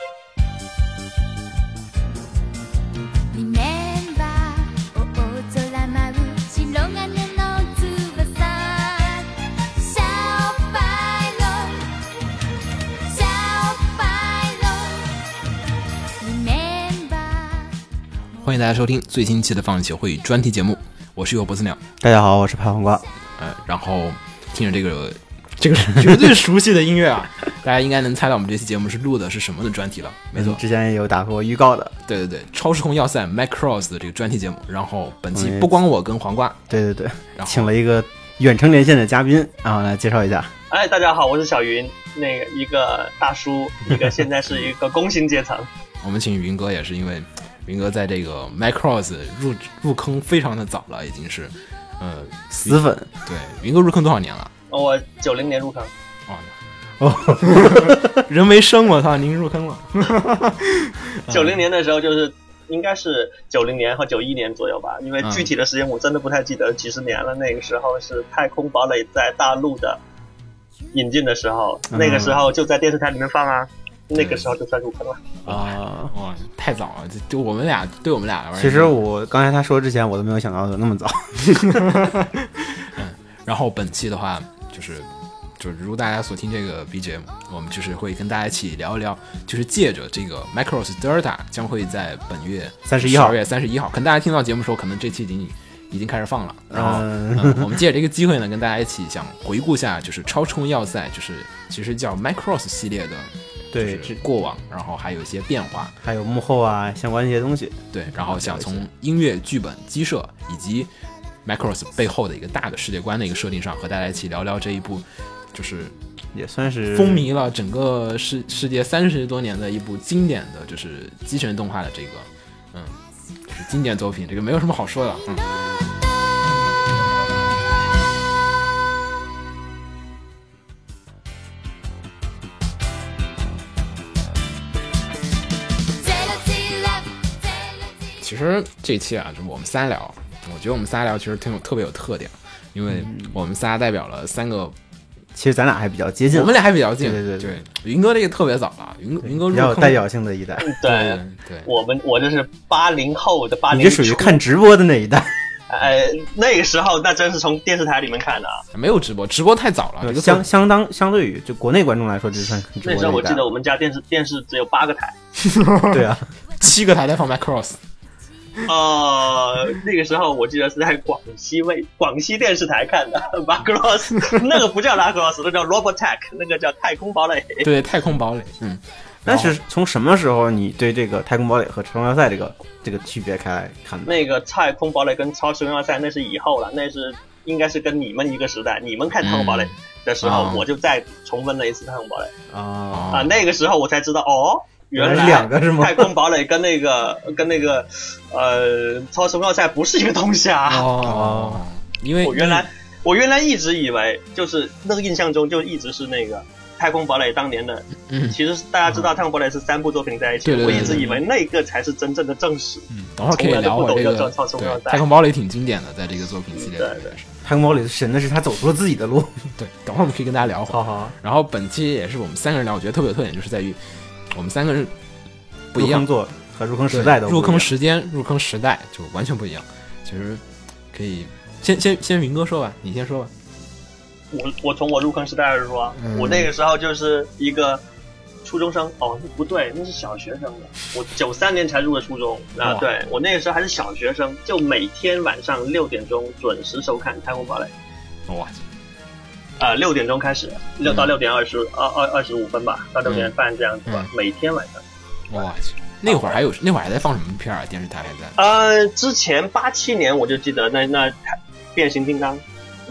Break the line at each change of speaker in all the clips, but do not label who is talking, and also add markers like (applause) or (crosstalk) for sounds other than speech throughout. oh,
欢迎大家收听最新期的放映协会专题节目，我是尤伯斯鸟，
大家好，我是潘黄瓜。
呃，然后听着这个 (laughs) 这个绝对熟悉的音乐啊， (laughs) 大家应该能猜到我们这期节目是录的是什么的专题了，没错
嗯，之前也有打过预告的。
对对对，超时空要塞 Mac Cross 的这个专题节目，然后本期不光我跟黄瓜，
对对对，
然后
请了一个远程连线的嘉宾啊，来介绍一下。
哎，大家好，我是小云，那个一个大
(laughs)
叔，一个现在是一个工薪阶层。
我们请云哥也是因为云哥在这个 Mac Cross 入入坑非常的早了，已经是呃
死粉，
对云哥入坑多少年了？
我九零年入坑，
哦，哦 (laughs) 人没生我操，您入坑了。
嗯
九零年的时候就是应该是九零年和九一年左右吧，因为具体的时间我真的不太记得，几十年了。那个时候是《太空堡垒》在大陆的引进的时候，
嗯
那个时候就在电视台里面放啊，那个时候就算入坑了。
啊。
哇，太早了，就就我们俩对我们俩来说，
其实我刚才他说之前，我都没有想到有那
(laughs)
么早。
然后本期的话，就是就是如大家所听这个 BGM，我们就是会跟大家一起聊一聊，就是借着这个 Macros Delta 将会在本月
31号
二月三十一号，可能大家听到节目的时候，可能这期已经已经开始放了。然后、
嗯
嗯我们借着这个机会呢，跟大家一起想回顾一下，就是超充要塞，就是其实叫 Macros 系列的，
对，
就是
这
过往，然后还有一些变化。
还有幕后啊相关的一些东西。
对，然后想从音乐、剧本、鸡舍以及 Macross 背后的一个大的世界观的一个设定上，和大家一起聊聊这一部就是
也算是
风，靡了整个世世界三十多年的一部经典的就是机器人动画的这个，嗯，就是经典作品，这个没有什么好说的，嗯。其实这期啊，就是我们仨聊，我觉得我们仨聊其实挺有特别有特点，因为
嗯
我们仨代表了三个
其实咱俩还比较接近，
我们俩还比较近，
对对
对
对
云哥这个特别早了，云云哥入
比较有
坑
代表性嗯的一代。
对，
对
我们我这是八零后
啊
的八
你
零，
这属于看直播的那一代，
哎那个时候那真是从电视台里面看的啊。
对，没有直播，直播太早了，啊这个
相相当相对于就国内观众来说，这算看直
那
播
时
的
候我
一代
记得我们家电视电视只有八个台。
对啊，
七个台在放 Macross，
呃，那个时候我记得是在广西卫广西电视台看的《马 a c r o s
(laughs)
那个不叫 m a c r o s 那叫 Robotech，那个叫太空堡垒。
对，太空堡垒，嗯，
但是从什么时候你对这个《太空堡垒》和《超人要塞》这个这个区别开来看的？
那个太空堡垒跟超时空要塞那是以后了，那是应该是跟你们一个时代。你们看太空堡垒的时候，
嗯
我就再重温了一次太空堡垒
啊
啊、那个时候我才知道哦。原
原来
来
是两个是吗
太
(laughs)
空堡垒跟那个跟那个，呃，超时空要塞不是一个东西啊。
哦，因为
我原来我原来一直以为就是那个印象中就一直是那个《太空堡垒》当年的，
嗯，
其实大家知道《太空堡垒》是三部作品在一起，
对对对
我一直以为那个才是真正的正史。
嗯等会儿可以聊我这
从来都不懂要
个
赚超时空要
对
塞
太空堡垒挺经典的，在这个作品系列里面是，
太空堡垒神的是他走出了自
(laughs)
己的路。
对，等会儿我们可以跟大家聊会儿。
好，
然后本期也是我们三个人聊，我觉得特别有特点，就是在于我们三个人不一
入
样
坑，做和入坑时代都
对
不
入
一样
坑时间、入坑时代就完全不一样。其实可以先先先云哥说吧，你先说吧。
我我从我入坑时代来说，
嗯
啊我那个时候就是一个初中生，哦，那不对，那是小学生的。我九三年才入的初中
哇，
啊对我那个时候还是小学生，就每天晚上六点钟准时收看《太空堡垒》。
哇，
呃，六点钟开始，六
嗯
到六点二十二二二十五分吧，到六点半这样子吧，
嗯
每天晚上。
我去，那会儿还有那会儿还在放什么片儿啊？电视台还在
呃，之前八七年我就记得那那变形金刚，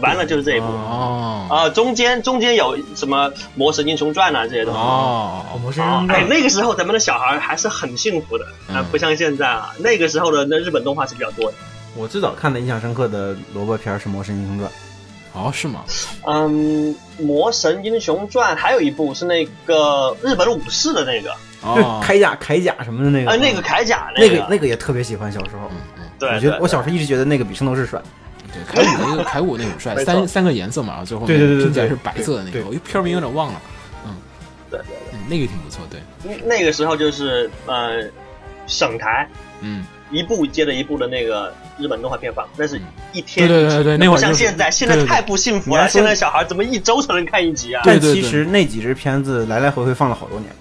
完了就是这一部。
哦
哦
啊，中间中间有什么《魔神英雄传》啊这些东西。
哦，
魔神
啊
英，
哎，那个时候咱们的小孩还是很幸福的，
嗯
啊，不像现在啊。那个时候的那日本动画是比较多的，
我最早看的印象深刻的萝卜片儿是《魔神英雄传》，
哦是吗？
嗯，《魔神英雄传》还有一部是那个日本武士的那个，
哦，
铠甲铠甲什么的那个，
呃，那个铠甲
那
个
个那个也特别喜欢。小时候，
嗯嗯，
对，
我觉得
对
我小时候一直觉得那个比圣斗士帅。
对，凯舞那
(laughs)
个凯舞那个帅，
没错
三三个颜色嘛，然后最后
对对对对
拼起来
对
是白色的那
对
个，
对
我一片儿名有点忘了，
对对对。
嗯，那个挺不错，对，
那个时候就是呃，省台
嗯，
一部接着一部的那个日本动画片放，那是一
对
天。
对对对，那会
不
儿就
像
是
现在，现在
对对
太不幸福
你
了。
还说
现在小孩怎么一周才能看一集啊？
对
但
对
其实那几支片子来来回回放了好多年，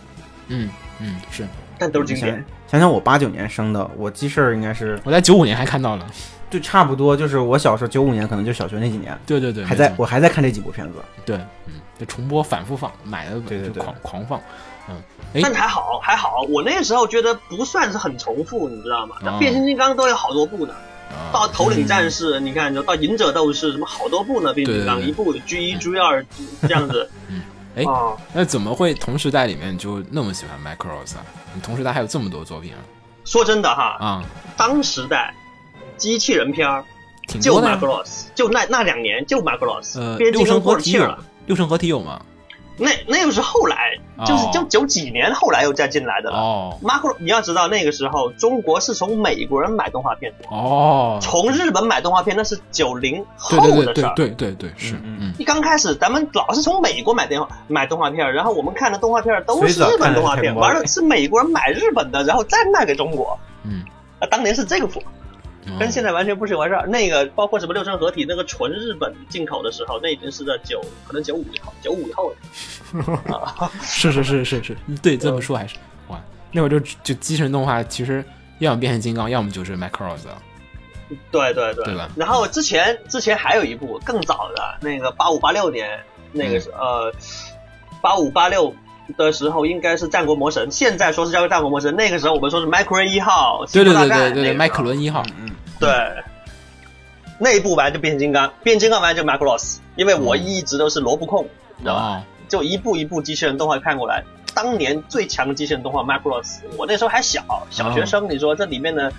嗯嗯是，
但都是经典。
想想我八九年生的，我记事儿应该是
我在九五年还看到了，
就差不多，就是我小时候九五年，可能就小学那几年，
对对对，
还
没
在
错
我还在看这几部片子。
对，嗯，就重播反复放，买了
对对
就
对
狂狂放，
但还好还好，我那时候觉得不算是很重复，你知道吗？
哦
那变形金刚都有好多部呢，到
啊，
头领战士，你看就到忍者斗士，什么好多部呢？变形金刚
对对对
一部 G 一 G 二这样子
嗯。 (laughs) 哎
哦，
那怎么会同时代里面就那么喜欢 Macross 啊？你同时代还有这么多作品啊？
说真的哈，
啊，
当时代机器人片儿
挺
就
多的啊
m a
呀
c r o s 就那那两年就 m a c r o s
呃，
变
六
形金刚
神
过
合
了
体
气儿
有
了。
六神合体有吗？
那那又是后来，就是
哦
就九几年后来又再进来的了。
哦
m a c r o 你要知道那个时候中国是从美国人买动画片的，
哦，
从日本买动画片那是九零
对
后
对
的
对
事儿
对。对对对，是，
嗯
嗯，
一刚开始，咱们老是从美国买电话买动画片儿，然后我们看的动画片儿都
所以
是
早
日
看
本
的
动画
太
片，
多了
完了是美国人买日本的，然后再卖给中国。
嗯，
啊，当年是这个谱，
嗯
跟现在完全不是一回事儿。那个包括什么六神合体，那个纯日本进口的时候，那已经是在九可能九五以后，九五以后了。
是是是是是，
嗯
对，这么说还是哇，那会儿就就机器人动画，其实要么变形金刚，要么就是 Macross 啊，
对对对。
对吧
然后之前之前还有一部更早的，那个八五八六年，那
嗯
个是、呃八五八六。的时候应该是战国魔神，现在说是叫战国魔神，那个时候我们说是麦克伦一号，
对对对
西部大
对
战
对
那
对，
个
麦
时
克
候
伦一号，
嗯，
对，那一部完就变形金刚，变形金刚完就 Macross，因为我
嗯
一直都是萝卜控，你知道吧？
哦，
就一步一步机器人动画看过来。当年最强的机器人动画 Macross，我那时候还小，小
哦
学生，你说这里面的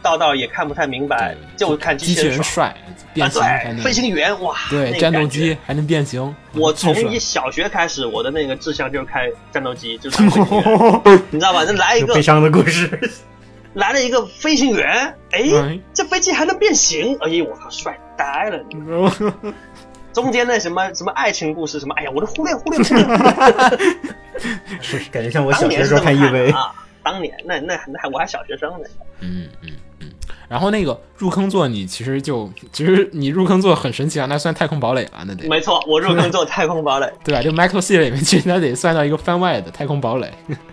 道道也看不太明白，
对
就看
机
器
器人
人爽
帅，变形
啊
还，
对，
能
飞行员哇，那
对
个
战斗
感觉
机。还能变形，
我
巨
从
帅
一小学开始，我的那个志向就是开战斗
(laughs)
机，就是当飞行员
(laughs)
你知道吧？这来哎一
有
个
悲伤的故事。
来了一个飞行员，哎，
哎
这飞机还能变形，哎呦，我靠，帅呆了！你
(laughs)
中间那什么什么爱情故事什么，哎呀，我都忽略忽略忽略。
是感觉像 (laughs) 我
当
小学
年
的
是
时
这
候
么
看
看
EV
的。啊，当年那那那还我还小学生呢。
嗯嗯嗯，然后那个入坑作，你其实就其实你入坑作很神奇啊，那算太空堡垒了，那得
没错，我入坑做太空堡垒，
对吧？就 Micro 系列里面，其实那得算到一个番外的太空堡垒。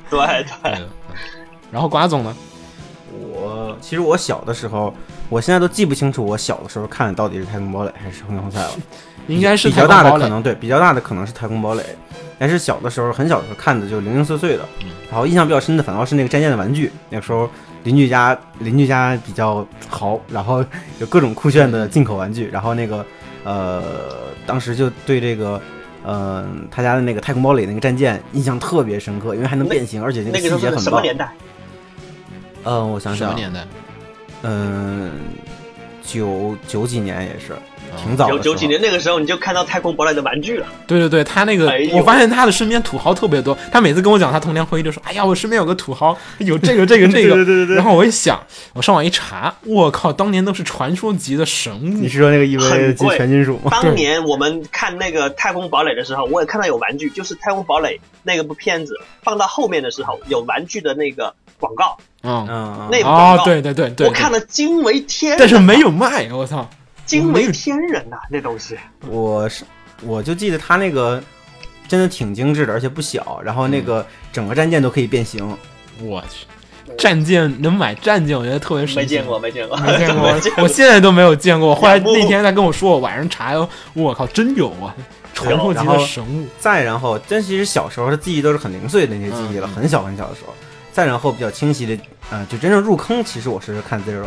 对
对
对，
的嗯然后瓜总呢？
我其实我小的时候，我现在都记不清楚我小的时候看的到底是太空堡垒还是红娘赛了。
应该是
比
太
较
空
大的
堡
可
垒。
能对，比较大的可能是太空堡垒，但是小的时候很小的时候看的就零零碎碎的，然后印象比较深的反倒是那个战舰的玩具，那个时候邻居家邻居家比较豪，然后有各种酷炫的进口玩具，然后那个呃当时就对这个。嗯，他家的那个太空堡垒那个战舰印象特别深刻，因为还能
那
变形，而且那
那个时
细
候
节
是
很
什么
棒。
年代？
嗯，我想
什
想
么
啊，
年代？
嗯，九九几年也是
嗯
挺早的
哦九
时
九几
候
年那个时候，你就看到太空堡垒的玩具了。
对对对，他那个，
哎呦
我发现他的身边土豪特别多。他每次跟我讲他童年回忆，就说：“哎呀，我身边有个土豪，有这个这
(laughs)
个这个。”
对对对对
然后我一想，我上网一查，我靠，当年都是传说级的神物
你。是说那个 EVA
很
及
贵
全金
哦
属吗？
当年我们看那个太空堡垒的时候，我也看到有玩具，就是太空堡垒那个部片子放到后面的时候有玩具的那个广告，
嗯，
嗯，
那个广
哦
告，
对对对对，
我看
了，
了惊为天人，啊
但是没有卖，我操！
惊为天人呐、啊那东西。
我是我就记得它那个真的挺精致的，而且不小，然后那
嗯
个整个战舰都可以变形，
我去，战舰能买战舰，我觉得特别神奇。
没见过，没见过，
没见
(laughs)
没见
过，我
过。
现在都没有见过。后来
养不
那天他跟我说，我晚上查，我靠，真有啊！传说级
然
的
后
神物，
再然后，真其实小时候的记忆都是很零碎的那些记忆了，
嗯嗯
很小很小的时候。再然后比较清晰的，呃，就真正入坑，其实我是看 Zero，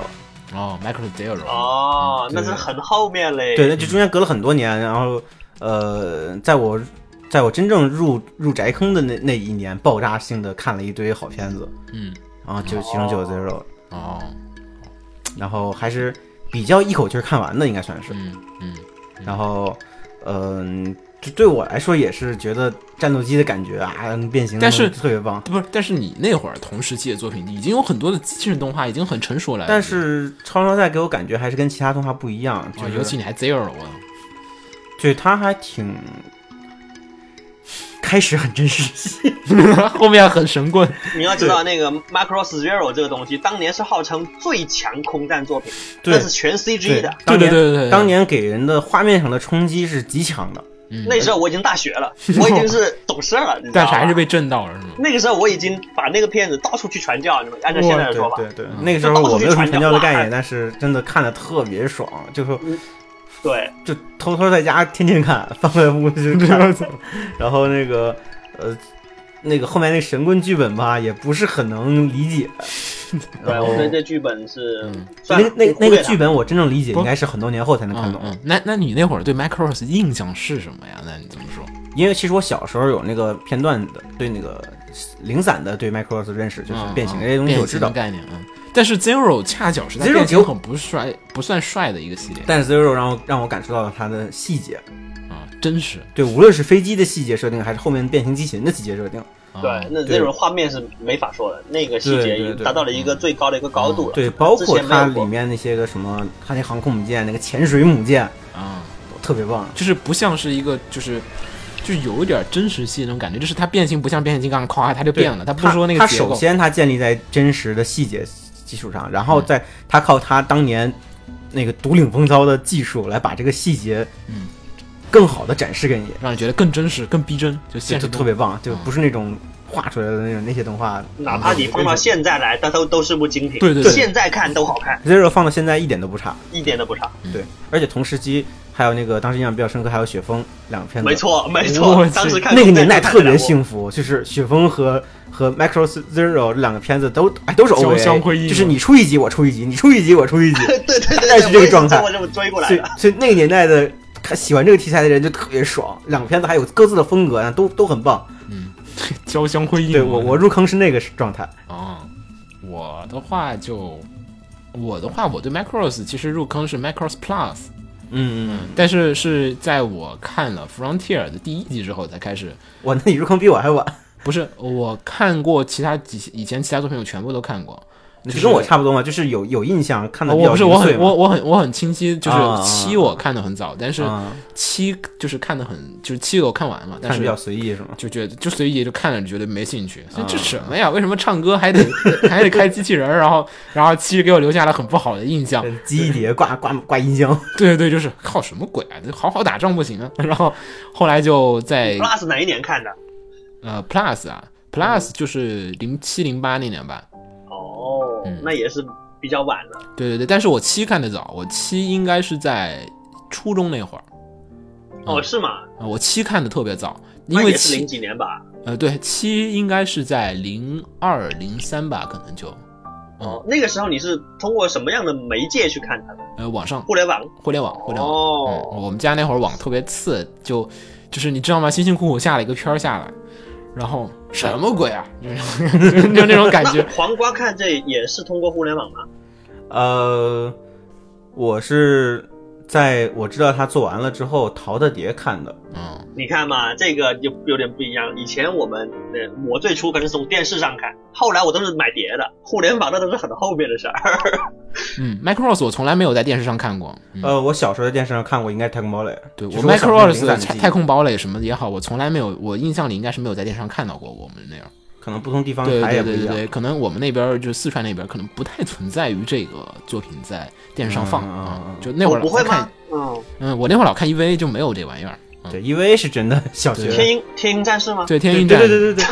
哦，Michael Zero，
(laughs) 哦，
嗯
那
对
是很后面嘞。
对，那就中间隔了很多年，然后呃，在我在我真正入入宅坑的那那一年，爆炸性的看了一堆好片子，
嗯，
然后就其中就有 Zero，
哦，
然后还是比较一口气儿看完的，应该算是。
嗯嗯，
然后，嗯、就对我来说也是觉得战斗机的感觉啊，变形，
但是呃
特别棒。
不是，但是你那会儿同时期的作品已经有很多的机器人动画，已经很成熟了。
但是超声赛给我感觉还是跟其他动画不一样，
啊，
就
尤其
是
你还 Zero 啊，
对它还挺开始很真实，
(laughs)
(laughs)
后面很神棍。
你要知道那个 Macross Zero 这个东西，当年是号称最强空战作品，
对
那是全 CG 的。
对
当
对
年
对对对，
当年给人的画面上的冲击是极强的，
嗯 (laughs)
那时候我已经大学了，我已经是懂懂事儿，你知道
但
吧
是还是被震到了，是吗？
那个时候我已经把那个片子到处去传教，你们按照现在的说法，
对对对，
嗯
那个时候我没有什么传教的概念，但是真的看的特别爽，就说
对
就偷偷在家天天看，翻翻覆
(laughs)
覆就看，然后那个呃。那个后面那个神棍剧本吧，也不是很能理解。
对，
然后
我对这剧本是
嗯
算
那
了
个那个那
忽略
个
它
剧本，我真正理解
不
应该是很多年后才能看
嗯
懂。
嗯，那那你那会儿对 Macross 印象是什么呀？那你怎么说？
因为其实我小时候有那个片段的对那个零散的对 Macross 认识，就是
嗯
变形
嗯
这些东西我知道
变形的。概念，嗯。但是 Zero 恰巧是在
Zero
变
给
形
我
很不帅、不算帅的一个系列，
但是 Zero 让我让我感受到了它的细节，
啊，真实。
对，无论是飞机的细节设定，还是后面变形机器人的细节设定，
啊
对，那
对
那种画面是没法说的，那个细节
对
已
对
经
对
达到了一个最高的一个高度了。
对，包
之
括
前没有
它
过
里面那些个什么，它那航空母舰、那个潜水母舰，
啊，
都特别棒。
就是不像是一个就是。就有一点真实系那种感觉，就是它变形不像变形金刚，咵它就变了，它不说那个
它
结构
首先它建立在真实的细节基础上，然
嗯
后在它靠它当年那个独领风骚的技术来把这个细节，
嗯，
更好的展示给你。
让你觉得更真实、更逼真，就
就
现实
就
中
特别棒，就
嗯
不是那种画出来的那种那些动画，
哪怕你放到现在来，它都都是部精品。
对对对
现在看都好看，
Zero 放到现在一点都不差，
一点都不差。
嗯
对，而且同时期还有那个当时印象比较深刻，还有雪峰两个片子，
没，错，没
我
错，
去
当时看
那个年代特别
幸。
幸福，就是雪峰和和 Micro Zero 这两个片子都哎都是
相
OVA，
相辉映
就是你出一集我出一集，你出一集我出
(laughs)
一集，
对对对，
大
对
概是这个
我也
状态
我这么追过来
所以
的。
所以那个年代的看喜欢这个题材的人就特别爽，两个片子还有各自的风格，啊都都很棒。
交相辉映。
对我我入坑是那个状态，
啊，我的话就我的话，我对 Macross 其实入坑是 Macross Plus，
嗯嗯， (laughs)
但是是在我看了 Frontier 的第一集之后才开始，
我那你入坑比我还晚，
不是我看过其他几以前其他作品我全部都看过，
你
就是
跟我差不多嘛，就是有有印象看的
哦
比
我
较
不是
零
我
碎
很
嘛
我我很我很清晰，就是
啊啊啊
七我看的很早，但是
啊
七就是看的很就是七个我看完了，但
看
是
比较随意是吗？
就觉得就随意就看了，觉得没兴趣。所以
啊
这什么呀？为什么唱歌还得 (laughs) 还得开机器人儿？然后然后其实给我留下了很不好的印象。
嗯记忆碟挂挂挂音箱，
对对对，就是靠什么鬼啊？这好好打仗不行啊？然后后来就在
Plus 哪一年看的？
呃 Plus 啊 Plus 就是零七零八那年吧。
哦
嗯，
那也是比较晚了。
对对对，但是我七看的早，我七应该是在初中那会儿。
嗯
哦，是吗？
啊，我七看的特别早，因
那
为
也是
七
零几年吧？
呃对七应该是在零二零三吧，可能就
嗯
哦，那个时候你是通过什么样的媒介去看它的？
呃网上
互联网。
互联网互联网。嗯，
哦，
我们家那会儿网特别次，就就是你知道吗？辛辛苦苦下了一个片儿下来，然后什么鬼啊，就是 (laughs) 就那种感觉
那。 (laughs) 黄瓜看这也是通过互联网吗？
呃，我是在我知道他做完了之后淘的碟看的，
嗯，
你看嘛，这个就有点不一样。以前我们，呃，我最初可能是从电视上看，后来我都是买碟的。互联网那都是很后面的事儿。
嗯 m i c r o s 我从来没有在电视上看过。嗯、
呃，我小时候在电视上看过，应该是《太空堡垒》，
对
就
我
是
m i c
小时
r
候
o
零
s
散的记忆
太空堡垒什么的也好，我从来没有，我印象里应该是没有在电视上看到过我们那样。
可能不同地方
对
台也
对对
不一
对
样。
对，可能我们那边儿就四川那边儿可能不太存在于这个作品在电视上放
嗯嗯
啊、
嗯嗯
就那会儿
我不会
老看
吗？？嗯，
(laughs) 嗯，我那会儿老看 EVA 就没有这玩意儿。嗯
对，因为是真的小学，
天鹰天鹰战士吗？
对天
对
鹰
对
战嗯
对对对，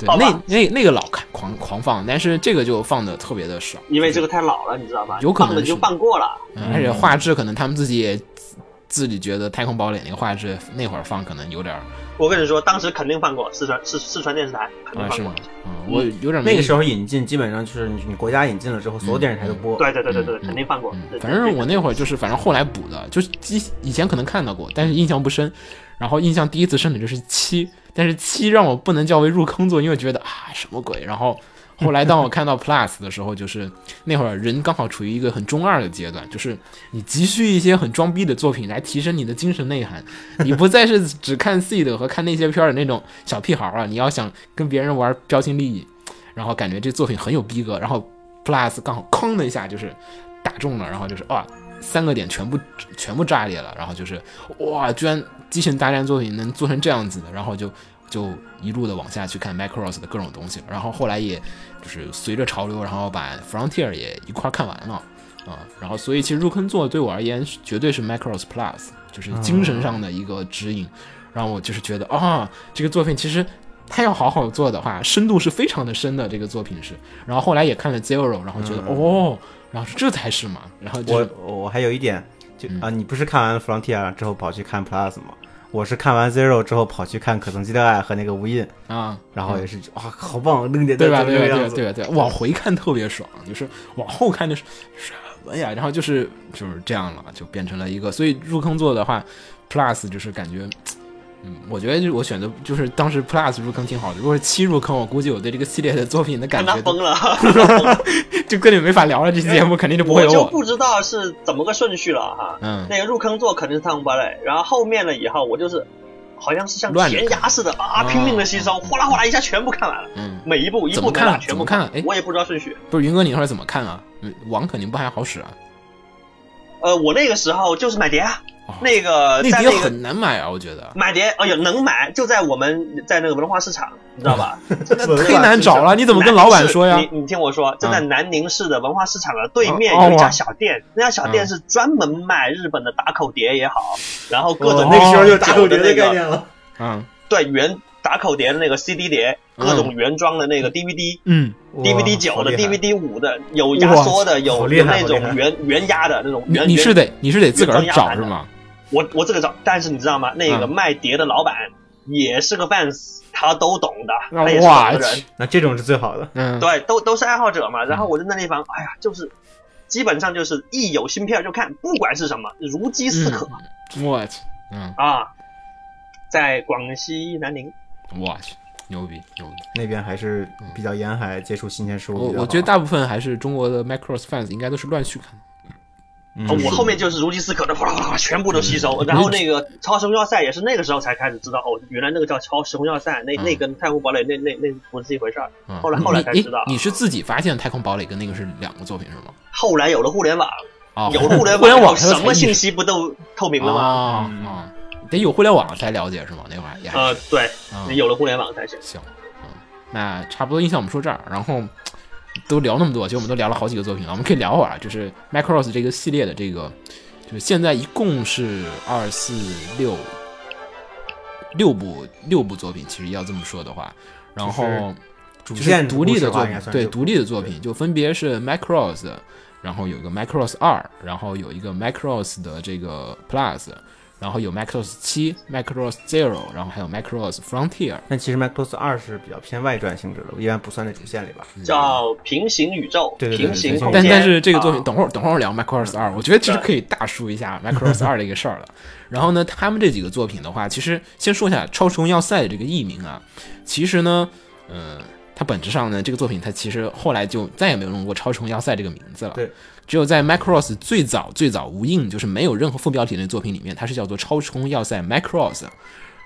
对，
好吧
那那那个老看狂狂放，但是这个就放的特别的少，
因为这个太老了，你知道吧？
有可能
放了
是
就放过了。
嗯而且画质可能他们自己也自自己觉得《太空堡垒》那个画质那会儿放可能有点儿
我跟你说，当时肯定放过四川四四川电视台肯定
啊
放
是
过
吗。？嗯，我有点没
那个时
候，
候引进基本上就是你你国家引进了之后，所有电视台都播。
对对对对对，
嗯
肯定放过
嗯。
对
反正我那会儿就是反正后来补的，就是以以前可能看到过，但是印象不深。然后印象第一次深的就是七，但是七让我不能叫为入坑作，因为觉得啊什么鬼。然后后来当我看到 Plus 的时候，就是那会儿人刚好处于一个很中二的阶段，就是你急需一些很装逼的作品来提升你的精神内涵，你不再是只看 seed 和看那些片儿的那种小屁孩儿啊了，你要想跟别人玩标新立异，然后感觉这作品很有逼格，然后 Plus 刚好哐的一下就是打中了，然后就是啊。三个点全部全部炸裂了，然后就是哇，居然机器人大战作品能做成这样子的，然后就就一路的往下去看 Macross 的各种东西，然后后来也就是随着潮流，然后把 Frontier 也一块儿看完了啊、然后所以其实入坑作对我而言是绝对是 Macross Plus，就是精神上的一个指引，让我就是觉得啊，这个作品其实他要好好做的话，深度是非常的深的。这个作品是，然后后来也看了 Zero，然后觉得、哦，然后说这才是嘛，然后就
嗯我
是
我还有一点，就
嗯
啊，你不是看完 Frontier 之后跑去看 Plus 吗？我是看完 Zero 之后跑去看可曾记得爱和那个无印，
啊，
然后也是哇，好棒，那个年代
对吧？
都
对
这
吧？对吧
个样？子
对吧？对吧？往回看特别爽，就是往后看就是什么呀？然后就是就是这样了，就变成了一个。所以入坑做的话，Plus 就是感觉，嗯，我觉得就是我选择就是当时 Plus 入坑挺好的。如果是七入坑，我估计我对这个系列的作品的感觉
(laughs)
看他
都
疯了，
就跟你没法聊了。这期节目肯定就 (laughs) 不会
我
有
就
我。
不知道是怎么个顺序了哈。
嗯，
那个入坑做肯定是汤姆·堡垒，然后后面了以后，我就是好像是像
乱着
填鸭似的啊，
啊
拼命的吸收，哗啦哗啦一下全部看完了，
嗯，
每一部一
怎
部
么
没
看
落
啊？
全
怎
部
么看啊？哎，
我也不知道顺序。
不是云哥，你那会儿怎么看啊？嗯网肯定不还好使啊，
呃，我那个时候就是买碟啊，
哦
那个
那
在
碟
那个
很难买啊，我觉得
买碟，哎呦能买，就在我们在那个文化市场，你知
(laughs)
道吧？
忒难找了。你怎么跟老板说呀？
你你听我说，就在南宁市的文化市场的对面
嗯
有一
哦嗯
家小店，那家小店是专门卖日本的打口碟也好，然后各种
哦那个时候
就
就
打口碟的概念
了。
嗯
对原打口碟的那个 CD 碟，
嗯
各种原装的那个 DVD。
嗯，
DVD 九的、DVD 五的，有压缩的，有
好
有
厉害
那种
好厉害
原原压的那种
你
原
你是
原。
得你是得自个儿
原装
找
压
是
盘的
吗？
我我这个找，但是你知道吗？那个
嗯
卖碟的老板也是个 fans，他都懂的，
啊
他也是
哇
懂的人。
那这种是最好的，
嗯，
对，都都是爱好者嘛。
嗯
然后我在那地方，哎呀，就是基本上就是一有新片就看，不管是什么，如饥似渴、
我去，嗯，
啊。在广西南宁，
我去，牛逼牛逼！
那边还是比较沿海，接触新鲜事物
我
比较好。
我觉得大部分还是中国的 Macross fans 应该都是乱序看的。
嗯
啊我后面就是如饥似渴的哗啦哗啦哗啦全部都吸
嗯
收。然后那个超时空要塞也是那个时候才开始知道，哦，原来那个叫超时空要塞，那
嗯
那跟太空堡垒那那那不是一回事儿。
嗯，
后来后来才
你
知道
你你是自己发现《太空堡垒》跟那个是两个作品是吗？
后来有了互联网，
啊，
有了
互
互
(laughs)
联
互联网
网，什么信息不都透明了
啊
吗？
嗯
啊，得有互联网才了解是吗？那会儿也还
呃
是，
对，
哦嗯
有了互联网才行。
行，嗯，那差不多印象我们说这儿，然后都聊那么多，其实我们都聊了好几个作品了，我们可以聊会儿啊，就是 Macross 这个系列的这个，就是现在一共是二四六六部六部作品，其实要这么说的话，然后
就是主
就是
线
独立的作
故事吧应
品
该，算是
对独立的作品，就分别是 Macross，然后有一个 Macross 二，然后有一个 Macross 的这个 Plus。然后有 Macross 七、Macross Zero，然后还有 Macross Frontier，
但其实 MacBook 二是比较偏外传性质的，一般不算在主线里吧。
嗯
叫平行宇宙，
对对对
平行
对
空
对
间。
但但是这个作品，
啊
等会儿等会儿聊 Macross 二，我觉得其实可以大说一下
(laughs)
Macross 二这个事儿了。然后呢，他们这几个作品的话，其实先说一下《超时空要塞》的这个译名啊，其实呢，嗯、它本质上呢，这个作品它其实后来就再也没有用过《超时空要塞》这个名字了。
对，
只有在 Macross 最早最早无印就是没有任何副标题的作品里面，它是叫做《超时空要塞 Macross》。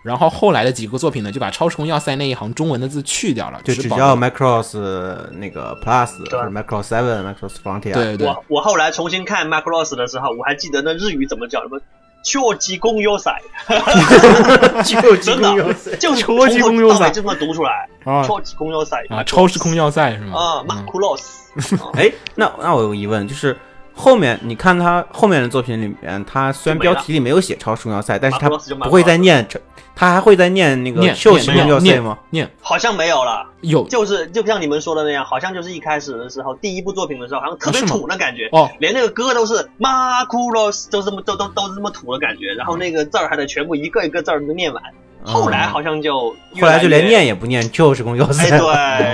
然后后来的几个作品呢，就把“超时空要塞”那一行中文的字去掉了，
就
只
只
保
要
留
Macross 那个 Plus 或者 Macross Seven、Macross Frontier，
对对
我我后来重新看 Macross 的时候，我还记得那日语怎么叫什么。秋吉公优赛，
就
真的就是从
秋吉公
头
优
到
赛
尾就这么读出来。
啊
秋吉公优赛
啊，超时空要塞是吗？
啊
嗯
，Macross 啊
哎，那那我有个疑问，就是后面你看他后面的作品里面，他虽然标题里没有写超时空要塞，但是他
Macross 啊就 Macross
不会再念，他还会再念那个
念
秀时空要塞
念
吗？？
念念
好像没有了，
有
就是就像你们说的那样，好像就是一开始的时候，第一部作品的时候，好像特别
啊是吗
土的感觉，
哦，
连那个歌都是 Macross 都这么都都都是这么土的感觉，然后那个字儿还得全部一个一个字儿能念完。后来
嗯
好像就越
后来就
越
连念啊也不念旧时空要塞
哎，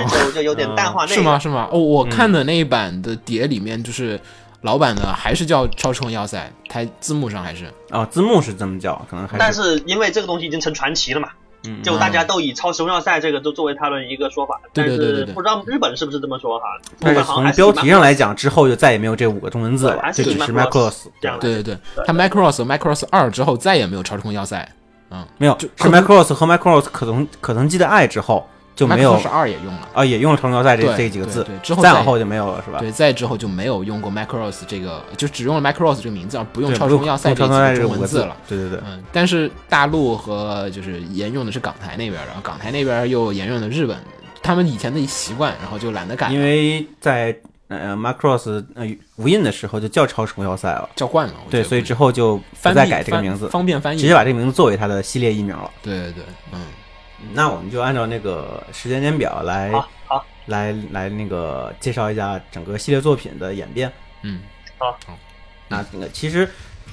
了。
对，就就有点淡化啊那个。
是吗？？是吗？哦，我
嗯
看的那一版的碟里面，就是老版的还是叫《超时空要塞》，它字幕上还是
啊，字幕是这么叫，可能还
但是因为这个东西已经成传奇了嘛，
嗯
就大家都以超时空要塞这个就作为他们一个说法，
对对对对对
但是不知道日本是不是这么说哈？
但是
日本好
从
像
标题上来讲，之后就再也没有这五个中文字
对
了，
还是
就只是
Macross
Macross
这样的
对对对，它 Macross Macross 二之后再也没有《超时空要塞
没有，
就是可能
Macross 和 Macross 可曾可曾记得爱之后》，就没有
，Macross 二也用了。
啊，也用了超时空要塞这
对
这几个
对
字
对之后，
再
再
往后就没有了，是吧？
对，再之后就没有用过 Macross 这个，就只用了 Macross 这个名字，而不用
对
《超
不
时
用
空要塞》
不
这
用超时空要塞
几
这
个
五
中文
个
字了。
对对对，
嗯，但是大陆和就是沿用的是港台那边，然后港台那边又沿用的日本，他们以前的习惯，然后就懒得改了。
因为在呃 Macross 呃无印的时候就叫超时空要塞了，
叫惯了。我觉
对，
得
所以之
后
后就不
翻
再
译
改这个
翻
名字，
方便翻译。
直接把这个名字作为它的系列译名了。
对对对，嗯，
那我们就按照那个时间点表来
好好
来来那个介绍一下整个系列作品的演变。
嗯，
那那个其实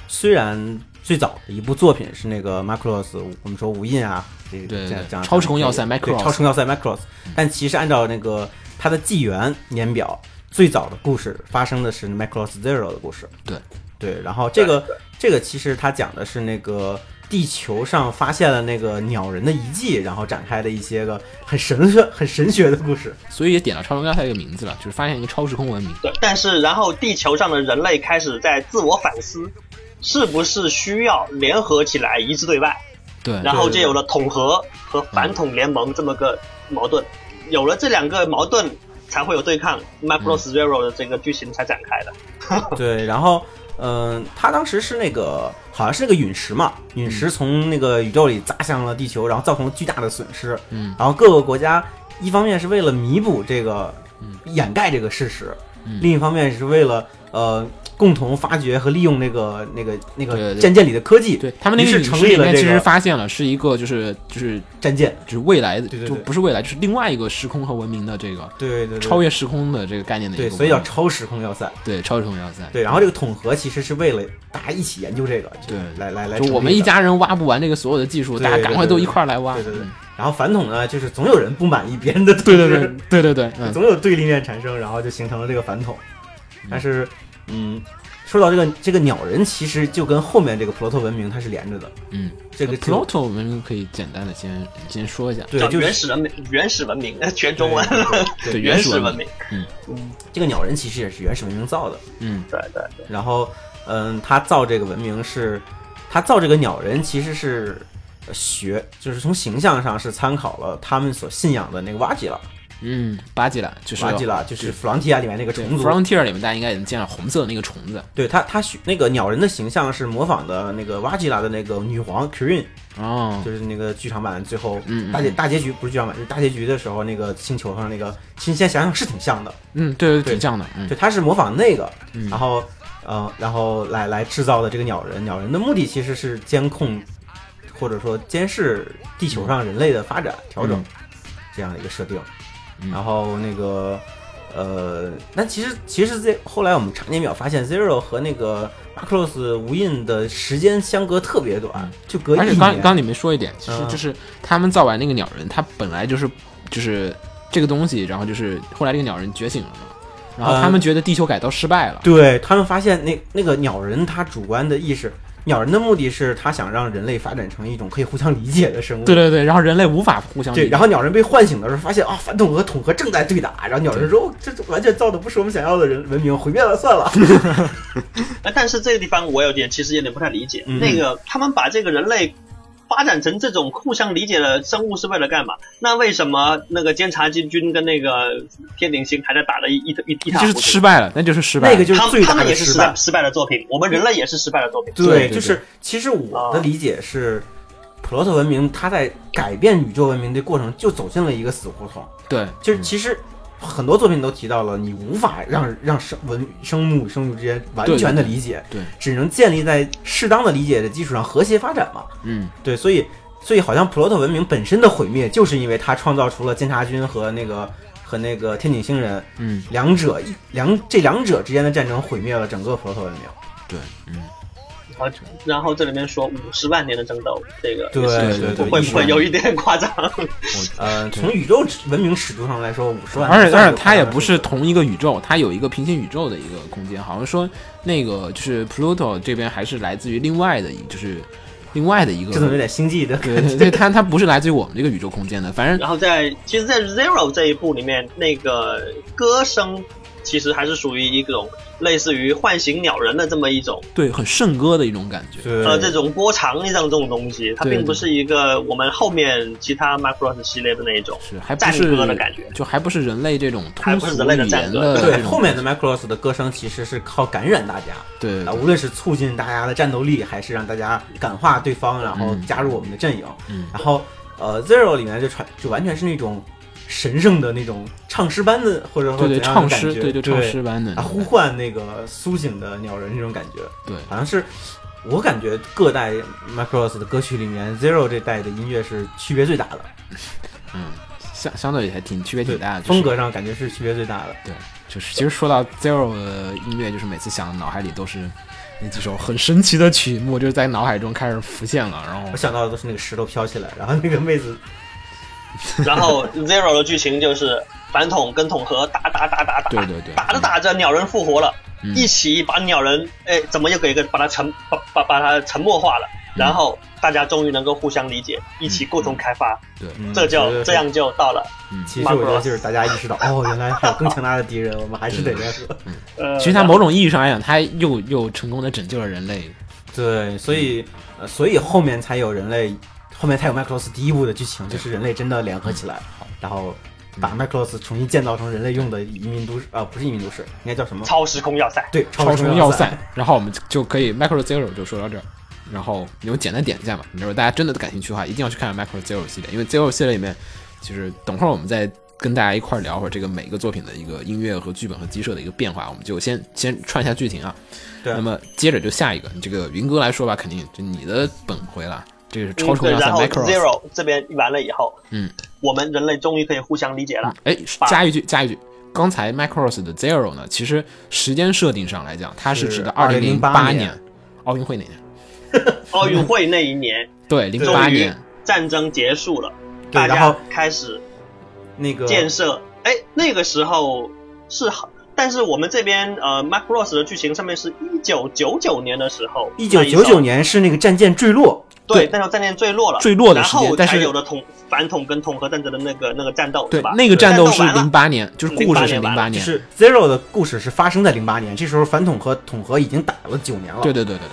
虽然最早的一部作品是那个 Macross，我们说无印啊，这
对对
这样
对
讲
超时空要塞
对
Macross 嗯
超时空要塞 Macross，但其实按照那个它的纪元年表，最早的故事发生的是 Macross Zero 的故事。
对
对，然后这个
对
这个其实它讲的是那个。地球上发现了那个鸟人的遗迹，然后展开的一些个很神学、很神学的故事。
所以也点了超时空要塞这个名字了，就是发现一个超时空文明。
对，但是然后地球上的人类开始在自我反思，是不是需要联合起来一致对外？
对，
然后
对
就有了统合和反统联盟这么个矛盾，有了这两个矛盾，才会有对抗 Macross Zero 的这个剧情才展开
(laughs)
的。
对，然后嗯、他当时是那个好像是那个陨石嘛，陨
嗯
石从那个宇宙里砸向了地球，然后造成了巨大的损失。
嗯，
然后各个国家一方面是为了弥补这个掩盖这个事实，
嗯
另一方面是为了呃共同发掘和利用那个那个那
对
个
对
战舰里的科技。
对他们那
于
个
是
陨
成
石
立
里
了
面
这
其实
个
发现了是一个就是就是
战舰。
就是未来的，
对对
就
对
不是未来，就是另外一个时空和文明的这个
对对对，
超越时空的这个概念的一个
对，
文明。
所以叫超时空要塞。
对超时空要塞。
对，然后这个统合其实是为了大家一起研究这个，就
对
来来来，
就我们一。家人挖不完这个所有的技术，
对
大家赶快
对对
都一块儿来挖。
对对对
嗯，
然后反统呢，就是总有人不满意别人的统
对对
治
对对对对，嗯，
总有对立面产生，然后就形成了这个反统。但是，嗯，说到这个这个鸟人，其实就跟后面这个普罗特文明它是连着的。
嗯，
这个
Pluto 我们可以简单的先先说一下，
对，
叫
就是
原始人民、原始文明，呃全中文。
对
对
原
始
始
文
明，
这个鸟人其实也是原始文明造的。
嗯
对对对，
然后，嗯，他造这个文明是，他造这个鸟人其实是呃学，就是从形象上是参考了他们所信仰的那个瓦吉拉，
嗯，巴基拉就是
瓦吉拉就是弗朗提亚里面那个
对
虫族。
Frontier 里面大家应该也能见到红色的那个虫子
对他，他学那个鸟人的形象是模仿的那个瓦吉拉的那个女皇 Kirin，
哦，
就是那个剧场版最后
嗯嗯
大结
嗯
大结局不是剧场版，就是大结局的时候那个星球上那个，其实现在想想是挺像的，
嗯，对对，
对
挺像的，嗯
就他是模仿那个，
嗯
然后呃，然后来来制造的这个鸟人，鸟人的目的其实是监控或者说监视地球上人类的发展调整
嗯
这样的一个设定，
嗯
然后那个。呃，那其实其实这后来我们查年表发现，Zero 和那个 Macross 无印的时间相隔特别短，就隔一
嗯而且
年。
刚刚你没说一点，其实
嗯
就是他们造完那个鸟人，他本来就是就是这个东西，然后就是后来这个鸟人觉醒了嘛，然后他们觉得地球改造失败了，
对他们发现那那个鸟人，他主观的意识，鸟人的目的是他想让人类发展成一种可以互相理解的生物。
对对对，然后人类无法互相
对，
理解
然后鸟人被唤醒的时候，发现啊，反统和统合正在对打。然后鸟人说：“哦这完全造的不是我们想要的人文明，毁灭了
(laughs)
算了。
那哎但是这个地方我有点其实有点不太理解，
嗯
那个他们把这个人类。发展成这种互相理解的生物是为了干嘛？那为什么那个监察军军跟那个天顶星还在打的一一一一塌
就
糊
是
涂？
失败了，那就是”失败
那
了，
个就是
他
最
们他
大
们也
的
是
失
失
败
败。失败的作品，我们人类也是失败的作品。
对对对
就是其实我的理解是，
嗯
普罗特文明它在改变宇宙文明的过程，就走进了一个死胡同。
对，
就是其实很多作品都提到了，你无法让让生文生物与生物之间完
对对
全的
对
理解，
对
只能建立在适当的理解的基础上和谐发展嘛。
嗯，
对，所以所以好像普罗特文明本身的毁灭，就是因为它创造出了监察军和那个和那个天井星人，
嗯，
两者一两这两者之间的战争毁灭了整个普罗特文明。
对，嗯，
然后然后这里面说五十万年的争斗，这个
对
是
对
是
对，
会
一
不
时
会有一点夸张？
呃，从宇宙文明尺度上来说，五十万，
而且
算
而
是
且它也不是同一个宇宙，它有一个平行宇宙的一个空间，好像说那个就是 Pluto 这边还是来自于另外的一，就是另外的一个
这，怎么有点星际的
对对对，它它不是来自于我们这个宇宙空间的，反正
然后在其实，在 Zero 这一部里面，那个歌声其实还是属于一种类似于唤醒鸟人的这么一种
对很圣歌的一种感觉，
对
呃这种波长上这种东西，它
对
并不是一个我们后面其他 Macross 系列的那一种。
是还不
战
是
歌的感觉
就还不是人类这种通
还不是
俗
人类的
语
战
言
歌
的
对
这种
后面的 Macross 的歌声其实是靠感染大家，
对
啊，无论是促进大家的战斗力，还是让大家感化对方，然后
嗯
加入我们的阵营。
嗯
然后呃，Zero 里面就传就完全是那种
神圣的那种唱诗般的，或者说
对对，
怎样的
唱
感
诗，
觉
对
对
唱诗般的
啊，，呼唤那个苏醒的鸟人这种感觉，
对
啊
好像是我感觉各代 Macross 的歌曲里面，Zero 这代的音乐是区别最大的，
嗯，相相对还挺区别挺大的，就是
风格上感觉是区别最大的。
对，就是其实说到 Zero 的音乐，就是每次想脑海里都是那几首很神奇的曲目，就是在脑海中开始浮现了，然后
我想到的都是那个石头飘起来，然后那个妹子
然后 Zero 的剧情就是反桶跟桶和打打打打打，
对对对，
打着打着鸟人复活了，
嗯
一起把鸟人哎怎么又给一个把它沉把把把它沉默化了。
嗯
然后大家终于能够互相理解，一起共同开发，
嗯
这
我觉
就
得
这样就到了。
嗯
其实我觉得就是大家意识到，哦，原来还有更强大的敌人，我们还是得联合。
呃，
其实他某种意义上来讲，他又又成功的拯救了人类，
对，所以、呃所以后面才有人类，后面才有麦克罗斯第一部的剧情，就是人类真的联合起来，然后把麦克罗斯重新建造成人类用的移民都市，啊、不是移民都市，应该叫什么？
超时空要塞，
对，
超
时空
虫要
塞。
塞，然后我们就可以 Micro Zero 就说到这儿。然后有简单点一下吧，如果大家真的感兴趣的话，一定要去看 Micro Zero 系列，因为 Zero 系列里面，就是等会儿我们再跟大家一块儿聊会儿这个每个作品的一个音乐和剧本和机设的一个变化，我们就先先串一下剧情啊。
对
那么接着就下一个，你这个云哥来说吧，肯定就你的本回了，这个是超
嗯
虫
对，
要塞
然后
Micro。
Zero 这边完了以后，
嗯，
我们人类终于可以互相理解了。
哎，加一句，加一句。刚才 Macross 的 Zero 呢，其实时间设定上来讲，它是
是
指的二零零
2008
八
年
年奥运会那年，嗯
奥运会那一年，
对，零八
终于
年，
战争结束了，
对
大
然
家
后
开始
那个
建设。哎，那个时候是好，但是我们这边呃 m a c r o s s 的剧情上面是一九九九年的时候，
一九九
那一
九
首
年是那个战舰坠落，
对
对，
那时候战舰坠落了，
坠落的时间
然后
但是
才有了统反统跟统合战争的那个那个战斗，
对
吧？，
那个战斗是
完了
零八年，就是故事是零
08年
八
就
年，
是 Zero 的故事是发生在零八年，这时候反统和统合已经打了九年了。
对对对对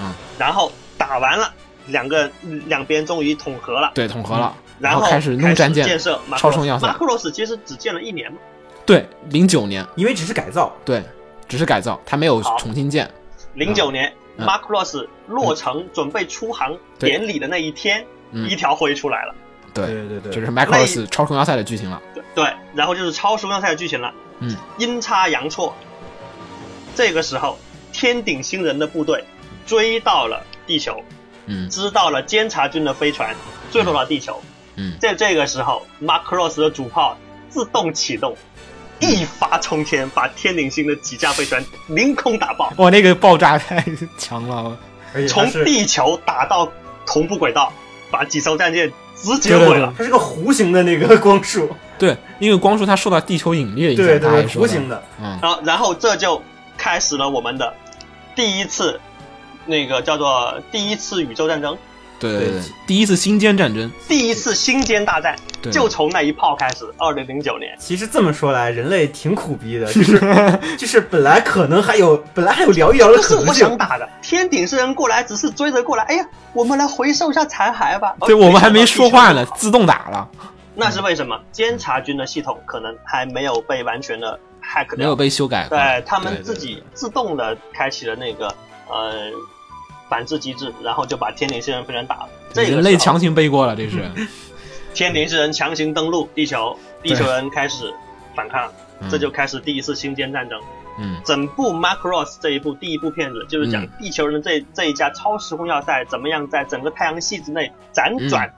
嗯对
然后打完了，两个两边终于统合了，
对，统合了，
嗯然
后开始弄战舰
建设
超重要啊
m
赛
a c r o s s 其实只建了一年嘛，
对，零九年，
因为只是改造，
对，只是改造，它没有
好
重新建，
零九年、
嗯
m a c r o s s 落成准备出航
对
典礼的那一天，
嗯
一条灰出来了。
对，
对对
这
对，
是 Macross 超重要赛的剧情了，
对，然后就是超时空要塞的剧情了。
嗯，
阴差阳错，这个时候天顶星人的部队追到了地球，
嗯
知道了监察军的飞船坠落到地球。
嗯，
在这个时候，Macross 的主炮自动启动，
嗯
一发冲天，把天顶星的几架飞船凌空打爆，
哇，那个爆炸太 (laughs) 强了，哦
而且它
从
是
地球打到同步轨道，把几艘战舰直接
对对
毁
对
了。
它是个弧形的那个光束，
对，因为光说它受到地球引力的影
对对
响，它
对，
还说
弧
到，
形的，
嗯，
然后，然后这就开始了我们的第一次，那个叫做第一次宇宙战争，
对对
对
对，第一次星间战争，
第一次星间大战，
对，
就从那一炮开始。二零零九年，
其实这么说来，人类挺苦逼的，就是就是本来可能还有本来还有聊一聊的
不是
可
我
能
想
性，
打的，天顶之人过来只是追着过来，哎呀，我们来回收一下残骸吧。
对
哦
我们还没说话呢
地球，
自动打了，
那是为什么？监察军的系统可能还没有被完全的 hack
没有
掉，
被修 (laughs) 改过，
对他
对
们
对
自己自动的开启了那个呃反制机制，然后就把天顶之人飞船打了。这个
人类
时候嗯
强行背锅了，这是，
天庭之人强行登陆地球，地球人开始反抗，
嗯
这就开始第一次星间战争。
嗯
整部《Macross》这一部第一部片子，就是讲
嗯
地球人这这一家超时空要塞怎么样在整个太阳系之内辗转、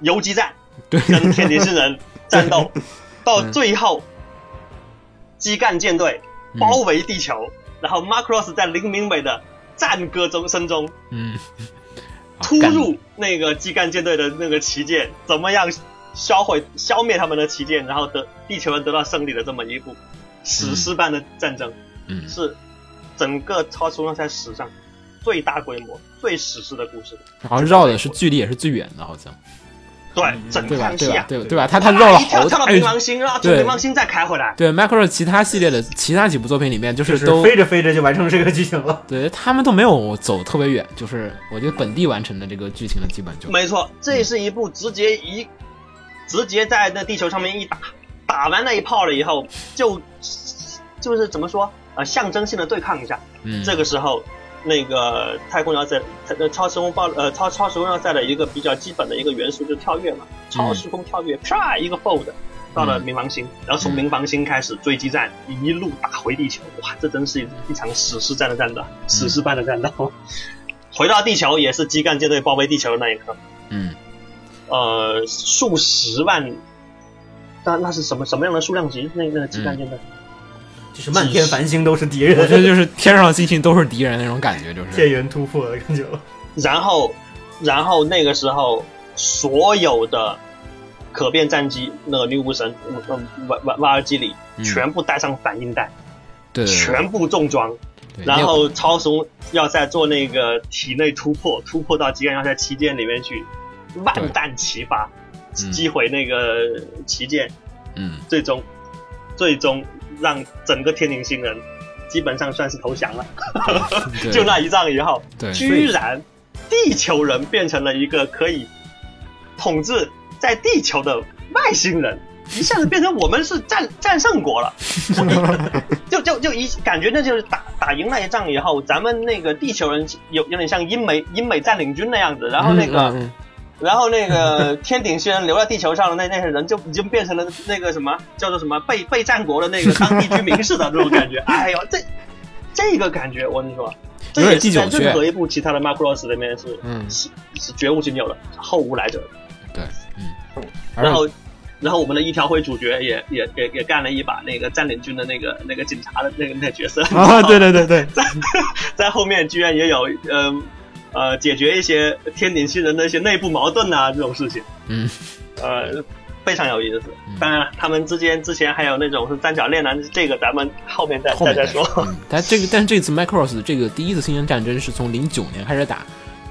游击战，
嗯对
跟天庭之人战
(laughs)
斗，到最后基干舰队
嗯
包围地球，然后 Macross 在林明伟的战歌中声中
嗯，好
突
干
入那个基干舰队的那个旗舰，怎么样销毁、消灭他们的旗舰，然后得地球人得到胜利的这么一部史诗般的战争，
嗯。
是整个超时空赛史上最大规模、最史诗的故事。
好像绕的是距离也是最远的，好像
对，
嗯
整
对吧
趟？
对
戏
吧
啊？，
对吧？
对
对吧？他他绕了
一跳
好
跳到
哎
冥王星，然后从
对
冥王星再开回来。
对 Macross 其他系列的其他几部作品里面，就
就是是
都
飞着飞着就完成这个剧情
(laughs)
了。
对他们都没有走特别远，就是我觉得本地完成的这个剧情的基本就
没错，这是一部直接一直接在那地球上面一打，打完那一炮了以后，就就是怎么说啊、呃象征性的对抗一下。
嗯
这个时候，那个太空要塞、呃超时空暴呃超超时空要塞的一个比较基本的一个元素就是跳跃嘛，超时空跳跃，啪一个 fold 到了冥王星，然后从冥王星开始追击战，一路打回地球，哇，这真是一一场史诗战的战斗，史诗般的战斗。回到地球也是基干舰队包围地球的那一刻，
嗯，
呃，数十万，那那是什么什么样的数量级？那那个基
嗯
干舰队，
就是漫天繁星都是敌人
我，觉得
(laughs)
就是天上星星都是敌人那种感觉，就
天
是
元突破的感觉了。
然后，然后那个时候所有的可变战机，那个女武神，嗯嗯，瓦瓦瓦尔基里，
嗯
全部带上反应弹，
对对对
全部重装，
对，
然
那
后超雄要塞做那个体内突破，突破到极限要塞旗舰里面去，万弹齐发，
嗯
击毁那个旗舰，
嗯
最终，最终让整个天宁星人基本上算是投降了。
对
就那一仗以后，
对
居然地球人变成了一个可以统治在地球的外星人，一下子变成我们是战战胜国了，就就就一感觉那就是打打赢那一仗以后，咱们那个地球人有有点像英美英美占领军那样子，然后那个、
嗯嗯
然后那个天顶星人留在地球上的那那 (laughs) 些人就已经变成了那个什么叫做什么被被战国的那个当地居民似的那种感觉， (laughs) 哎呦这。这个感觉，我跟你说，这
有点
也
第
是
九
在
区
任何一部其他的 Macross 里面是
嗯
是是绝无仅有的，后无来者。
对嗯，而
然
且
后，然后我们的一条辉主角也也也也干了一把那个占领军的那个那个警察的那个那个角
(laughs)
色，
(laughs) 啊，对对对
(laughs)
对，
在后面居然也有嗯呃解决一些天顶星人的一些内部矛盾啊这种事情，
嗯
呃非常有意思
嗯。
当然了，他们之间之前还有那种是三角恋男，这个咱们后面再
后
再
面
再
说 (laughs)
说。。
嗯但这个但是这次 Macross 这个第一次星人战争是从零九年开始打，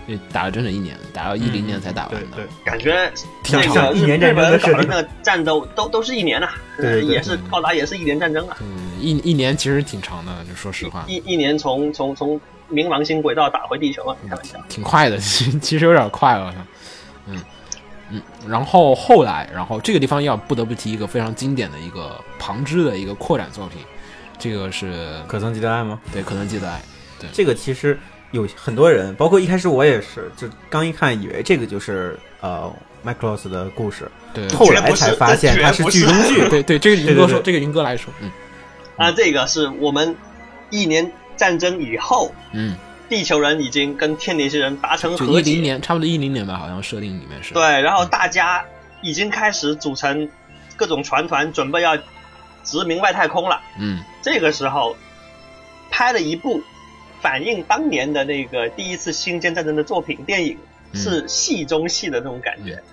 呃打了整整一年，打到一零年才打完
对
的。
对，
感觉
挺
那
长
个
一年
日
战争
本
的
人
设
搞的
定
那个战斗都都是一年呐、啊
对对对
也是高达也是一年战争啊。
嗯，一一年其实挺长的，就说实话，
一一年从从从冥王星轨道打回地球
嗯
啊！开玩笑，
嗯挺快的，其实其实有点快了。嗯嗯，然后后来，然后这个地方要不得不提一个非常经典的一个旁支的一个扩展作品，这个是
可曾记得爱吗？
对可能记得爱，哎
这个其实有很多人，包括一开始我也是，就刚一看以为这个就是呃 Macross 的故事，
对
后来才发现它是剧中剧。
对对，这个云
对
哥
对
说，
对
这个云哥来说，嗯
啊，这个是我们一年战争以后，
嗯，
地球人已经跟天地星人达成
就
和
一零
解，
年，差不多一零年吧，好像设定里面是。
对，然后大家已经开始组成各种船团，准备要殖民外太空了。
嗯，
这个时候拍了一部反映当年的那个第一次星舰战争的作品电影，
嗯
是戏中戏的那种感觉。
嗯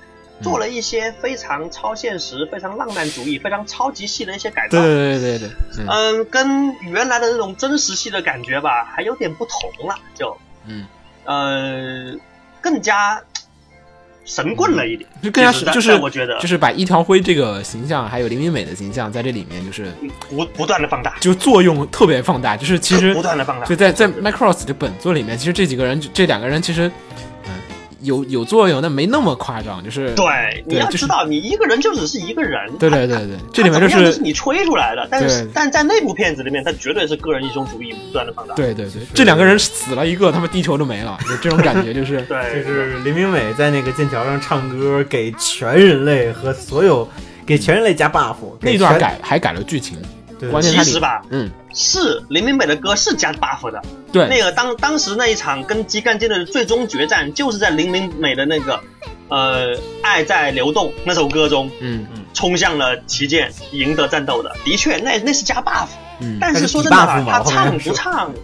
做了一些非常超现实、非常浪漫主义、非常超级系的一些改造
(laughs) 对，对对对对对，嗯
嗯，跟原来的那种真实系的感觉吧，还有点不同了，就
嗯，
呃，更加神棍了一点。
就更加
其
是
实在
就是
在我觉得
就是把一条辉这个形象，还有林明美的形象，在这里面就是
不不断的放大，
就作用特别放大，就是其实
不断的放大
就。在在 Macross 的本作里面，其实这几个人这两个人其实嗯有有作用，但没那么夸张，就是
对，你要
就是
知道，你一个人就只是一个人。
对对对对，这
他
里面就
怎么样是
是
你吹出来的，但是
对
但在那部片子里面，他绝对是个人英雄主义不断的放大。
对对对，这两个人死了一个，他们地球都没了，就这种感觉就是。
对，
就是林明美在那个剑桥上唱歌，给全人类和所有给全人类加 buff，
那
给
段
全
改还改了剧情，
对
关键
其
它
实
里，
吧，
嗯，
是林明美的歌是加 buff 的。
对，
那个当当时那一场跟基干舰队的最终决战，就是在林明美的那个呃《爱在流动》那首歌中
嗯
冲向了旗舰，赢得战斗的。的确，那那是加 buff，
嗯
但
但
是
是
说
底
真的吧
buff，嘛
他
后面
唱
是
不唱，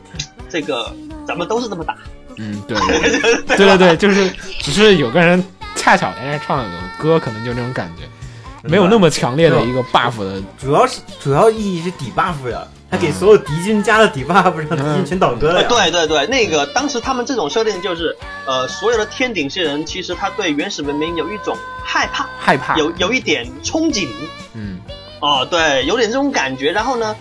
这个咱们都是这么打。
嗯，
(laughs)
对，对对对对，就是只是有个人恰巧在那唱了首歌，可能就那种感觉，没有那么强烈的一个 buff 的，
主要是主要意义是底 buff 呀，他给所有敌军加了底 buff，让敌军全倒戈了
呃，
啊
呀。
对对对，那个当时他们这种设定就是，呃，所有的天顶星人其实他对原始文明有一种害怕，
害怕，
有有一点憧憬，
嗯
哦，对，有点这种感觉。然后呢，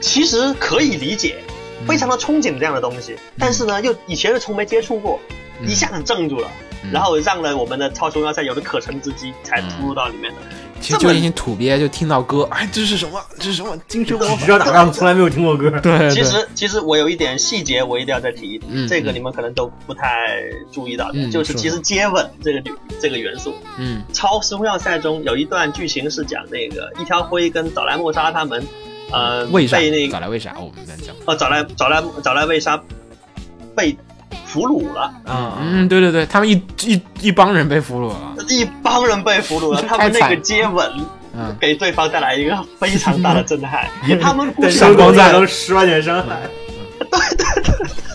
其实可以理解，
嗯
非常的憧憬这样的东西，但是呢，又以前又从没接触过，
嗯
一下子怔住了。然后让了我们的超雄要塞有了可乘之机，才突入到里面的。
其实就一群土鳖，就听到歌，哎，这是什么？这是什么？精神魔
只
法？
知道打仗，从来没有听过歌。
对，对
其实其实我有一点细节，我一定要再提一提，
嗯
这个你们可能都不太注意到的，
嗯
就是
是
其实接吻这个女这个元素，
嗯
《超时空要塞》中有一段剧情是讲那个一条辉跟早来莫沙他们，呃，
为啥
被那？个
咋来为啥？我们再讲。
哦早来早来早来为沙被俘虏了，
啊，
嗯，对对对，他们一一一帮人被俘虏了。
一帮人被俘虏了，他
(laughs)
们
太
那
惨
个接吻
嗯，
给对方带来一个非常大的震
(laughs)
撼，他们故
但
事
闪光弹
中
都十万点伤害，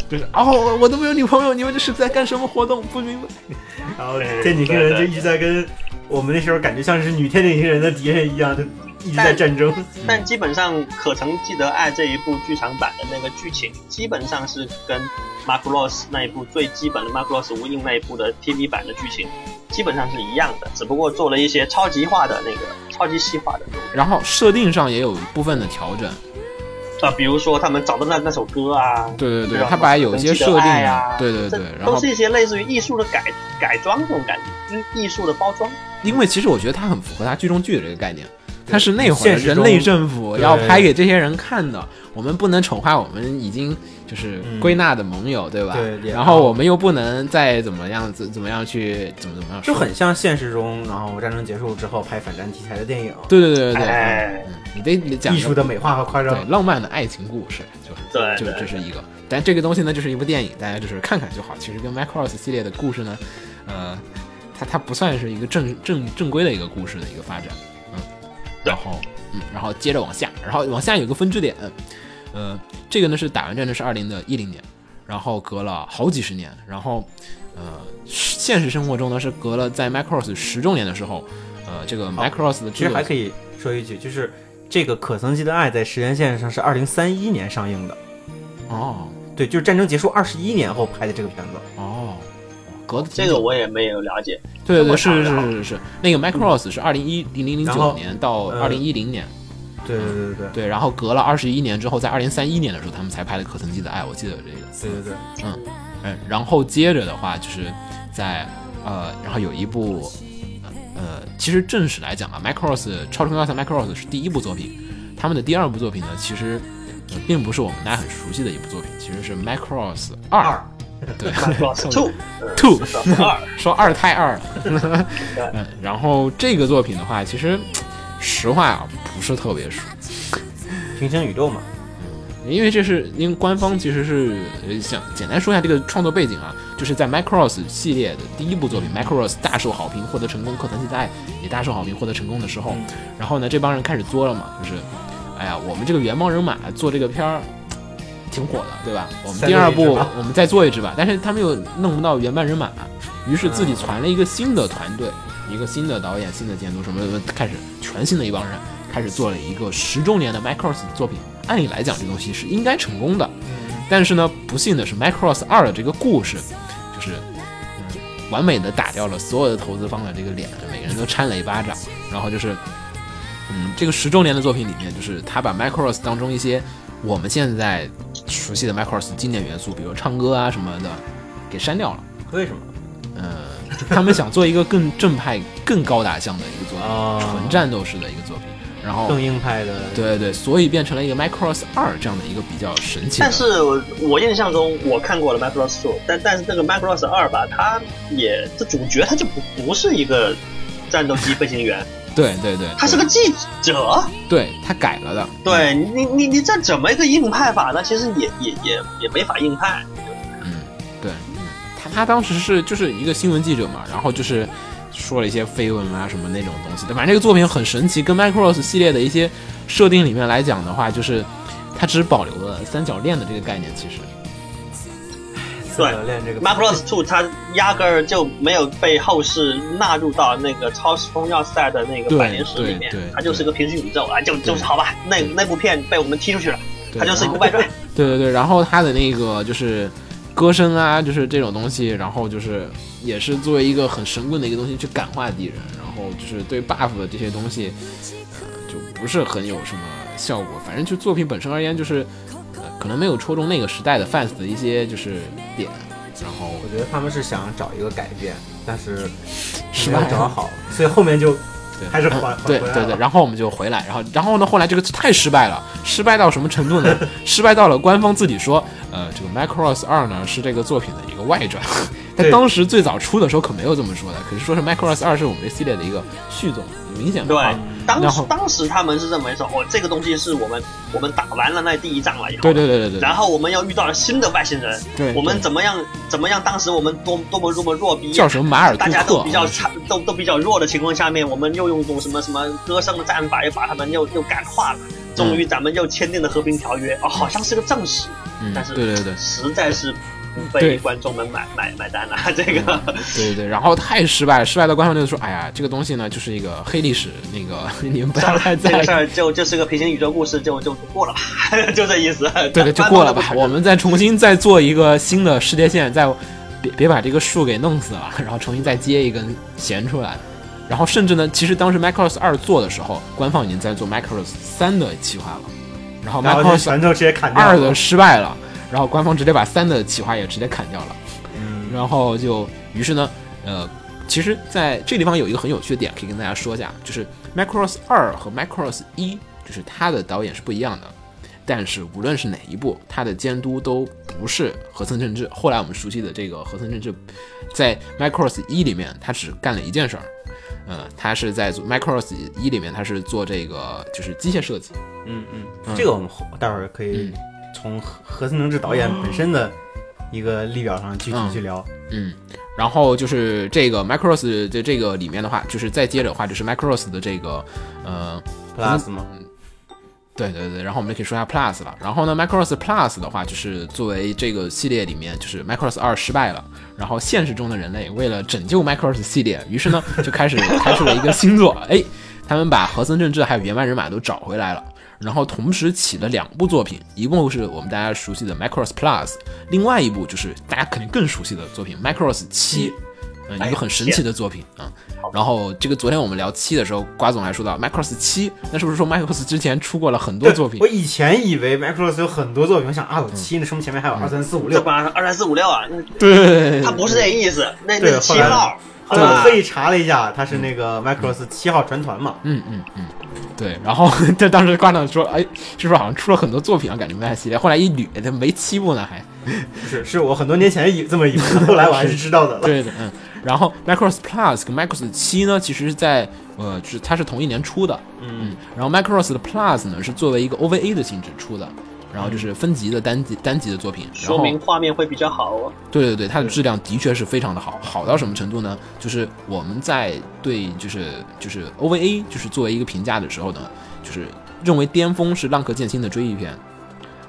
就是哦，我我都没有女朋友，你们这是在干什么活动？不明白。
嗯
然后天顶星人就一直在跟我们那时候感觉像是女天顶星人的敌人一样，就一直在战争。
但基本上《可曾记得爱》这一部剧场版的那个剧情，基本上是跟 Mark Ross 那一部最基本的 Mark Ross 无印那一部的 TV 版的剧情基本上是一样的，只不过做了一些超级化的那个超级细化的东西
然后设定上也有部分的调整。
啊，比如说他们找到那那首歌啊，
对对
对
对，
吧
他把有些设
可曾记
定
得爱啊，
对对
这
对，然
都
后
是一些类似于艺术的改改装这种感觉，艺艺术的包装。
因为其实我觉得他很符合他剧中剧的这个概念，他是那会儿
现
的
实中
人类政府
对
要拍给这些人看的，我们不能丑化我们已经就是
嗯
归纳的盟友，对吧？
对对
然后我们又不能再怎么样怎怎么样去怎么怎么样
就
说，
很像现实中，然后战争结束之后拍反战题材的电影，
对对对对对，
哎
嗯，你得你得讲
艺
一
术
个
的美化和夸
对
张，
浪漫的爱情故事，就是
对
就
对
这是一个。但这个东西呢，就是一部电影，大家就是看看就好。其实跟 Macross 系列的故事呢，呃，它它不算是一个正正正规的一个故事的一个发展，嗯，
对
然后嗯，然后接着往下，然后往下有个分支点，呃，这个呢是打完战争是二零的一零年，然后隔了好几十年，然后呃，现实生活中呢是隔了在 Macross 十周年的时候，呃，这个 Macross 的
其实还可
以，
以说一句，就是这个《可曾记得爱》在时间线上是二零三一年上映的，
哦
对，就是战争结束二十一年后拍的这个片子。
哦，隔的
这个我也没有了
(laughs)
解，
对对，
我查
是
了
是是是是，那个 Macross 是二零一零零零
然
九
后
年到
呃
二零一零年，
对对对对
对，然后隔了二十一年之后，在二零三一年的时候，他们才拍的《可曾记得爱》，我记得有这个。
对对对，
嗯，然后接着的话就是在呃，然后有一部呃，其实正史来讲啊，Macross 超时空要塞 Macross 是第一部作品，他们的第二部作品呢，其实、呃并不是我们大家很熟悉的一部作品，其实是 Macross 二，对 (laughs)
Cross Two
Two
二，
说二太二。嗯， (laughs) 然后这个作品的话，其实实话啊，不是特别熟，
平行宇宙嘛，
因为这是因为官方其实是呃想简单说一下这个创作背景啊，就是在 Macross 系列的第一部作品 Macross 大受好评，获得成功，可曾记得爱也大受好评，获得成功的时候，然后呢，这帮人开始作了嘛，就是，哎呀，我们这个原帮人马做这个片儿。挺火的，对吧？我们
再
第
做
二
一支
部
吧
我们再做一支吧，但是他们又弄不到原班人马，于是自己
嗯
传了一个新的团队，一个新的导演、新的监督什么什么，开始全新的一帮人开始做了一个十周年的 Macross 作品。按理来讲，这东西是应该成功的，
嗯
但是呢，不幸的是，Macross 二的这个故事，就是、嗯、完美的打掉了所有的投资方的这个脸，就每个人都扇了一巴掌。然后就是，嗯，这个十周年的作品里面，就是他把 Macross 当中一些我们现在熟悉的 Macross 经典元素，比如唱歌啊什么的，给删掉了。
为什么？
嗯，他们想做一个更正派、更高大上的一个作品，
啊
纯战斗式的一个作品。然后，
更硬派的，
哦对对，所以变成了一个 Macross 二这样的一个比较神奇的。
但是我我印象中我看过了 Macross Two，但但是这个 Macross 二吧，它也这主角他就不不是一个战斗机飞行员，
对对对，
他是个记者。
对他改了的。
对你你你这怎么一个硬派法呢？其实也也也也没法硬派。
嗯，对，嗯他他当时是就是一个新闻记者嘛，然后就是说了一些绯闻啊什么那种东西的。反正这个作品很神奇，跟 Macross 系列的一些设定里面来讲的话，就是它只保留了三角恋的这个概念，其实。
对
对，练这个
Macross Two 它压根儿就没有被后世纳入到那个超时空要塞的那个
对
百年史里面
对对，
它就是个平行宇宙啊，就就是好吧，那那部片被我们踢出去了，
对
它就是一
然后
部外传。
对对对，然后他的那个就是歌声啊，就是这种东西，然后就是也是作为一个很神棍的一个东西去感化敌人，然后就是对 buff 的这些东西，呃，就不是很有什么效果。反正就作品本身而言，就是呃，可能没有戳中那个时代的 fans 的一些就是点，然后
我觉得他们是想找一个改变，但是
失
没有
败
找
了。
好。
所以后面就
对
还是缓缓
对
回来
对对，
了。
然后我们就回来，然后然后呢，后来这个太失败了，失败到什么程度
(laughs)
呢？失败到了官方自己说，呃，这个 Macross 二呢是这个作品的一个外
(laughs)
传，但
对
当时最早出的时候可没有这么说的，可是说是 Macross 二是我们这系列的一个续作，明显的话
对，当
然
时
后
当时他们是认为说，哦，这个东西是我们我们打完了那第一仗了以后，
对对对对对对
然后我们又遇到了新的外星人，
对，
我们
对
怎么样怎么样？当时我们多多么多么弱逼，
叫什么马尔
大
杜
家
克
都
啊
比？较差，都都比较弱的情况下面，我们又用一种什么什么歌声的战法，又把他们又又感化了。终于，咱们又签订了和平条约，哦，好像是个正史，
嗯，
但是
对对对。
实在是不
对
被观众们买买买单了。这个，
对对对，然后太失败了，失败到官方就说，哎呀，这个东西呢就是一个黑历史，那个 (laughs) 你们不要再
这
再
个
来
事儿就就是个平行宇宙故事，就就过了吧，就这意思。
对对，就过了吧。我们再重新再做一个新的世界线，再别别把这个树给弄死了，然后重新再接一根弦出来。然后甚至呢，其实当时 Macross 二做的时候，官方已经在做 Macross 三的企划了。然后
然后就
Macross
拳头直接砍掉
二
了
的。失败了，然后官方直接把三的企划也直接砍掉了。
嗯，
然后就于是呢，呃，其实在这地方有一个很有趣的点可以跟大家说一下，就是 Macross 二和 Macross 一，就是它的导演是不一样的，但是无论是哪一部，它的监督都不是和森正治。后来我们熟悉的这个和森正治，在 Macross 一里面，他只干了一件事儿。嗯，他是在做 Macross 一里面，他是做这个就是机械设计，
嗯嗯
嗯，
这个我们后待会儿可以
嗯
从何何森能治导演本身的一个列表上具体去聊。
嗯，然后就是这个 Macross 的这个里面的话，就是再接着的话，就是 Macross 的这个呃
嗯
Plus 吗？
对对对，然后我们就可以说一下 Plus 了。然后呢，Macross Plus 的话，就是作为这个系列里面，就是 Macross 二失败了，然后现实中的人类为了拯救 Macross 系列，于是呢 (laughs) 就开始开出了一个新作， (laughs) 哎，他们把和森正治还有原班人马都找回来了。然后同时起了两部作品，一部是我们大家熟悉的 Macross Plus，另外一部就是大家肯定更熟悉的作品 Macross 七，嗯，一个很神奇的作品啊。然后这个昨天我们聊七的时候，瓜总还说到 Macross 七，那是不是说 Macross 之前出过了很多作品
我？以前以为 Microsoft 有很多作品，我想啊，我七，那说明前面还有二三四五
这
六。
帮二三四五六啊，
对
他不是这意思，那那
对
是七
后来
号，好
后来我
吧
特意查了一下，它是那个 Microsoft 七号船团嘛，
嗯嗯嗯，对。然后 (laughs) 这当时瓜总说，哎，是不是好像出了很多作品啊？感觉麦系列，后来一捋，这没七部呢还。
不是，是我很多年前以这么以为的，后来我还是知道的了。
对的，嗯。然后 Macross Plus 跟 Macross 七呢，其实是在呃，是它是同一年出的，嗯。然后 Macross 的 Plus 呢是作为一个 OVA 的性质出的，然后就是分级的单集单集的作品，然
说
后
明画面会比较好哦。
对对对，它的质量的确是非常的好，
嗯
好到什么程度呢？就是我们在对就是就是 OVA 就是作为一个评价的时候呢，就是认为巅峰是浪客剑心的追忆片，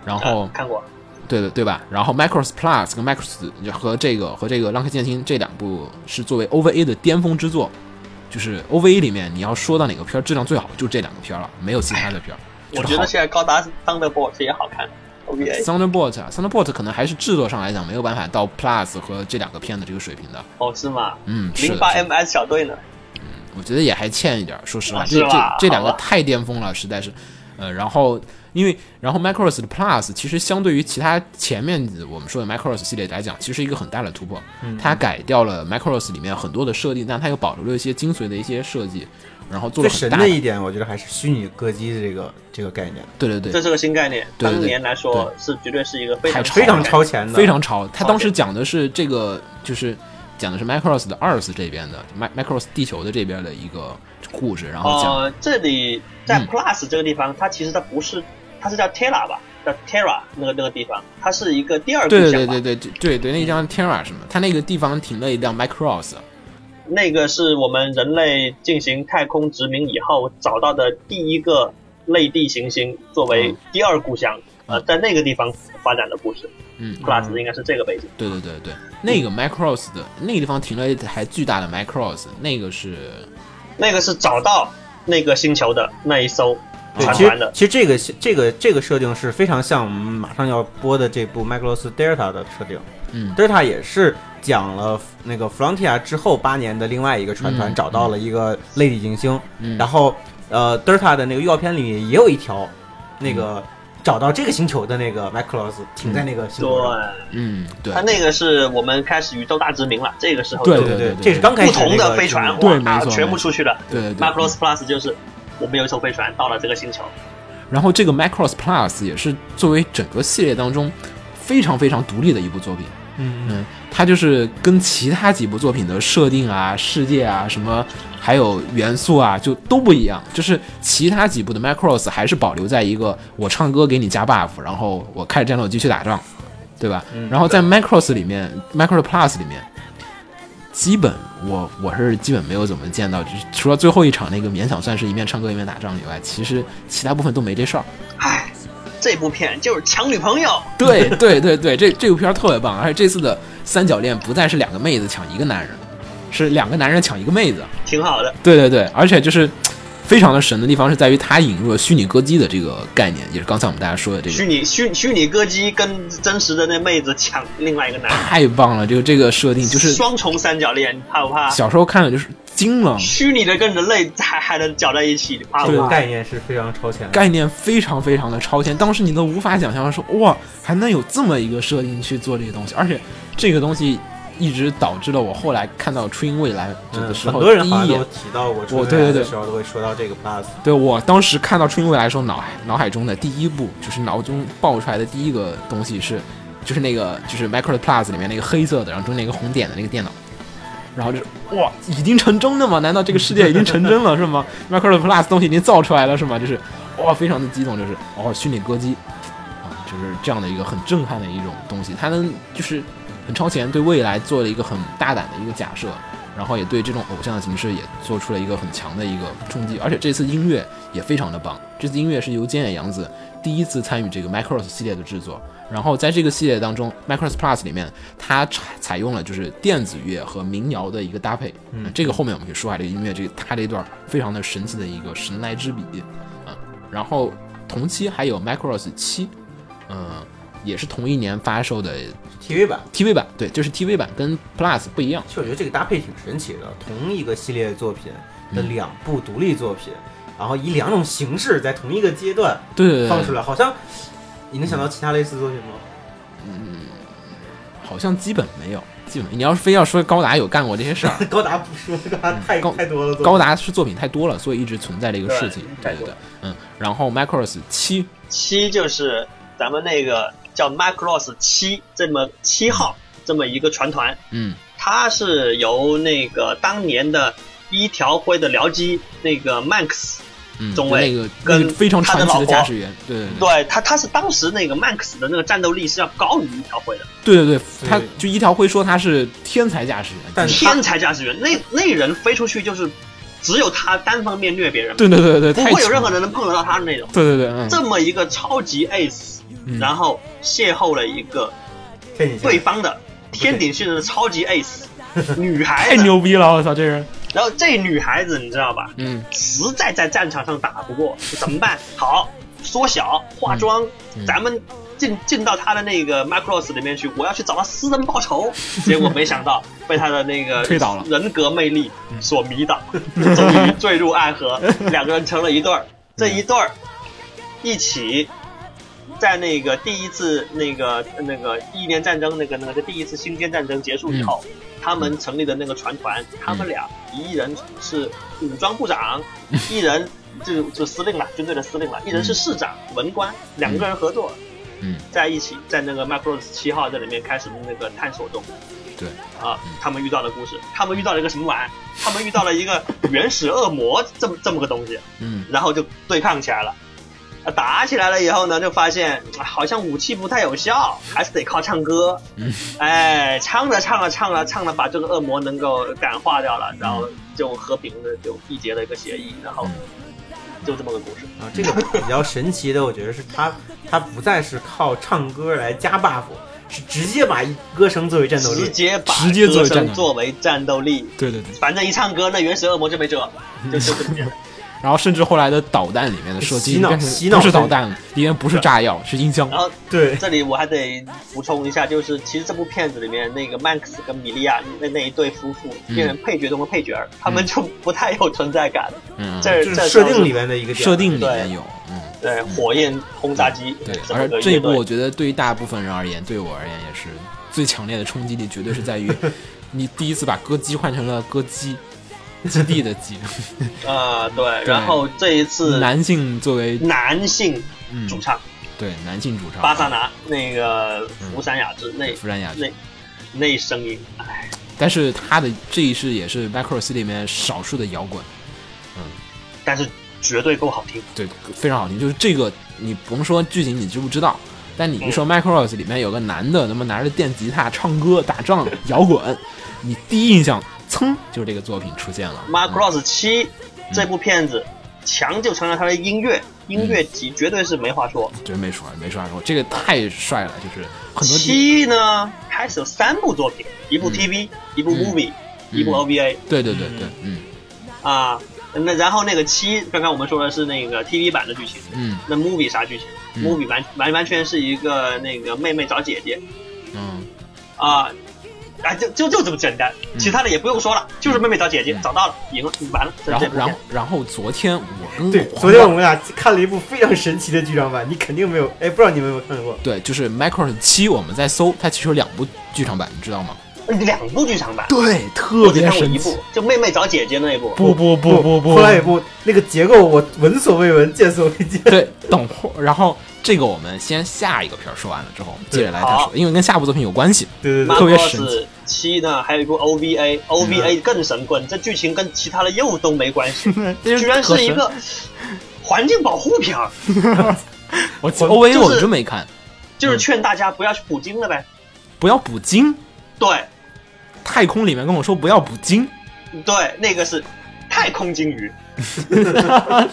然后、
啊看过，
对的对吧？然后 Macross Plus 跟 Macross 和这个和这个浪客剑心这两部是作为 OVA 的巅峰之作，就是 OVA 里面你要说到哪个片儿质量最好，就这两个片儿了，没有其他的片儿。
哎
就
我
是
觉
好
得现在高达 Thunderbolt 也好看，OVA。
Thunderbolt 啊 Thunderbolt 可能还是制作上来讲没有办法到 Plus 和这两个片的这个水平的，
哦，是吗？
嗯，是的
零八
是的
MS 小队呢？
我觉得也还欠一点儿，说实话，
啊
这
是吧
这这两个
好吧
太巅峰了，实在是。呃，然后因为然后 Macross 的 Plus 其实相对于其他前面我们说的 Macross 系列来讲，其实是一个很大的突破。它改掉了 Macross 里面很多的设定，但它又保留了一些精髓的一些设计，然后做
最
了很
神
大
的一点，我觉得还是虚拟歌姬的这个这个概念，
对对对，
这是个新概念，
对对对
当年来说是绝对是一个非常
太
非常
的
超前的，
非常潮。他
好
当时讲的是这个，就是讲的是 Macross 的 Earth 这边的 Mac Macross 地球的这边的一个故事，然后讲
呃，这里在
嗯
Plus 这个地方，它其实它不是，它是叫 Terra 吧，叫 Terra 那个那个地方，它是一个第二故
对对
乡吧
对。对对对对，那张 Terra 什么，他那个地方停了一辆 Macross，
那个是我们人类进行太空殖民以后找到的第一个类地行星，作为
嗯
第二故乡，呃，
嗯
在那个地方发展的故事。
嗯
，Plus 应该是这个背景。
对对对对，那个 Macross 的那个地方停了一台巨大的 Macross，那个是
那个是找到那个星球的那一艘
对，
船
其
团
实
啊的，
其实这个这个这个设定是非常像我们马上要播的这部《麦克罗斯 Delta》的设定。
嗯
，Delta 也是讲了那个 Frontier 之后八年的另外一个船团
嗯
找到了一个类地行星，
嗯嗯
然后呃，Delta 的那个预告片里面也有一条那个找到这个星球的那个麦克罗斯停在那个星
对，
球上。
嗯，对
他，啊那个是我们开始宇宙大殖民了，这个时候
对
就
对
对对
这是刚开
不
始
同
那
的
个
飞船，
对
哇
没错
全
没
部
错
出去了。
对对对
Macross Plus 就是我们有一艘飞船到了这个星球，
然后这个 Macross Plus 也是作为整个系列当中非常非常独立的一部作品。
嗯，
嗯，它就是跟其他几部作品的设定啊、世界啊、什么还有元素啊，就都不一样。就是其他几部的 Macross 还是保留在一个我唱歌给你加 buff，然后我开着战斗机去打仗，对吧？然后在 Macross 里面，Macross Plus 里面，基本我我是基本没有怎么见到，就是除了最后一场那个勉强算是一面唱歌一面打仗以外，其实其他部分都没这事儿。
唉，这部片就是抢女朋友，
对对对对，这这部片儿特别棒，而且这次的三角恋不再是两个妹子抢一个男人，是两个男人抢一个妹子。
挺好的。
对对对，而且就是非常的神的地方是在于它引入了虚拟歌姬的这个概念，也是刚才我们大家说的这
虚
个。
拟虚虚拟歌姬跟真实的那妹子抢另外一个男人，
太棒了，这个这个设定就是
双重三角恋，你怕不怕？
小时候看了就是惊了，
虚拟的跟人类还还能搅在一起，你怕
这
不
个
怕？
概念是非常超前的。
概念非常非常的超前，当时你都无法想象说哇，还能有这么一个设定去做这个东西，而且这个东西一直导致了我后来看到初音未来这个
嗯，
时
很
候，
多人
第
好
一
像
眼
都提到过，
我
出
对对
来
对
的时候都会说到这个 plus。
对我当时看到《初音未来》的时候，脑海脑海中的第一步就是脑中爆出来的第一个东西是，就是那个就是 Micro Plus 里面那个黑色的，然后中间那个红点的那个电脑，然后就是哇，已经成真了吗？难道这个世界已经成真了是吗？Micro (laughs) Plus 东西已经造出来了是吗？就是哇，非常的激动，就是哦，虚拟歌姬啊，就是这样的一个很震撼的一种东西，它能就是很超前，对未来做了一个很大胆的一个假设，然后也对这种偶像的形式也做出了一个很强的一个冲击，而且这次音乐也非常的棒。这次音乐是由菅野洋子第一次参与这个 Macross 系列的制作，然后在这个系列当中，Macross Plus 里面，它采采用了就是电子乐和民谣的一个搭配。嗯，这个后面我们可以说下这个音乐，这个它这一段非常的神奇的一个神来之笔啊。然后同期还有 Macross 七，嗯、也是同一年发售的
TV 版，
TV 版，对，就是 TV 版跟 Plus 不一样。
其实我觉得这个搭配挺神奇的，同一个系列作品的
嗯
两部独立作品，然后以两种形式在同一个阶段
对对对，
放出来，好像你能想到其他类似作品吗？ (laughs)
好像基本没有，基本没有你要是非要说高达有干过这些事
(laughs)
儿，
高达不说，高达太
高
太多了，
高达是作品太多了，所以一直存在这个事情。对
对
对对，嗯。然后 Macross 七，
七就是咱们那个叫 Macross 七这么七号这么一个船团，
嗯
它是由那个当年的一条辉的僚机那个 Max，
嗯，
中
那
尉
个那
跟
个非常传
他
奇
的老婆
驾驶员，对对对
对他他是当时那个 Max 的那个战斗力是要高于一条辉的
对对对，
对
他就一条辉说他是天才驾驶员，
但是
天才驾驶员，那那人飞出去就是只有他单方面虐别人，
对对对对，
不
太
会有
强
任何
了
人能碰得到他的那种。
对对对，嗯
这么一个超级 ace，、
嗯
然后邂逅了一个
天你
对方的天顶训人的超级
(laughs)
ace 女孩
太
子，
牛逼了，我操，这人，
然后这女孩子你知道吧，
嗯
实在在战场上打不过，怎么办？好，缩小化妆，
嗯
咱们进进到他的那个 Macross 里面去，我要去找他私人报仇。结果没
(laughs)
想到被他的那个
推倒了嗯
人格魅力所迷倒，终于坠入
(laughs)
爱河，两个人成了一对儿。
嗯
这一对儿一起在那个第一次那个那个一年战争那个那个第一次星间战争结束以
嗯
后，他们成立的那个船团，他们俩一人是武装部长，一人就就司令了，军队的司令了，一人是市长、文官，两个人合作。
嗯
在一起，在那个 Macross 七号这里面开始的那个探索中，
对，
啊，他们遇到的故事，他们遇到了一个什么玩意儿？他们遇到了一个原始恶魔这么这么个东西，
嗯
然后就对抗起来了。啊打起来了以后呢，就发现啊好像武器不太有效，还是得靠唱歌。
嗯
(laughs) 哎，唱着唱着唱着唱着，把这个恶魔能够感化掉了，然后就和平的就缔结了一个协议，然后
嗯
就这么个故事。
啊，这个比较神奇的，我觉得是它，它不再是靠唱歌来加 buff，是直接把一歌声作为战斗
直
力。
接把
直接作
歌
为战斗
声
力
作为战斗力，
对对对， (laughs)
反正一唱歌，那原始恶魔就没辙，就就这么简单。
然后甚至后来的导弹里面的射
洗
击
脑
变成
洗脑
不是导弹了，里面不是炸药，是音箱
然。后
对，
(laughs) 这里我还得补充一下，就是其实这部片子里面那个曼克斯跟米利亚那那一对夫妇
嗯
变成配角中的配角儿，他们就不太有存在感。
嗯，
这
就
这
是设定里面的一个点
设定里
对
面有，嗯，
对火焰轰炸机，
对
什，么
而
个
这一
乐
部
队
我觉得对于大部分人而言，对我而言也是最强烈的冲击力，绝对是在
(laughs)
于你第一次把歌姬换成了歌姬。基地的
(laughs)
基，
啊，对，然后这一次
男性作为
男性
嗯，
主唱
对男性主唱
巴萨拿那个
嗯
福山雅治那
弗兰雅，
那那声音，哎
但是他的这一世也是 Macross 里面少数的摇滚，
但是绝对够好听。
对，非常好听。就是这个，你甭说剧情，你知不知道？但你一
嗯
说 Macross 里面有个男的，那么拿着电吉他唱歌、打仗、摇滚，你第一印象噌就是这个作品出现了。
Mark
嗯
Ross 七这部片子强就强在它的音乐，音乐
嗯
集绝对是没话说。
真没说，没说说，这个太帅了，就是很多地
七呢开始有三部作品，一部
嗯
TV，一部
嗯
movie，一部
嗯
OVA
对对对对，嗯
啊。那然后那个七，刚刚我们说的是那个 TV 版的剧情，
嗯
那 movie 啥剧情
嗯
？movie 完完完全是一个那个妹妹找姐姐
嗯，
啊。啊，就就就这么简单，其他的也不用说了，就是妹妹找姐姐，
嗯
找到了，赢了，完了。这
然后
这部片
然后然后昨天我跟
对，
黄
昨天
瓜
我们俩看了一部非常神奇的剧场版，你肯定没有，哎，不知道你们有没有看过？
对，就是 Macross 七，我们在搜，它其实有两部剧场版，你知道吗？
两部剧场版，
对，
我
特
只
别
看过
神
一
奇
部。，就妹妹找姐姐那一部。
不不不不不，
后来有部那个结构我闻所未闻，见所未
(laughs)
见。
对，等会儿，然后这个我们先下一个片儿说完了之后，我们接着来再说，因为跟下部作品有关系。
(laughs) 对对对，
Mark
特别
Ross
神奇嗯
七呢，还有一部 OVA，OVA 更神棍，这剧情跟其他的又都没关系，
这就
居然
可
是一
神
个环境保护片儿，
(laughs) (laughs) 我 O A
就是
我真没看，
就是
嗯
劝大家不要去捕鲸了呗。
不要捕鲸，
对
太空里面跟我说不要捕鲸，
对，那个是太空鲸鱼，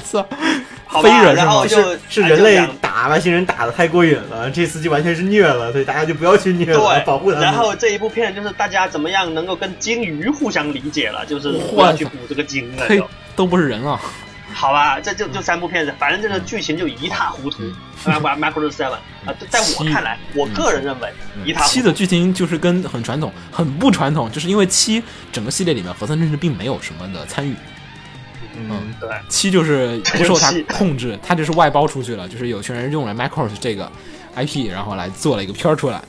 操， (laughs)
好
非
吧，
人
然后
吗
就是
是
哎
人
就
类
两
打外星人打的太过瘾了，这次就完全是虐了，所以大家就不要去虐了，保护
对，
他们。
然后这一部片就是大家怎么样能够跟鲸鱼互相理解了，就是不要去捕这个鲸了
嘿嗯
就，，
都不是人啊。
好吧，这就就三部片子，反正
嗯
这个剧情就一塌糊涂。马马马库鲁 seven 啊，在我看来，我个人认为一塌糊
嗯
涂。
七的剧情就是跟很传统，很不传统，就是因为七整个系列里面和森真治并没有什么的参与，
嗯，
对，
七就是不受他
这游戏
控制，他就是外包出去了，就是有群人用了 Macross 这个 IP，然后来做了一个片儿出来。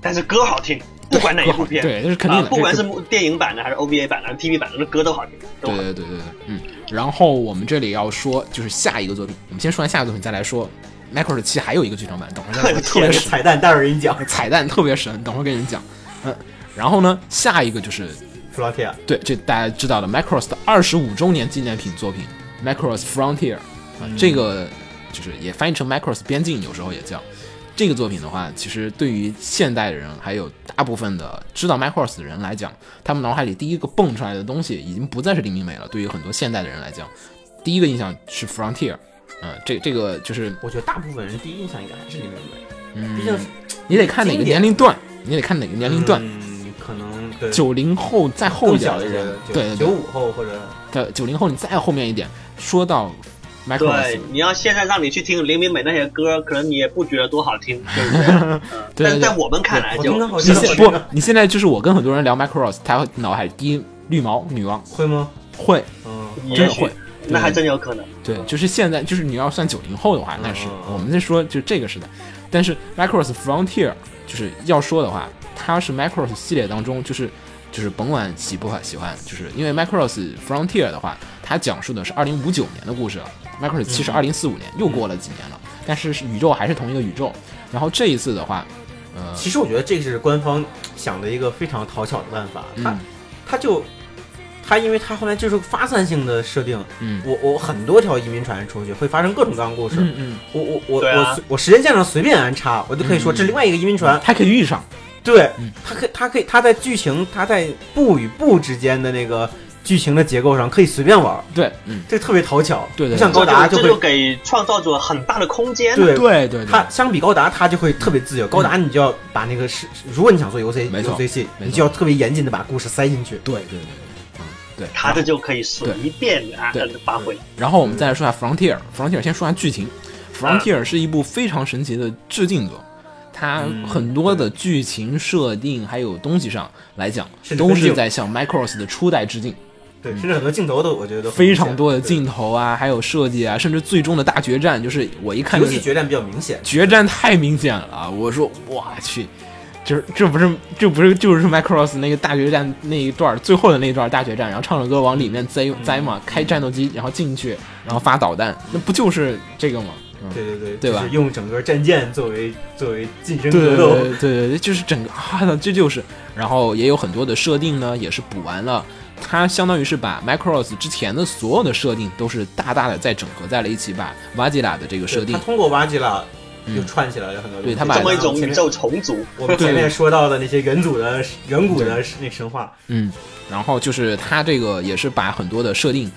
但是歌好听，不管哪一部片，
对，这是肯定的，
啊，不管
这
是电影版的还是 OVA 版的还是 TV 版的，这歌都好听，都
对
好
对
听。
对对对，嗯。然后我们这里要说，就是下一个作品，我们先说完下一个作品，再来说 Macross 七还有一个剧场版，等
(laughs)
会儿再说特
这
别
个
神，
彩蛋待会儿给你讲。
彩蛋特别神，等会儿跟你讲。嗯，然后呢，下一个就是
弗拉提
嗯
亚，
对，这大家知道的 Macross 的二十五周年纪念品作品 Macross Frontier 啊、
嗯
嗯
这个就是也翻译成 Macross 边境，有时候也叫。这个作品的话，其实对于现代人还有大部分的知道 Macross 的人来讲，他们脑海里第一个蹦出来的东西已经不再是黎明美了。对于很多现代的人来讲，第一个印象是 Frontier，嗯、这这个就是
我觉得大部分人第一印象应该还是你们美，
嗯
毕，竟
你得看哪个
经典
年龄段，你得看哪个年龄段。
嗯，可能对
九零后再后
更
一点
小
的
一
人
些的，
对对对，
九五后或者
的九零后，你再后面一点，说到 Macross，
对，你要现在让你去听林明美那些歌，可能你也不觉得多好
(laughs)
听，对不对？嗯
对
但是
对
在我们看来
我
就
听到好
你
像
现不，你现在就是我跟很多人聊 Macross，他脑海第一绿毛女王
会吗？
会，
嗯，
真
也
的
许
会，嗯
那还真有可能。
对，就是现在就是你要算九零后的话，那是
嗯嗯
我们在说就这个时代，但是 Macross Frontier 就是要说的话，它是 Macross 系列当中就是就是甭管喜不喜欢，就是因为 Macross Frontier 的话，它讲述的是二零五九年的故事了，Macross
嗯
其实二零四五年又过了几年了，但是是宇宙还是同一个宇宙，然后这一次的话，呃，
其实我觉得这是官方想的一个非常讨巧的办法，他
嗯
他就他因为他后来就是发散性的设定，
嗯
我我很多条移民传出去会发生各种各样的故事，
嗯嗯，
我我我、
对啊
我随我时间线上随便安插，我就可以说
嗯
这另外一个移民船，
它可以遇上，
对
嗯，
他可他可以他在剧情他在部与部之间的那个剧情的结构上可以随便玩，
对，嗯。
这特别讨巧，
对对
不像高
这
达
就这就
会。
给创造者很大的空间。
对
对对对，
他相比高达，他就会特别自由。高达你就要把那个是，如果你想做 U C
没错
U C 系，
没错
你就要特别严谨的把故事塞进去。
对对对对，嗯，对，
他这就可以随便啊
对
发挥。
然后我们再来说下 Frontier，Frontier、Frontier 先说下剧情，Frontier 是一部非常神奇的致敬作，它很多的剧情设定还有东西上来讲，
甚至
都
分
是
镜
在向 Micros 的初代致敬，
对，甚至很多镜头都我觉得都很
嗯非
明显
常多的
对
镜头啊，还有设计啊，甚至最终的大决战，就是我一看
游
就
戏
是
决战比较明显，
决战太明显了啊，我说我去。就是这不是这不是就是 Macross 那个大决战那一段儿最后的那一段儿大决战，然后唱着歌往里面栽栽嘛，开战斗机然后进去，然后发导弹，那不就是这个吗？嗯，
对对对，
对吧
就是用整个战舰作为作为近身
对
格
对
斗，
对对对，就是整个啊，这就是，然后也有很多的设定呢，也是补完了，它相当于是把 Macross 之前的所有的设定都是大大的再整合在了一起，把瓦吉拉的这个设定
他，通过挖机了，
嗯
就串起来了很多东
对
西。
他把
这么一种
前面
宇宙重组，
我
(laughs)
们前面说到的那些远古的远古的那神话，
嗯，然后就是它这个也是把很多的设定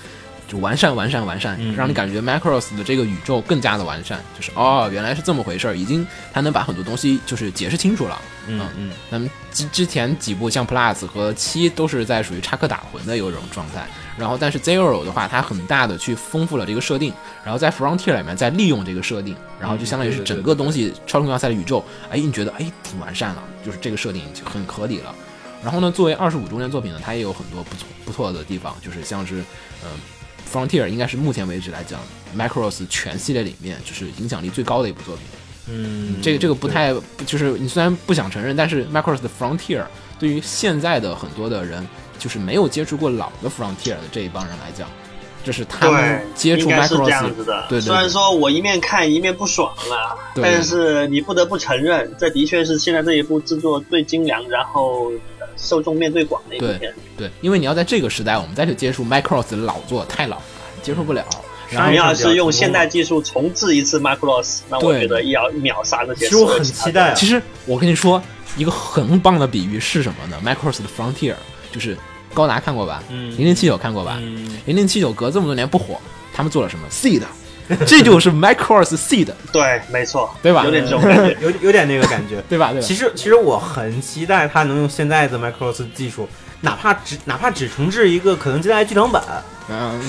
就完善、完善、完善，让你感觉 Macross 的这个宇宙更加的完善，就是哦，原来是这么回事儿，已经它能把很多东西就是解释清楚了。
嗯嗯，
那么之之前几部像 Plus 和七都是在属于插科打诨的有一种状态，然后但是 Zero 的话，它很大的去丰富了这个设定，然后在 Frontier 里面再利用这个设定，然后就相当于是整个东西超重要赛的宇宙，哎，你觉得哎挺完善了，就是这个设定就很合理了。然后呢，作为二十五周年作品呢，它也有很多不错不错的地方，就是像是嗯、Frontier 应该是目前为止来讲 Macross 全系列里面就是影响力最高的一部作品。
嗯
这个这个不太就是你虽然不想承认，但是 Macross 的 Frontier 对于现在的很多的人，就是没有接触过老的 Frontier 的这一帮人来讲，这是他们接
应
触
该是这样
Macross
子的。
对对对
虽然说我一面看一面不爽了，
对
但是你不得不承认，这的确是现在这一部制作最精良，然后呃受众面最广的一部片。
对，因为你要在这个时代，我们再去接触 Macross 的老作太老了，接受不了。然
你
后
要是用现代技术重制一次 Macross，那我
对
觉得一秒秒杀这
其
些
实
所
我
有
很
其他
期
的
待啊，
其实我跟你说一个很棒的比喻是什么呢？Macross 的 Frontier 就是高达看过吧？
嗯
零零七有看过吧？
嗯，
零零七九隔这么多年不火，他们做了什么？Seed，这就是 Macross Seed，
对，没错，
对吧。
有点这种感觉。
有有点那个感觉
对吧？对吧
其？实其实我很期待他能用现在的 Micros 技术，哪怕只哪怕只重置一个可能现在剧场版，
嗯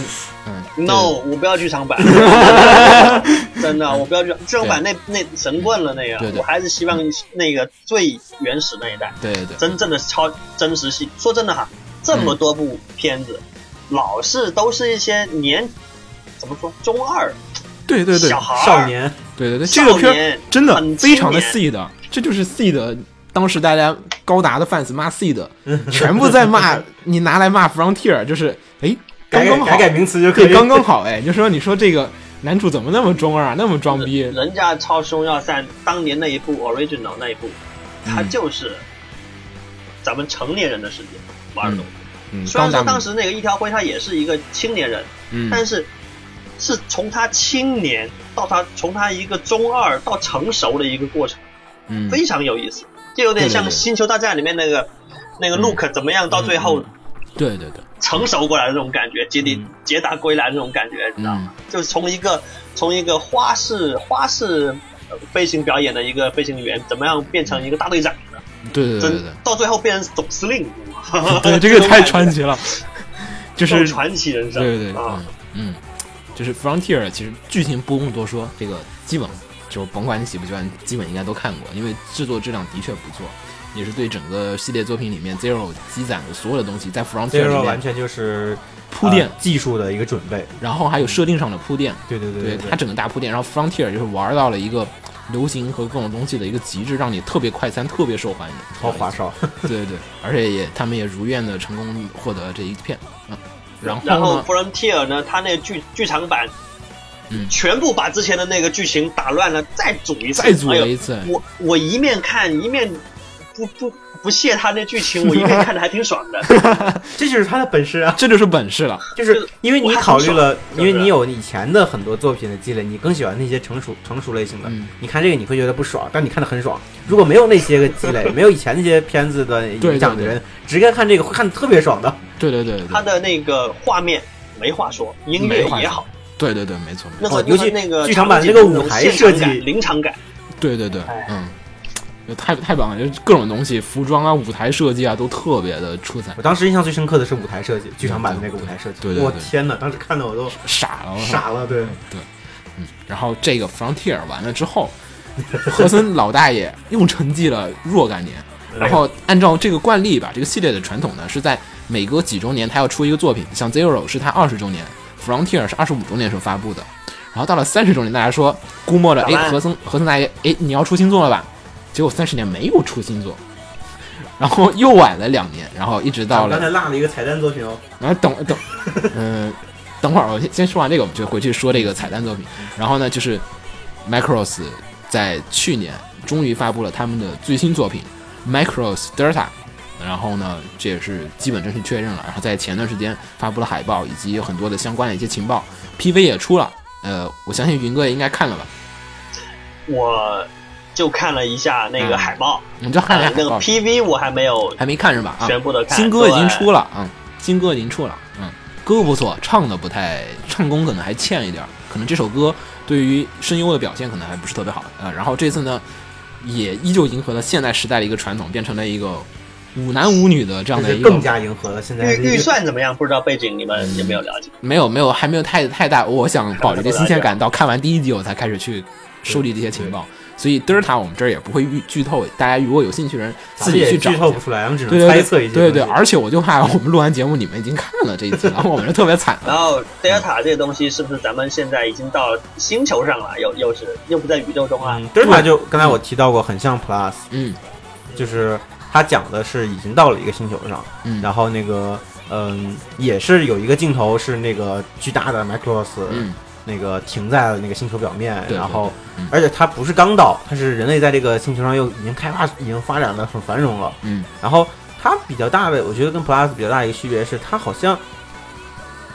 嗯
No，我不要剧
(laughs)
场版，真的，我不要剧剧场版那那神棍了那
对
个，
对
我还是希望那个最原始那一代，
对对对
真正的超真实性。说真的哈，这
嗯
么多部片子，老是都是一些年怎么说中二
对对对
小孩儿
少年
对对对，这
少
个片儿
年
真的
很
非常的
青
seed，这就是 seed。当时大家高达的 fans 骂 seed，全部在
(laughs)
(laughs)
骂你拿来骂 frontier，就是哎刚
改改
刚
改
好，
改名词就可以
对，刚刚好哎，就说你说这个男主怎么那么中二啊，那么装逼，
人家超时空要塞当年那一部 original 那一部，它
嗯
就是咱们成年人的世界玩的东西。
嗯，
虽然
高
说
达
当时那个一条辉他也是一个青年人，
嗯
但是是从他青年到他从他一个中二到成熟的一个过程，
嗯
非常有意思，就有点像
对嗯
《
对对
星球大战》里面那个那个 Luke 怎么样到最
嗯
后
对对对，
成熟过来的这种感觉，杰迪
嗯
捷达归来的这种感觉，你知道吗？就是从一个从一个花式花式呃飞行表演的一个飞行员，怎么样变成一个大队长的，
对对对
真
对对
到最后变成总司令，你知道吗
(laughs) 对，这个太传奇了，
(laughs)
就
这种
是
传奇人生，
对对对，
啊
嗯，嗯，就是 Frontier，其实剧情不用多说，这个基本就甭管你喜不喜欢，基本应该都看过，因为制作质量的确不错，也是对整个系列作品里面 Zero 积攒的所有的东西，在 Frontier 里
Zero 完
面
全就是
铺垫
呃，技术的一个准备。
然后还有设定上的铺垫，
对对
对
对
它整个大铺垫，然后 Frontier 就是玩到了一个流行和各种东西的一个极致，让你特别快餐，特别受欢迎，
超
(laughs)
划算。
对对对，而且也他们也如愿的成功获得这一片，嗯，然
然
后
后
呢，
Frontier 呢，它那个剧剧场版，
嗯
全部把之前的那个剧情打乱了，再组一次，
再组了
哎
一
呦
次，
我我一面看一面不不不屑他那剧情，我一面看着还挺爽
(laughs)
的。
这就是他的本事啊，
这就是本事了，
(laughs) 就是因为你考虑了，
我还很爽
因为你有以前的很多作品的积累，你更喜欢那些成熟成熟类型的
嗯。
你看这个你会觉得不爽，但你看的很爽。如果没有那些个积累，没有以前那些片子的影响的人，直接看这个会看的特别爽的。
对对对对对
他的那个画面没话说，音乐
没话
也
说
好，
对对对，没错，没错
那和
哦尤其
那个
剧场版
场景
那个
种
舞台
现场
设计
感临场感，
对对对
哎，
嗯，就太太棒了，就是各种东西，服装啊、舞台设计啊，都特别的出彩
我，当时印象最深刻的是舞台设计，剧场版的那个舞台设计。
对对对
我天哪，当时看的我都
傻了，我操！
傻了，对，
嗯，然后这个 Frontier 完了之后，和森老大爷又沉寂了若干
哎
年。然后按照这个惯例吧，这个系列的传统呢，是在每隔几周年他要出一个作品，像 Zero 是他二十周年，Frontier 是二十五周年的时候发布的。然后到了三十周年，大家说估摸着，
咋办
哎，和森和森大爷，哎，你要出新作了吧？结果三十年没有出新作，然后又晚了两年，然后一直到
我
了
刚才落了一个彩蛋作品哦，
然后等等， (laughs) 嗯、等会儿我先先说完这个，我们就回去说这个彩蛋作品。然后呢，就是 Micros 在去年终于发布了他们的最新作品 Micros Delta。然后呢，这也是基本正式确认了。然后在前段时间发布了海报以及很多的相关的一些情报，PV 也出了。呃，我相信云哥也应该看了吧？
我就看了一下那个
嗯
海
(laughs)
报，
你就看了一
呃
下海
那个
报，
PV 我还没有
还没看是吧？啊，
全部的看。
新歌已经出
了，
了，嗯，新歌已经出了，嗯，歌不错，唱的不太，唱功可能还欠一点儿，可能这首歌对于声优的表现可能还不是特别好啊、呃然后这次呢，也依旧迎合了现代时代的一个传统，变成了一个舞男舞女的这样
就
的
是
一
更
个，
加迎合了现在
预
这个
预算怎么样？不知道背景你们有没有了解？
没有没有还没有太太大，我想保留着新鲜感到看完第一集我才开始去收集这些情报，所以德尔塔我们这儿也不会预剧透，大家如果有兴趣的人自己去找
剧。透不出来，我们 (laughs) 只
对
能
对
猜
对
测一些
对对，
东西
而且我就怕我们录完节目你们已经看了这一
(laughs)
集，然后我们就特别惨了。
然后 Delta 这个东西是不是咱们现在已经到星球上了？又又是又不在宇宙中了？
嗯，德尔塔就刚才我提到过，很像 Plus，
嗯，
就是它讲的是已经到了一个星球上，
嗯
然后那个嗯，也是有一个镜头是那个巨大的 Macross，、
嗯
那个停在了那个星球表面，
对
然后
对对嗯
而且它不是刚到，它是人类在这个星球上又已经开发、已经发展的很繁荣了，
嗯，
然后它比较大的，我觉得跟 Plus 比较大的一个区别是，它好像。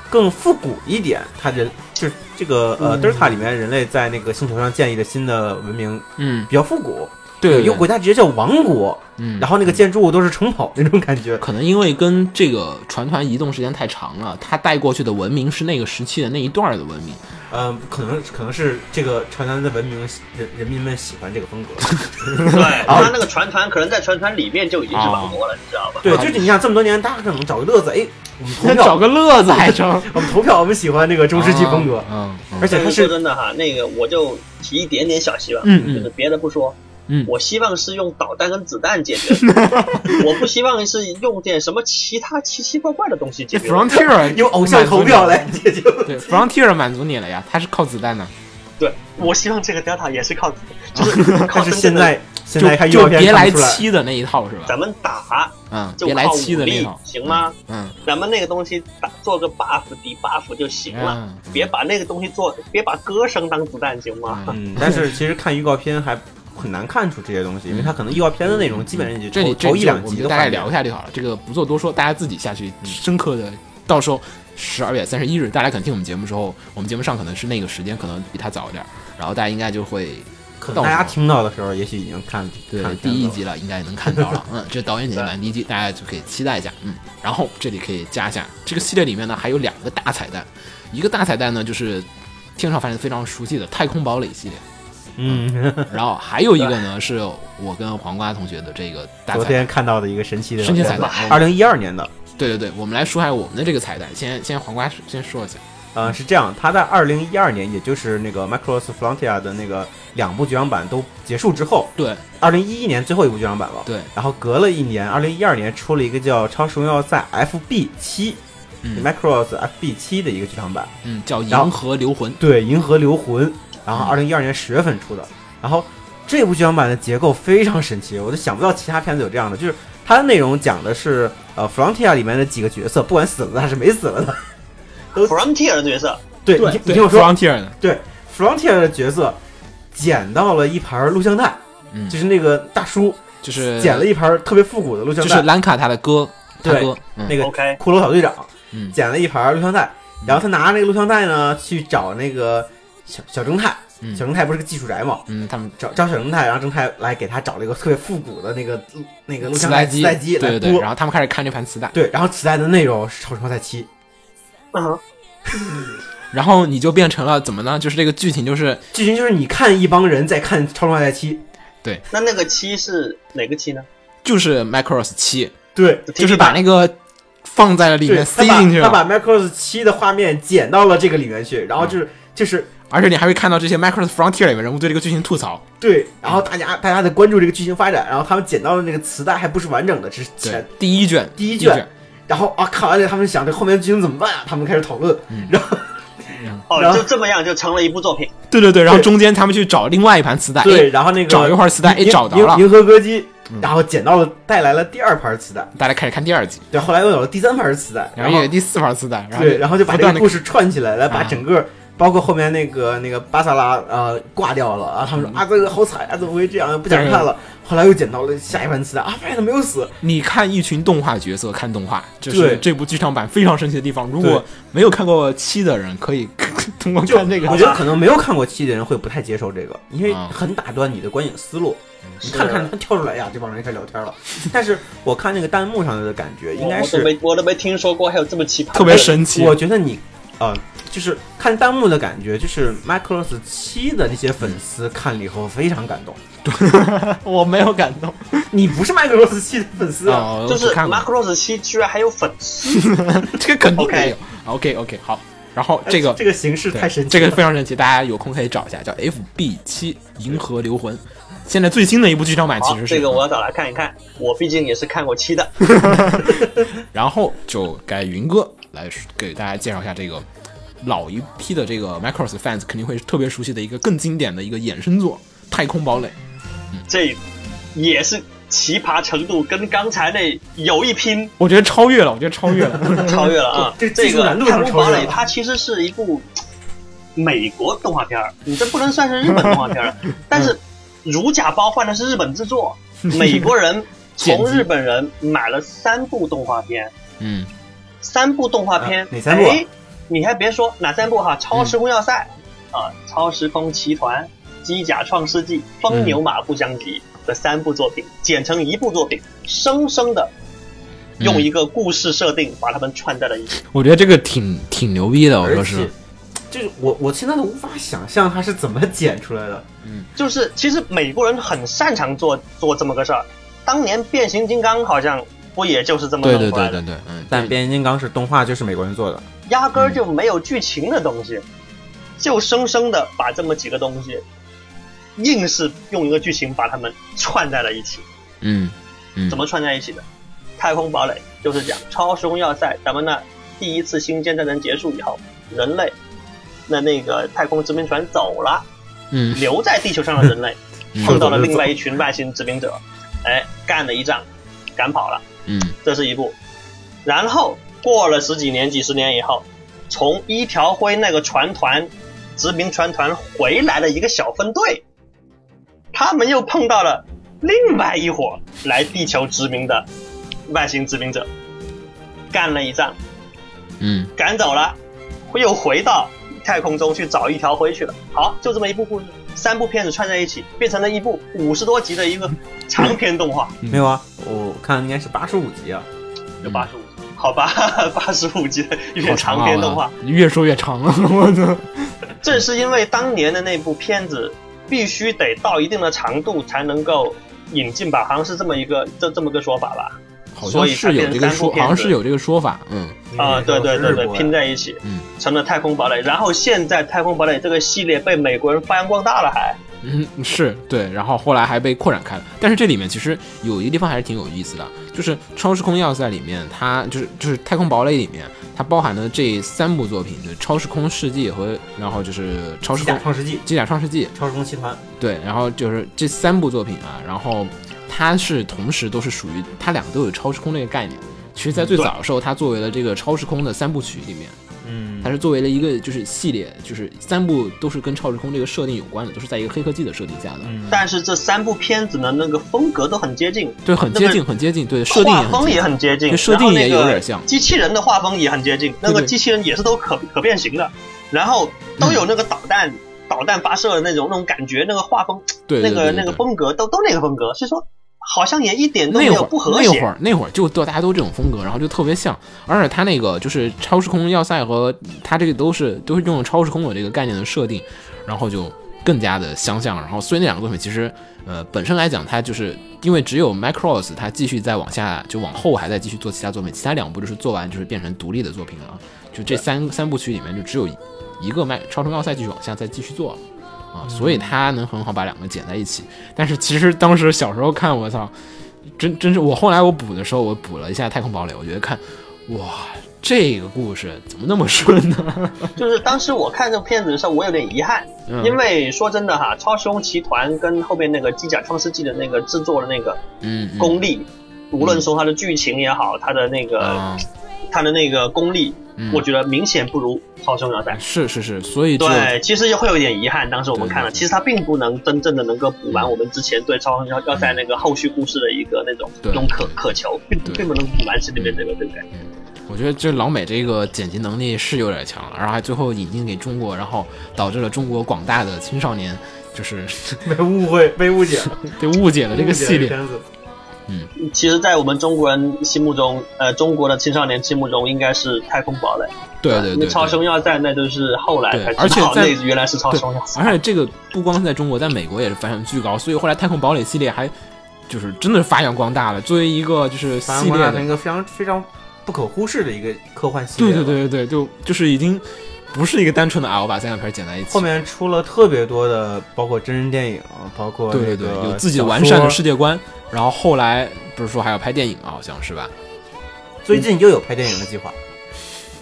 更复古一点，它人就是这个呃，德尔塔里面人类在那个星球上建立的新的文明
嗯，
比较复古，
对，
有个国家直接叫王国，
嗯，
然后那个建筑都是城堡那种感觉。
可能因为跟这个船团移动时间太长了，他带过去的文明是那个时期的那一段儿的文
(laughs)
明，
嗯，可能可能是这个长江的文明人人民们喜欢这个风格。
对，他那个船团可能在船团里面就已经是王国了，你知道吧？
(laughs) 对， (laughs) 就是你想这么多年，大家可能找个乐子，哎，我们投
找
(laughs) 票，
个乐子
哎
还
(laughs)
成
我们投票，我们喜欢那个中世纪风格，
嗯，嗯
而且它
但说
是
真的哈，那个我就提一点点小希望，
嗯嗯
就是别的不说，
嗯
我希望是用导弹跟子弹解决，我不希望是用点什么其他奇奇怪怪的东西解
(laughs)
决。
Frontier
由偶像投票来解决。
对 Frontier 满足你了呀，它是靠子弹的，
对，我希望这个 Delta 也是靠，
哦
就是靠
(laughs) 但是现
真正的
在
就
现在看预
就
告片
别
看
来
不出来，
七的那一套是吧？
咱们打
嗯，
就
别来
靠
七
武
的那一
力
套，
行吗？
嗯？
咱们那个东西打做个 buff 抵 buff 就行了，
嗯，
别把那个东西做，别把歌声当子弹行吗？
嗯
嗯，但是其实看预告片还很难看出这些东西，因为它可能预告片的内容基本上也
嗯这
就
里
头
这
头一两
我
集
们
的
就大
画
概
面
聊一下就好了，这个不做多说，大家自己下去
嗯
深刻的，到时候十二月三十一日，大家可能听我们节目之后，我们节目上可能是那个时间，可能比它早一点儿，然后大家应该就会
可
到
能大
时
家
候
听到的时候，也许已经看
对
看了
第一集了，应该也能看到
(laughs)
了。嗯，这导演简单第一集，大家就可以期待一下。嗯，然后这里可以加一下，这个系列里面呢还有两个大彩蛋，一个大彩蛋呢就是天上凡人非常熟悉的太空堡垒系
(laughs)
列，
嗯，
(laughs)
(laughs)
然后还有一个呢是我跟黄瓜同学的这个大
昨
彩蛋。
天看到的一个神奇的
神奇彩蛋，
(laughs) 二零一二年的，
对对对，我们来说一下我们的这个彩蛋。先先黄瓜先说一下，
嗯、是这样，它在二零一二年，也就是那个 Macross Frontier 的那个两部剧场版都结束之后，
对
二零一一年最后一部剧场版了。
对，
然后隔了一年，二零一二年出了一个叫《超时空要塞 FB 七、
嗯
Macross FB 七的一个剧场版，
嗯，叫《
然后
银河流魂》，
对《银河流魂》，然后
嗯
二零一二年十月份出的。然后这部剧场版的结构非常神奇，我都想不到其他片子有这样的，就是它的内容讲的是呃 Frontier 里面的几个角色，不管死了的还是没死 (laughs) 了的，
Frontier 的角色，
对你听你听我说
Frontier 的，
对，Frontier 的角色捡到了一盘录像带，
嗯，
就是那个大叔
就是
捡了一盘特别复古的录像
就
带，
是兰卡他的歌，他
对
歌，嗯
那个
OK
骷髅小队长
嗯
捡了一盘录像带，然后他拿那个录像带呢去找那个小小正太，
嗯
小正太不是个技术宅嘛。
嗯，他们
找找小正太，然后正太来给他找了一个特别复古的那个那个录
磁
像
带
带
机，
带机来
对对
播，
对，然后他们开始看这盘磁带，
对然后磁带的内容是《超时空赛七》，
嗯，
然后你就变成了怎么呢？就是这个剧情就是
剧情就是你看一帮人在看《超时空赛七》，
对，
那那个七是哪个七呢？
就是 Macross 七，
对
就是把那个放在了里面
对，
塞
他把
进去
他
了，
把 Macross 七的画面剪到了这个里面去，然后就是、就是
而且你还会看到这些 Macross Frontier 里面人物对这个剧情吐槽。
对，然后大家大家在关注这个剧情发展，然后他们捡到的那个磁带还不是完整的，只是
对
前，
第一卷，
第一
卷，
卷，然后啊看完了，他们想这后面剧情怎么办啊？他们开始讨论，然后然
啊
哦，
后
就这么样就成了一部作品。
对对对，然后
对
中间他们去找另外一盘磁带，
对，
哎，
然后那个
找一块磁带，哎，
银
找到
银
了，
银河歌姬，然后捡到了带来了第二盘磁带，
大家开始看第二集，
对，后来又有了第三盘磁带，
然
然
后又
后
有第四盘磁带，然后
对，然后就把
不
这
断
个
的
故事串起来，来把
啊
整个。包括后面那个那个巴萨拉呃挂掉了啊，他们说啊这个好惨啊，怎么会这样？不想看了。后来又捡到了下一盘磁带啊，发现他没有死，
你看一群动画角色看动画，这
对
是这部剧场版非常神奇的地方。如
对
果没有看过七的人，可以 (laughs) 通过
就
看这个
好
我觉得可能没有看过七的人会不太接受这个，因为
啊嗯
很打断你的观影思路。你
是
看看他跳出来呀，这帮人开始聊天了。但是我看那个弹幕上的感觉，应
我
该
我都
是
没我都没听说过还有这么奇葩的，哎
特别神奇。
我觉得你，呃，就是看弹幕的感觉，就是 Macross 七的那些粉丝看了以后非常感动。
(laughs) 我没有感动
你不是麦克罗斯系的粉丝啊？
啊，我
就
只
是
看过
Mark Rose 七居然还有粉丝，
(laughs) 这个肯定得
OK
有。OK OK，好，然后
哎
这个
这个形式
对
太神奇
这
了，
个非常神奇，大家有空可以找一下，叫 FB 七银河流魂。现在最新的一部剧场版其
好
实，是
这个我要找来看一看。我毕竟也是看过七
(laughs)
的，
然后就该云哥来给大家介绍一下这个老一批的这个 Macross fans 肯定会特别熟悉的一个更经典的一个衍生作《太空堡垒》。
这也是奇葩程度跟刚才那有一拼，
我觉得超越了，我觉得超越了。
(laughs) 超越
(laughs)
了啊！
这这技
这
术
个
难度
《太
上
空
超越
堡
了
垒》它其实是一部美国动画片儿，你这不能算是日本动画片
(laughs)
儿，
嗯
但是如假包换的是日本制作，美国人
剪辑
从日本人买了三部动画片，
嗯，
三部动画片
啊，哪三部啊
哎，你还别说，哪三部哈？超时空要塞、
嗯
啊，超时空奇团、机甲创世纪、风牛马不相及这三部作品剪成一部作品，生生的
嗯
用一个故事设定把它们串在了一起。
我觉得这个挺挺牛逼的，我说
而
是
且。，
就是我我现在都无法想象他是怎么剪出来的。
就是其实美国人很擅长做做这么个事儿，当年变形金刚好像不也就是这么
对
弄
对
出来
对
的，
对对，嗯，
但变形金刚是动画，就是美国人做的。
压根儿就没有剧情的东西，就生生的把这么几个东西，硬是用一个剧情把它们串在了一起。
嗯嗯，
怎么串在一起的？太空堡垒就是讲超时空要塞，咱们那第一次星舰战争结束以后，人类那那个太空殖民船走了，
嗯
留在地球上的人类
嗯
碰到了另外一群外星殖民者，哎，干了一仗，赶跑了。
嗯
这是一部。然后过了十几年、几十年以后，从一条辉那个船团殖民船团回来的一个小分队，他们又碰到了另外一伙来地球殖民的外星殖民者，干了一仗，
嗯
赶走了，又回到太空中去找一条灰去了。好，就这么一部故事，三部片子串在一起，变成了一部五十多集的一个长篇动画。
嗯
没有啊，我看应该是八十五集啊。
有八十五集，好吧，八十五集的一篇
好长啊
长篇动画，，
越说越长了，我操！
正是因为当年的那部片子必须得到一定的长度才能够引进吧，好像是这么一个这这么个说法吧？
好像
所以它
是有
变成
这个
三部
说，
片
好像是
子
有这个说法，嗯
啊、对对对对，拼
在
在一起，
嗯
成了太空堡垒。然后现在太空堡垒这个系列被美国人发扬光大了还，
嗯， (laughs) 是对，然后后来还被扩展开了。但是这里面其实有一个地方还是挺有意思的，就是《超时空要塞》里面，它就是就是《太空堡垒》里面，它包含的这三部作品，就是《超时空世纪》和然后就是《超时
机
空
甲创世纪、
机甲创世纪》，
超时空集团，
对，然后就是这三部作品啊，然后它是同时都是属于它两个都有超时空这个概念。其实，在最早的时候，它作为了这个超时空的三部曲里面，
嗯
它是作为了一个就是系列，就是三部都是跟超时空这个设定有关的，都是在一个黑科技的设定下的。
嗯，
但是这三部片子呢，那个风格都很接近，
对，很
那
接
个
近，很接近，对，设定
画风
也
也很接近，
对设定也有点像
然后那个机器人的画风也很接近，那
对
个
对
机器人也是都可可变形的，然后都有那个导弹、导弹发射的那种那种感觉，那个画风，
嗯对对
那个
对对
那个
对
风格都都那个风格，所以说好像也一点都没
那
有
会儿
不和
那会
谐。
儿那会儿就都大家都这种风格，然后就特别像，而且它那个就是超时空要塞和它这个都是都是用超时空的这个概念的设定，然后就更加的相像。然后，所以那两个作品其实，呃，本身来讲，它就是因为只有 Macross 它继续再往下，就往后还在继续做其他作品，其他两部就是做完就是变成独立的作品了。就这三三部曲里面，就只有一个麦超声奥赛继续往下再继续做了。啊，所
嗯
以它能很好把两个剪在一起。但是其实当时小时候看，我操，真真是我后来我补的时候，我补了一下《太空堡垒》，我觉得看，哇，这个故事怎么那么顺呢？
就是当时我看这片子的时候，我有点遗憾，
嗯
因为说真的哈，《超时空奇团》跟后面那个《机甲创世纪》的那个制作的那个
嗯，嗯
功力，无论从它的剧情也好，它的那个
啊，
它的那个功力，
嗯
呃我觉得明显不如《超时空要塞》。
是是是，所以就
对，其实也会有一点遗憾。当时我们看了，
对对对
其实它并不能真正的能够补完我们之前对超要要在那个后续故事的一个那种
对
那种渴渴求，并
对
并不能补完这里面这个，对不对？
我觉得这老美这个剪辑能力是有点强了，然后还最后引进给中国，然后导致了中国广大的青少年就是
(laughs)
(laughs)
被误会、被误解了。
被误解 (laughs) 了这
误解
个系列。
片子，
其实，在我们中国人心目中，呃，中国的青少年心目中应该是《太空堡垒》，
对对对
那
对，
超凶要塞那就是后来
对
才
而
知
且
道
在
那原来是超
对
凶要塞。
而且这个不光是在中国，在美国也是反响巨高，所以后来《太空堡垒》系列还就是真的是发扬光大了。作为一个就是
反
系
正
列
达
的
成一个非常非常不可忽视的一个科幻系列。
对对。对对对，就就是已经不是一个单纯的啊，我把三个片儿剪在一起。
后面出了特别多的，包括真人电影，包括
对对
那
对，
个
有自己完善的
小说
世界观。然后后来不是说还要拍电影吗？啊好像是吧？
最近又有拍电影的计划，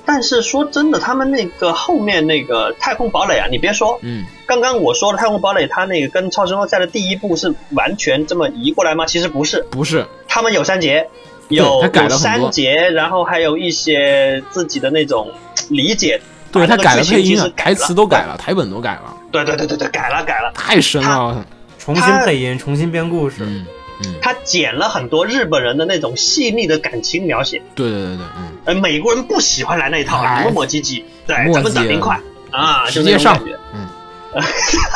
但是说真的，他们那个后面那个《太空堡垒》啊，你别说，
嗯，
刚刚我说的《太空堡垒》，它那个跟《超时空要塞》的第一部是完全这么移过来吗？其实不是，
不是，
他们有删节，有
他改了
有
很多
删节，然后还有一些自己的那种嘖理解。
对
把
他
那个
改了
剧情
配
其
音
实
啊，
改
台词都改
了。
了，台本都改了，
对对对对对，改了改了。
太深了。
重新配音，重新编故事。
嗯嗯，
他剪了很多日本人的那种细腻的感情描写，
对对对对，嗯，
呃，美国人不喜欢来那一套，
哎
你们磨唧唧，对，
磨
咱们
叽
整明快啊，
直
就那
接
种
上
感觉，
嗯，
(laughs)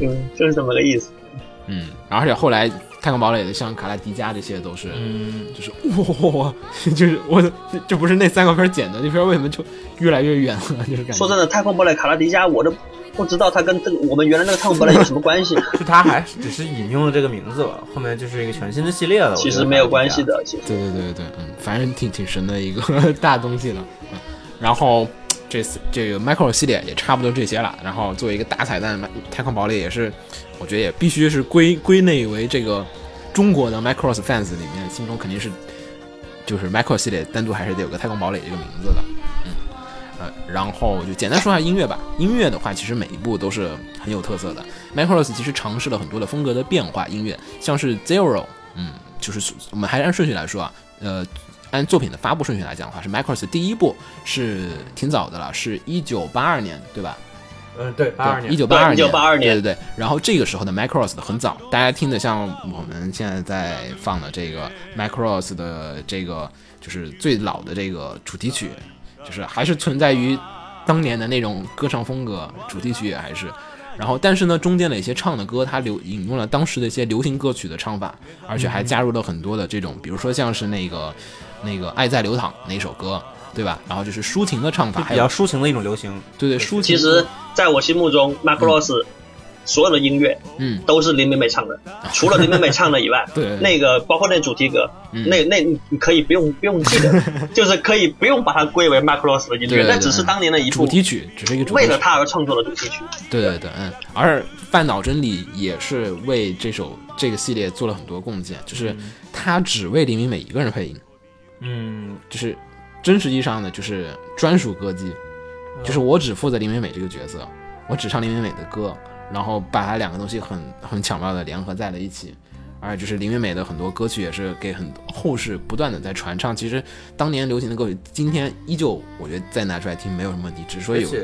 嗯，就是这么个意思。
嗯，而且后来《太空堡垒》的像卡拉迪加这些都是，
嗯，
就是哇， (laughs) 就是我这这不是那三个片儿剪的，那片儿为什么就越来越远了？就是感
说
觉
真的，太空堡垒卡拉迪加，我都不知道他跟这个我们原来那个太空堡垒有什么关
嗯
系，
就他还是只是引用了这个名字吧，后面就是一个全新的系列了。我觉
其
得
实没有关系的，其实。
对对对对对，嗯，反正挺挺神的一个 (laughs) 大东西了。嗯，然后这次这个 Micro 系列也差不多这些了。然后作为一个大彩蛋，《太空堡垒》也是，我觉得也必须是归归类为这个中国的 Micro fans 里面心中肯定是就是 Micro 系列单独还是得有个太空堡垒这个名字的。嗯，呃，然后就简单说一下音乐吧。音乐的话，其实每一部都是很有特色的。Micros 其实尝试了很多的风格的变化，音乐像是 Zero，嗯，就是我们还是按顺序来说啊，呃。按作品的发布顺序来讲的话，是 Micros 第一部是挺早的了，是一九八二年，对吧？
嗯，对，八二
一
年。
九八二
对
年，
1982年
对对对。然后这个时候的 Macross 的很早，大家听的像我们现在在放的这个 Macross 的这个就是最老的这个主题曲，就是还是存在于当年的那种歌唱风格，主题曲也还是。然后，但是呢，中间的一些唱的歌，它流引用了当时的一些流行歌曲的唱法，而且还加入了很多的这种，比如说像是那个那个《爱在流淌》那首歌，对吧？然后就是抒情的唱法，
就
还
比较
有
抒情的一种流行，
对对抒情。
其实，在我心目中，Macross 所有的音乐
嗯，，
都是林美美唱的，除了林美美唱的以外
对对对
那个包括那主题歌，
嗯
那那你可以不用不用
(laughs)
记得，就是可以不用把它归为 Macross 的音
对对
乐，
对
那只是当年的一
主
部
题曲只是一个主题
为
曲。
了它而创作的主题曲。
对对对，嗯，而范岛真理也是为这首这个系列做了很多贡献，就是他只为黎明每一个人配音，
嗯，
就是真实意义上的就是专属歌姬，
哦
就是我只负责黎明美这个角色，我只唱黎明美的歌，然后把它两个东西很很巧妙的联合在了一起。而就是林美美的很多歌曲也是给很后世不断的在传唱。其实当年流行的歌曲，今天依旧我觉得再拿出来听没有什么问题，只是说
而
有
且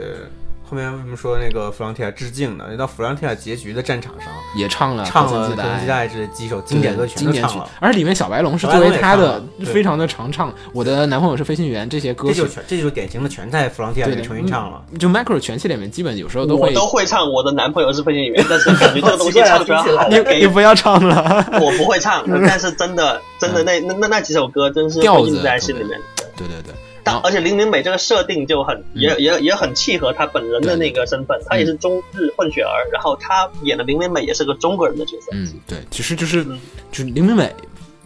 后面为什么说那个弗朗提亚致敬呢？到弗朗提亚结局的战场上，啊
也唱了
唱
和
了《
森自
可
的
能
爱
期待》这几首经典歌曲
经
都
典
唱
曲
了，，
而里面小白龙是
小白
作
龙
为
也
他
唱
的
了对
非常的常唱，我的男朋友是飞行员这些歌
这就
曲，
全这就是典型的全在弗朗提亚这
对的
个成员唱了。
就 Micro 全系列里面基本有时候都
我
会， (laughs)
都会唱，我的男朋友是飞行员，但是感觉这个东西
好奇怪啊听
唱出来
起来
好
你你
gay。
不要唱了，
(laughs) 我不会唱，但是真的真的那那那那几首歌真是
嗯调
会
子
印在心里面。
对对对。然
但
后
呃
而且林明美这个设定就
嗯
很也也也很契合她本人的那个身份，她也是中日混血儿，然后她演的林明美也是个中国人的角色，
嗯，对，其实就是
嗯
就是林明美，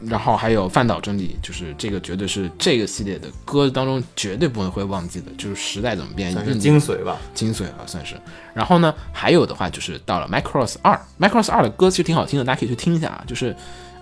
然后还有饭岛真理，就是这个绝对是这个系列的歌当中绝对不会忘记的，就是时代怎么变，
算
一
是
定
精髓吧。
精髓啊，算是。然后呢，还有的话就是到了 Macross 二，Macross 二的歌其实挺好听的，大家可以去听一下啊。就是，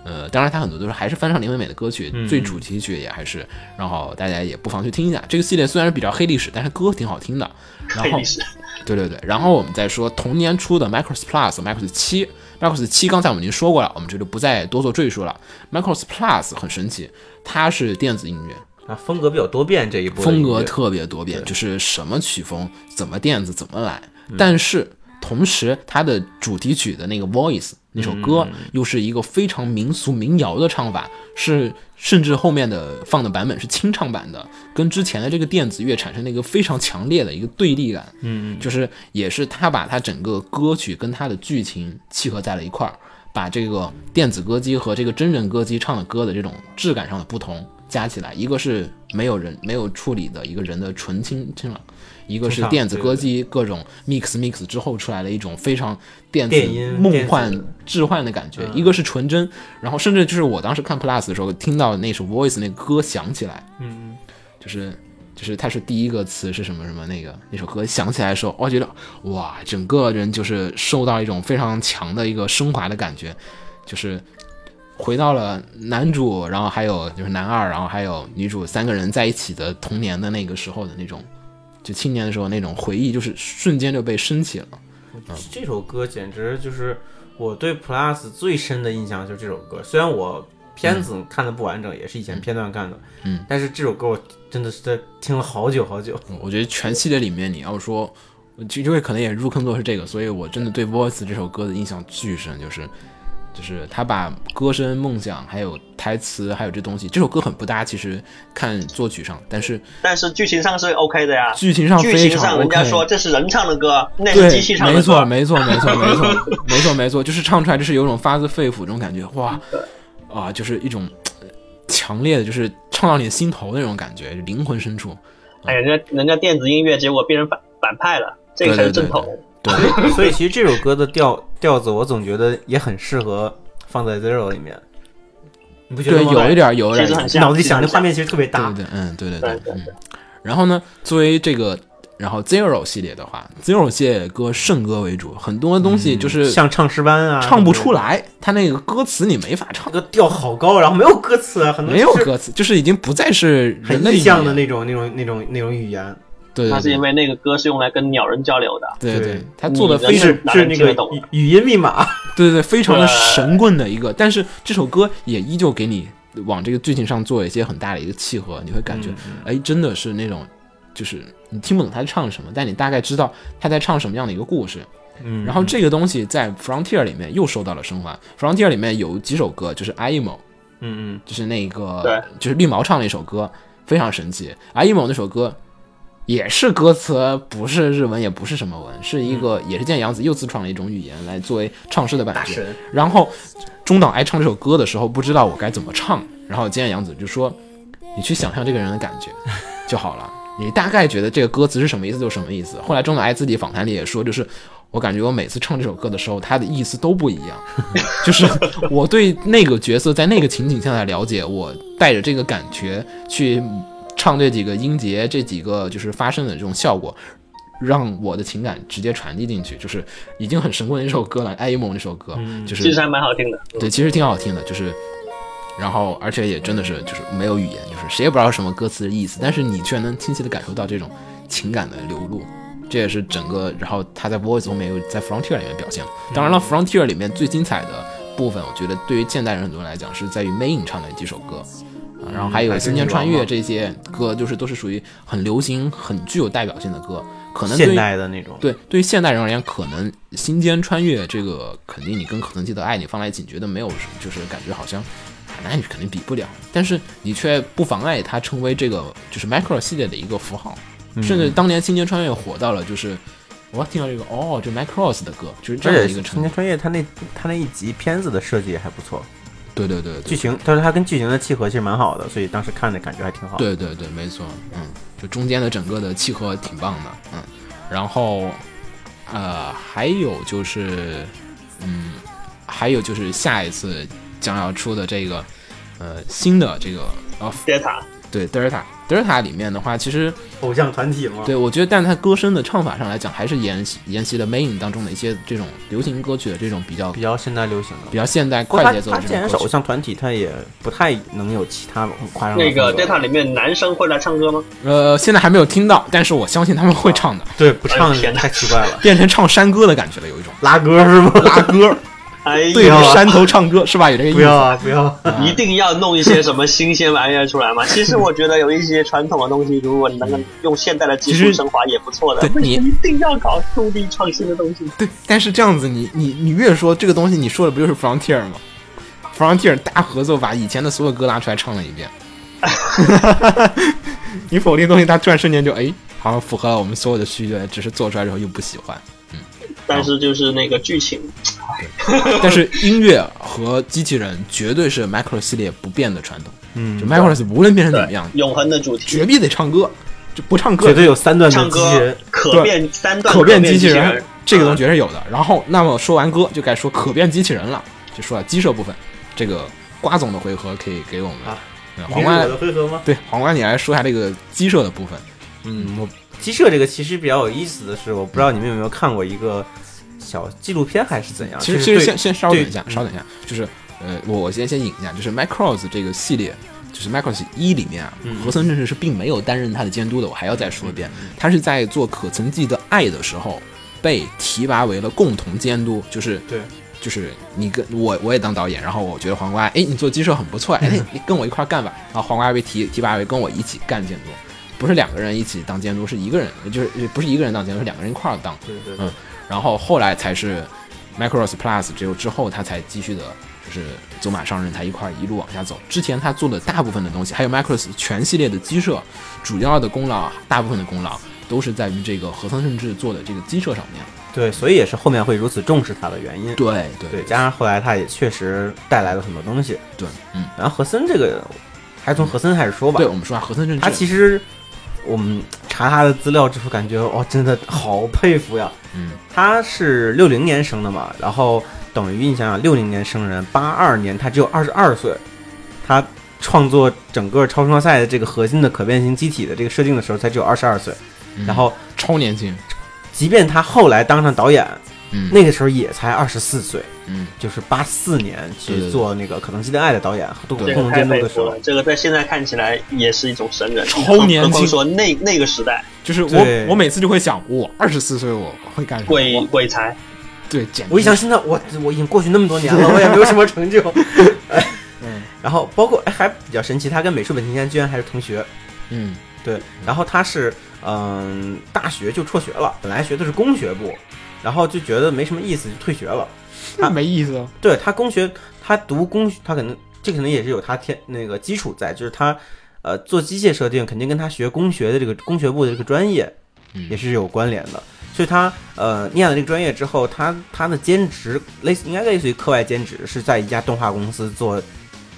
呃，当然它很多都是还是翻唱林美美的歌
嗯
曲，最主题曲也还是，然后大家也不妨去听一下。这个系列虽然比较黑历史，但是歌挺好听的。然
黑
后
历，史。
对对对，然后我们再说同年出的 Macross Plus、Macross 七、Macross 七，刚才我们已经说过了，我们这就不再多做赘述了。Macross Plus 很神奇，它是电子音乐，
啊，风格比较多变这一波的
风
音
格
乐
特别多变，就是什么曲风、怎么电子、怎么来。
嗯
但是同时，它的主题曲的那个 voice 那首歌，
嗯
又是一个非常民俗民谣的唱法，是甚至后面的放的版本是清唱版的，跟之前的这个电子乐产生了一个非常强烈的一个对立感。嗯，就是也是他把他整个歌曲跟他的剧情契合在了一块儿。把这个电子歌姬和这个真人歌姬唱的歌的这种质感上的不同加起来，一个是没有人没有处理的一个人的纯清清朗，一个是
清朗
电子歌
对对
姬各种 mix mix 之后出来的一种非常电
电音
子梦幻
电子
置换的感觉，一个是纯真，然后甚至就是我当时看 Plus 的时候，听到那首 Voice 那个歌响起来，嗯，就是就是他是第一个词是什么什么那个那首歌响起来的时候，我觉得哇，整个人就是受到一种非常强的一个升华的感觉，就是回到了男主，然后还有就是男二，然后还有女主三个人在一起的童年的那个时候的那种，就青年的时候那种回忆，就是瞬间就被升起了。嗯
这首歌简直就是我对 Plus 最深的印象，就是这首歌。虽然我片子看的不完整，也是以前片段看的，
嗯，
但是这首歌我真的是在听了好久好久。
我觉得全系列里面，你要说，我就因为可能也入坑都是这个，所以我真的对《Voice》这首歌的印象巨深，就是就是他把歌声、梦想，还有台词，还有这东西，这首歌很不搭，其实看作曲上，但是
但是剧情上是 OK 的呀，
剧情上
剧
非
情
常
上
OK。
人家说这是人唱的歌，那
对，
是机器唱
没
的
错，
歌，
没错，没
(laughs)
错，没错，没错，没错，就是唱出来，就是有种发自肺腑这种感觉，哇，啊，就是一种呃强烈的，就是唱到你心头的那种感觉，灵魂深处。
哎呀，人家人家电子音乐结果变成反反派了，这个才是正统。
对，
啊
(laughs) 所以其实这首歌的调调子，我总觉得也很适合放在 Zero 里面，你不觉
对，
得吗？
有一点儿，有一点
其实
儿
很，像
脑子里想的
其实很
画面其实特别搭
对，对，嗯，对对
对
对，
对
嗯。然后呢，作为这个，然后 Zero 系列的话，Zero 系列的歌圣歌为主，很多东西就是
嗯
像唱诗班啊，
唱不出。来，它那个歌词你没法唱
那，个调好高，然后没有歌词啊，很多
没有
就是
歌词，就是已经不再是人
很
的
意
语
象的
言
那种、那种、那种、那种语言，
对对
那是因
对
为那个歌是用来跟鸟人交流的，
对
对
对，他做的
你
非
是
人
嗯
常
是哪
是
能
那
听
个
得懂
语语音密码，
对对对，非常的
对
神棍的一个，但是这首歌也依旧给你往这个剧情上做一些很大的一个契合，你会感
嗯
嗯
觉，哎，真的是那种，就是你听不懂他在唱什么，但你大概知道他在唱什么样的一个故事。
嗯
然后这个东西在 Frontier 里面又受到了升华，Frontier 里面有几首歌就是 IMO，
嗯嗯，
就是那个
对
就是绿毛唱的一首歌，非常神奇。IMO 那首歌也是歌词不是日文，也不是什么文，是一个、也是见阳子又自创了一种语言来作为唱诗的版
嗯大
权
神。，
然后中岛爱唱这首歌的时候，不知道我该怎么唱，然后菅野洋子就说：“你去想象这个人的感觉就好了，你大概觉得这个歌词是什么意思就什么意思。”后来中岛爱自己访谈里也说，就是我感觉我每次唱这首歌的时候，它的意思都不一样，就是我对那个角色在那个情景下的了解，我带着这个感觉去唱这几个音节，这几个就是发生的这种效果。让我的情感直接传递进去，就是已经很神棍的一首歌了，《爱一梦》那首歌，嗯
嗯
嗯
就是
其实还蛮好听的。嗯
对，其实挺好听的，就是，然后而且也真的是就是没有语言，就是谁也不知道什么歌词的意思，但是你却能清晰的感受到这种情感的流露，这也是整个，然后他在 Voice 后面又在 Frontier 里面表现了。当然了，Frontier 里面最精彩的部分，我觉得对于现代人很多人来讲是在于 Main 唱的几首歌。啊然后还有《
还是
新年
女
穿
王
越
嘛》
这些歌，就是都是属于很流行、很具有代表性的歌，可能对
现
于
代的那种，
对，对于现代人而言，可能《心间穿越》这个肯定你跟《可曾记得爱你》放在一起，觉得没有什么，就是感觉好像，啊那你肯定比不了。但是你却不妨碍它成为这个就是 Micro 系列的一个符号，
嗯
甚至当年《心间穿越》火到了就是。我听到这个哦，这 Micros 的歌就是这
而
样的
且
一个
《青
程度
年，穿越》它那它那一集片子的设计也还不错，
对对对对
剧情，但是它跟剧情的契合其实蛮好的，所以当时看着感觉还挺好。，
对对对，没错，嗯，就中间的整个的契合挺棒的，嗯，然后呃，还有就是，嗯，还有就是下一次将要出的这个呃新的这个啊，
杰塔
对 Delta Delta 里面的话，其实
偶像团体
啊
嘛，
对我觉得，但是它歌声的唱法上来讲，还是沿袭沿袭的 Main 当中的一些这种流行歌曲的这种比较
比较现代流行的。
比较现代
不
快
过它
节奏
它
的
既
这
然是
种
偶
歌曲。
像团体，它也不太能有其他夸张的
那个
风格
Data 里面男生会来唱歌吗？
呃，现在还没有听到，但是我相信他们会唱的，
对不唱
哎 (laughs) 天哪
太奇怪了，
变成唱山歌的感觉了，有一种。
拉歌是
(laughs)
吗？
拉歌，
哎
对啊
呀，
着山头唱歌，是吧？有这个意
不要
思。
啊，不要啊，
一定要弄一些什么新鲜玩意儿出来嘛。其实我觉得有一些传统的东西，如果你能够用现代的技
其
术
实
升华，也不错的。
对
为
你
什么一定要搞独立创新的东西。
对，但是这样子你，你你越说这个东西，你说的不就是 Frontier 吗？Frontier 大合作把以前的所有歌拿出来唱了一遍， (laughs) 你否定东西，它突然瞬间就哎，好像符合了我们所有的需求，只是做出来之后又不喜欢。
但是就是那个剧情，
但是音乐和机器人绝对是 Micro 系列不变的传统，
嗯
就 Micro 无论变成怎么样，
永恒的主题
绝，必得唱歌，就不唱歌
绝对有三段的
唱
机器
歌
人，
可变三段
可变
机
机器
人
人，这个东西是有的。然后，那么说完歌，就该说可变机器人了，就说到鸡舍部分。这个瓜总的回合可以给我们，
啊
对
你
皇
是我
冠
的回合吗？
对皇冠，你来说一下这个鸡舍的部分。
嗯，我鸡舍这个其实比较有意思的是，我不知道你们有没有看过一个小纪录片还是怎样？
其实，
啊就
其
是
实
对
先先稍等一下，
对
稍等一下，就是呃，我我先先引一下，就是 Macross 这个系列。就是 Macross 一里面啊，和森正治是并没有担任他的监督的。我还要再说一遍，他是在做可曾记的爱的时候，被提拔为了共同监督，就是
对，
就是你跟我我也当导演，然后我觉得黄瓜，哎，你做鸡舍很不错，哎，你你跟我一块儿干吧。然后黄瓜被提提拔为跟我一起干监督，不是两个人一起当监督，是一个人，就是不是一个人当监督，是两个人一块儿当。
对对对
嗯，然后后来才是 Micros Plus 只有之后他才继续的，就是走马上任，才一块儿一路往下走。之前他做的大部分的东西，还有 Micros 全系列的鸡舍，主要的功劳，大部分的功劳都是在于这个和森甚至做的这个鸡舍上面。
对，所以也是后面会如此重视它的原因。
对对
对，加上后来他也确实带来了很多东西。
对，嗯，
然后和森这个，还是从和森开始说吧。
对，我们说啊，和森甚
他
至
其实我们查他的资料之后，感觉哦，真的好佩服呀。
嗯。
他是六零年生的嘛，然后等于你想想，六零年生人，八二年他只有二十二岁，他创作整个超声波赛的这个核心的可变形机体的这个设定的时候，才只有二十二岁。
嗯
然后，
超年轻，
即便他后来当上导演，
嗯，
那个时候也才二十四岁。
嗯，
就是八四年
对
去
对
做那个《可能性的爱》的导演和共
对
这
同
个太
监督
佩
的时
服
候
了，，这个在现在看起来也是一种神人，
超年轻
何况说那那个时代，
就是
对
我我每次就会想，我二十四岁我会干什么？
鬼
我
鬼才，
对，简直
我一想，现在我我已经过去那么多年
(laughs)
了，我也没有什么成就。
嗯
然后包括哎，还比较神奇，他跟美术本田先居然还是同学。
嗯
对，然后他是嗯、大学就辍学了，本来学的是工学部，然后就觉得没什么意思，就退学了。
那没意思啊，
对他工学，他读工，他可能这可能也是有他天那个基础在，就是他呃做机械设定肯定跟他学工学的这个工学部的这个专业
嗯
也是有关联的。所以他呃念了这个专业之后，他他的兼职类似应该类似于课外兼职，是在一家动画公司做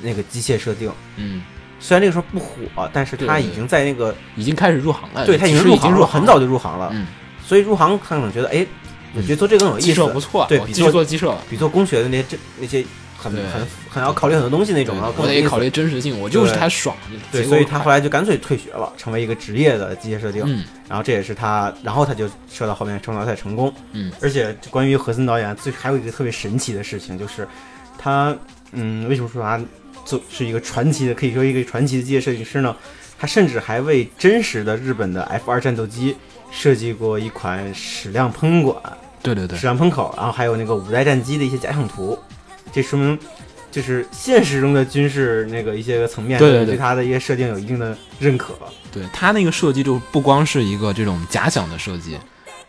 那个机械设定。
嗯，
虽然那个时候不火，但是他
对对
已经在那个
已经开始入行了，
对他已
其
经
实
入
已
行
经
了，
入
很
行
早就入行了
了，。嗯，
所以入行他可能觉得哎，我觉得做这个更有
鸡
意思
舍，不错，
对
我
比
继续
做
做鸡舍，
比做工学的那些这那些很
对
很很要考虑很多东西那种，然后
我
更有
得
意思
考虑真实性，我就是他爽，
对，
结
所
果
以他后来就干脆退学了，成为一个职业的机械设定。
嗯
然后这也是他，然后他就射到后面冲到赛成功。
嗯，
而且关于何森导演，最还有一个特别神奇的事情就是，他嗯，为什么说他做是一个传奇的，可以说一个传奇的机械设计师呢？他甚至还为真实的日本的 F 二战斗机设计过一款矢量喷管，
对对对
矢，量喷口，然后还有那个五代战机的一些假想图，这说明就是现实中的军事那个一些个层面，
对对对
它的一些设定有一定的认可。
对他那个设计就不光是一个这种假想的设计，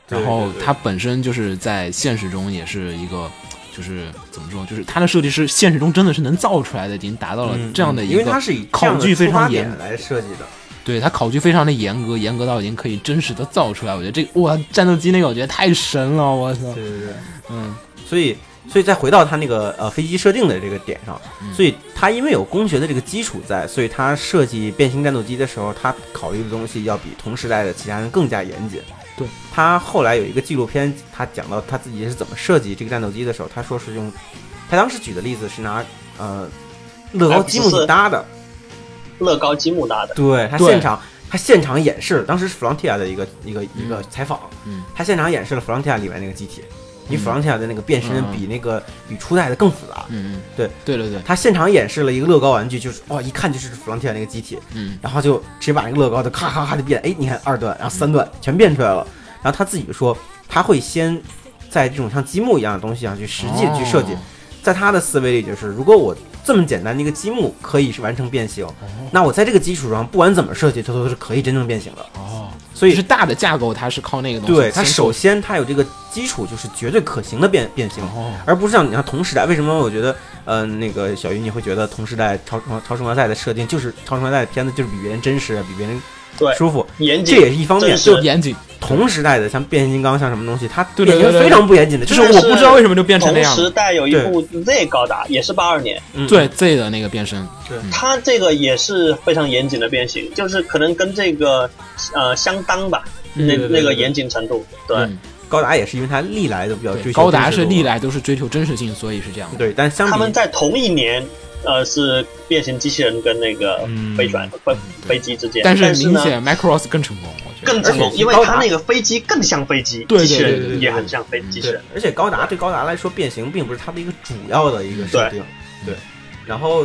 对
然后
对对
它本身就是在现实中也是一个。就是怎么说，就是它的设计是现实中真的是能造出来的，已经达到了
嗯
呃这样的一个
因为它是以
考据非常严
严来设计的，
对它考据非常的严格，严格到已经可以真实的造出来。我觉得这哇，战斗机那个我觉得太神了，我操！
对对对，
嗯，
所以所以再回到它那个呃飞机设定的这个点上，
嗯
所以它因为有工学的这个基础在，所以它设计变形战斗机的时候，它考虑的东西要比同时代的其他人更加严谨。
对，
他后来有一个纪录片，他讲到他自己是怎么设计这个战斗机的时候，他说是用，他当时举的例子是拿呃乐高积木去搭的，
乐高积木搭的，
对他
对
现场，他现场演示了，当时是弗朗提亚的一个一个一个采访，
嗯，
他现场演示了弗朗提亚里面那个机体，因为
嗯
弗朗提亚的那个变身
嗯
比那个、比初代的更复杂，
嗯嗯，
对
对对对，
他现场演示了一个乐高玩具，就是哇、一看就是弗朗提亚那个机体，
嗯
然后就直接把那个乐高的咔咔咔的变，哎，你看二段，然后三段全变出来了。然后他自己就说，他会先在这种像积木一样的东西上去实际地去设计
哦。
在他的思维里，就是如果我这么简单的一个积木可以是完成变形，
哦
那我在这个基础上不管怎么设计，它都是可以真正变形的。
哦，
所以
就是大的架构它是靠那个东西
对
先
它
做
首先它有这个基础，就是绝对可行的变变形，
哦
而不是像你像同时代。为什么我觉得，嗯、那个小鱼你会觉得同时代超超超时空要塞的设定就是超时空要塞的片子就是比别人真实，比别人
对
舒服，
严谨
这也是一方面
真。实
就
严谨，
同时代的像变形金刚像什么东西，它
对
变
对对对
形
对
非常不严谨的，就
就是是
但
我
我
是
不知道为什么就变成那
同
样
时
了。
代有一部 Z 高达，也是八二年，
嗯
对 Z 的那个变身，
它这个也是非常严谨的变形，就是可能跟这个呃相当吧，
嗯
那
对对
对
那个严谨程度。对，
嗯，
高达也是因为它历来都比较
对
追求
高达
真实
是
度啊
历来都是追求真实性，所以是这样的。
对，但相
他们
比
在同一年，呃，是变形机器人跟那个飞船、飞飞机之间，
嗯但
但
是明
呢，
显 Macross 更成功，我觉得
更成
而
功，
且
因为
高达
它那个飞机更像飞机，
对对
机器
对对对对
人也很像飞机器
对
人。，
而且高达对高达来说变形并不是它的一个主要的一个设定，对，然后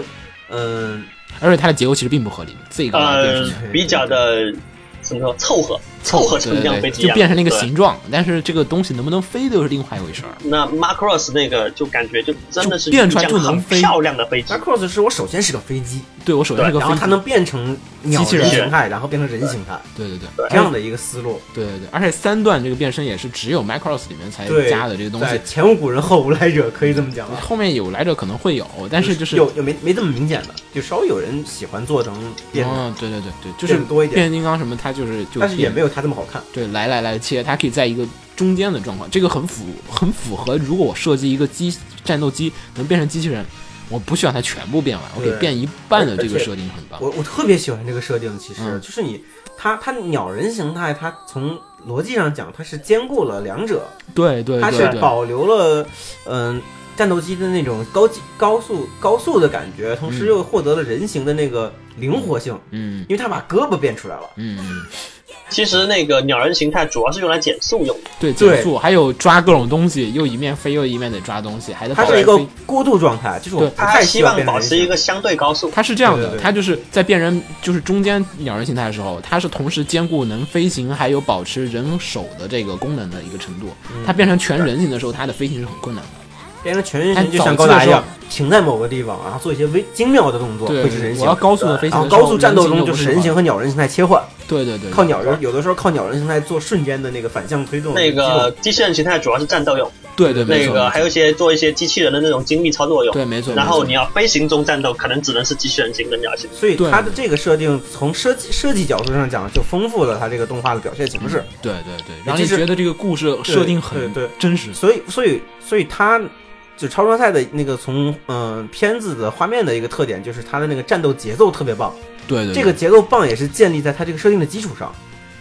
嗯。
而且它的结构其实并不合理。Z 高达变
呃
身，
比较的怎么说凑合，凑合成
对
像飞
对，
机一
就
样，
变成那个
对。
形状，但是这个东西能不能飞都是另外一回事儿。
那 Macross 那个就感觉就真的是
就变出来就能
一架很
飞
漂亮的飞机
r，Cross 是我首先是个飞机，
对我首先是个
然
飞
后
机
它能变成鸟
机器
人
人
形态，然后变成人形态，
对对对
这样的一个思路。
对对对，而且三段这个变身也是只有 Macross 里面才
对
哎加的这个东
对
西，
前无古人后无来者，可以这么讲吧？
后面有来者可能会有，但是就是
有有没没这么明显的，就稍微有人喜欢做成变成，
嗯，对对对对，就是
变得多一点
变啊形金刚什么，它就是就
但是也
变
没有它这么好看。
对来来来切，它可以在一个中间的状况，这个很符很符合。如果我设计一个机战斗机能变成机器人，我不需要它全部变完，我给
对
变一半的这
而
个
且
设定很棒。
我我特别喜欢这个设定，其实、
嗯
就是你它它鸟人形态，它从逻辑上讲，它是兼顾了两者，
对对
它
对
是
对，
保留了嗯、战斗机的那种高级高速高速的感觉，同时
嗯
又获得了人形的那个灵活性，
嗯
因为它把胳膊变出来了。
嗯嗯，
其实那个鸟人形态主要是用来减速用的，
对，
对
减速还有抓各种东西，又一面飞又一面得抓东西，还得
它
保
是一
持
个
飞
过渡状态，就是我
对
不
它
太
还希
要
望
变成
保
人
持
形
一个相对高速。
它是这样
对
的，
对对
它就是在变人，就是中间鸟人形态的时候，它是同时兼顾能飞行还有保持人手的这个功能的一个程度。它变成全人形的时候，它的飞行是很困难的。
变成全人形，
但
就像
早
高
期的
达一
时候
样，停在某个地方，然后做一些微精妙的动作，
对
会是人，形
我要。高速的飞
然
行
后
的时候，
高速战斗中
人形
就是
不
人形和鸟人形态切换，
好。对对对，对
靠鸟人有的时候靠鸟人形态做瞬间的那个反向推动。
那
机
个
动
机器人形态主要是战斗用，
对对没
那
错
个还有一些做一些机器人的那种精密操作用。
对没错。
然后
没错
你要飞行中战斗，可能只能是机器人型跟鸟型。
所以
对
它的这个设定从设计设计角度上讲，就丰富了它这个动画的表现形式。
对对对，让
就
你
是
觉得这个故事设定很
对对
真实。
所以，所以，所以它就超声赛的那个从嗯、呃片子的画面的一个特点，就是它的那个战斗节奏特别棒。
对对，对
这个节奏棒也是建立在它这个设定的基础上，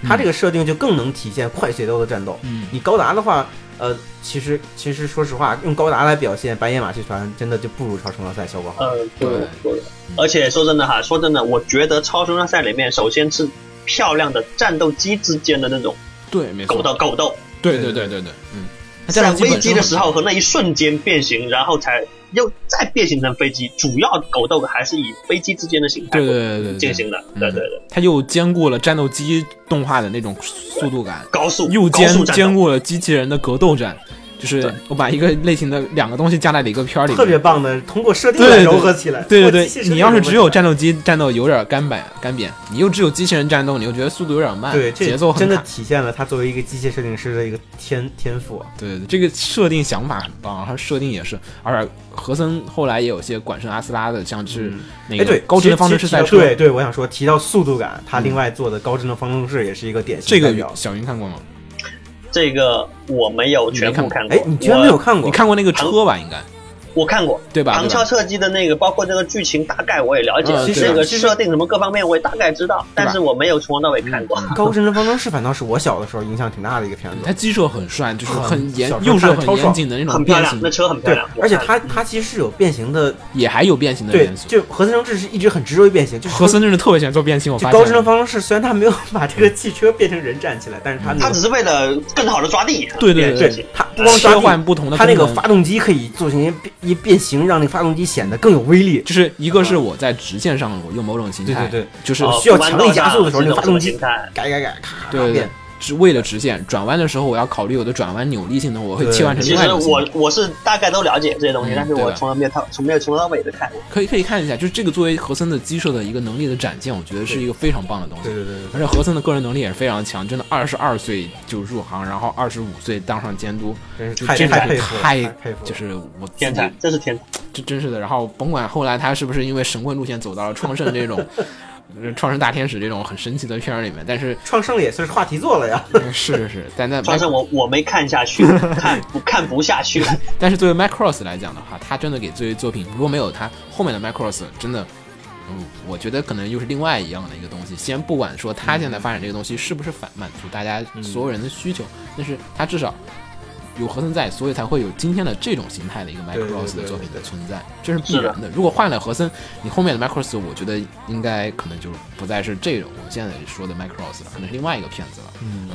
它
嗯
这个设定就更能体现快节奏的战斗。
嗯
你高达的话，呃，其实其实说实话，用高达来表现白野马戏团，真的就不如超声要塞效果好。
嗯，
对
对。而且说真的哈，说真的，我觉得超声赛里面，首先是漂亮的战斗机之间的那种
对没
狗
错
斗，狗斗，
对对对对对，嗯。它战
在
斗本
危
身
机的时候和
很
那一瞬间变形，然后才又再变形成飞机。主要狗斗还是以飞机之间的形态
对对对对对嗯
进行的。对对对，
它又兼顾了战斗机动画的那种速度感，
高速
又
高速
兼
战斗
兼顾了机器人的格斗战，就是我把一个类型的两个东西加在了一个片儿里面，
特别棒的，通过设定
呃对
来
对
柔合起来。
对
我
对
机器
对，
设定
你要是只
柔
有
啊
合起来
战斗机战斗有点干板干瘪，你又只有机器人战斗，你又觉得速度有点慢，
对
节奏很
真的
卡
体现了他作为一个机械设定师的一个天天赋啊！
对对，这个设定想法很棒，它设定也是，而且和森后来也有些管胜阿斯拉的，像是那
哎，对
个，高智能方程式赛车，
对对，我想说，提到速度感，他另外做的高智能方程式也是一个典型
这
代
个
表。
小云看过吗？
这个我没有全部
你没看
看过
哎，，你居然没有看过
你？看过那个车吧？应该
我我看过。
对吧？
旁
对
敲
吧？
侧击的那个，包括这个剧情大概我也了解，
嗯
这
其实
个
其实
设定什么各方面我也大概知道，但是我没有从头到尾看过。
嗯
(laughs)
高智能方程式反倒是我小的时候影响挺大的一个片子。
它机设很帅，就是很严
小，时候
又是
看着
很
超
严
爽
谨的那种
很漂
变
亮
形，
那，车很漂
对
亮，，
而且
我看了
它它其实是有变形的，
也还有变形的
对
元，素。
就核森政治是一直很执着于变形，就是
和森真是特别喜欢做变形，我
就
发
高智能
现。
方程式虽然它没有 (laughs) 把这个汽车变成人站起来，但是它那
它只
个
是为了更好的抓地。
对对
这
对
个事情
它不光抓
切
地
换不同的
它那个
功能
发动机可以做进行变一变形，让那个发动机显得更有威力。
就是一个是我在直线上我用某种形
对
态，
对对，
就是
哦
需要强力加速的时候那个发动机
弯道上
改改改，咔
对对对
变。
只为了直线转弯的时候，我要考虑我的转弯扭力性能，我会
对
切换成
是
另
这
外一
种
种
形态其
形
实
态。
我我是大概都了解这些东西，
嗯
但是
对
我
吧
从来没有看，从没有从头到尾的看过。
可以可以看一下，就是这个作为和森的机设的一个能力的展现，我觉得是一个非常棒的东西
对。对对对，
而且和森的个人能力也是非常强，真的二十二岁就入行，然后二十五岁当上监督，
真是
就
太
这
太
个
佩服了，太佩服了。
就是我自
天
己
才，这是天才。
这真是的。然后甭管后来他是不是因为神棍路线走到了创圣这种。
(laughs)
呃创圣大天使这种很神奇的片儿里面，但
(laughs)
是
创圣也算是话题作了呀。
是是是，但在
反正我我没看下
(laughs)
去，看不看不下去。
但是对于 Macross 来讲的话，他真的给这些作品，如果没有他后面的 Macross，真的，嗯，我觉得可能又是另外一样的一个东西。先不管说他现在发展这个东西是不是反满足大家
嗯
所有人的需求，但是他至少有和森在，所以才会有今天的这种形态的一个
对对对
Macross 的
对
作品的
对
存在，这是必然的。如果换了和森，你后面的 Macross，我觉得应该可能就不再是这种我们现在说的 Macross 了，可能是另外一个片子了。
(laughs)
嗯，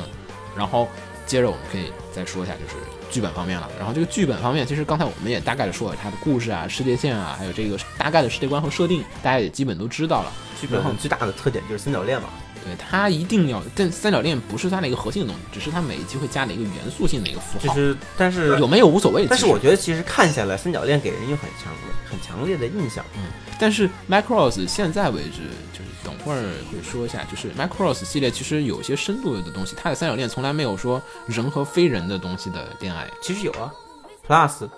然后接着我们可以再说一下就是剧本方面了。然后这个剧本方面，其实刚才我们也大概的说了它的故事啊、世界线啊，还有这个大概的世界观和设定，大家也基本都知道了。
剧本上最大的特点就是三角恋嘛，
对，它一定要，但三角恋不是它的一个核心的东西，只是它每一集会加了一个元素性的一个符
就
号，
是但是
有没有无所谓。
但是
其实
我觉得其实看下来，三角恋给人有很强烈很强烈的印象。
但是 Macross 现在为止，就是等会儿会说一下，就是 Macross 系列其实有些深度的东西，它的三角恋从来没有说人和非人的东西的恋爱。
其实有啊，Plus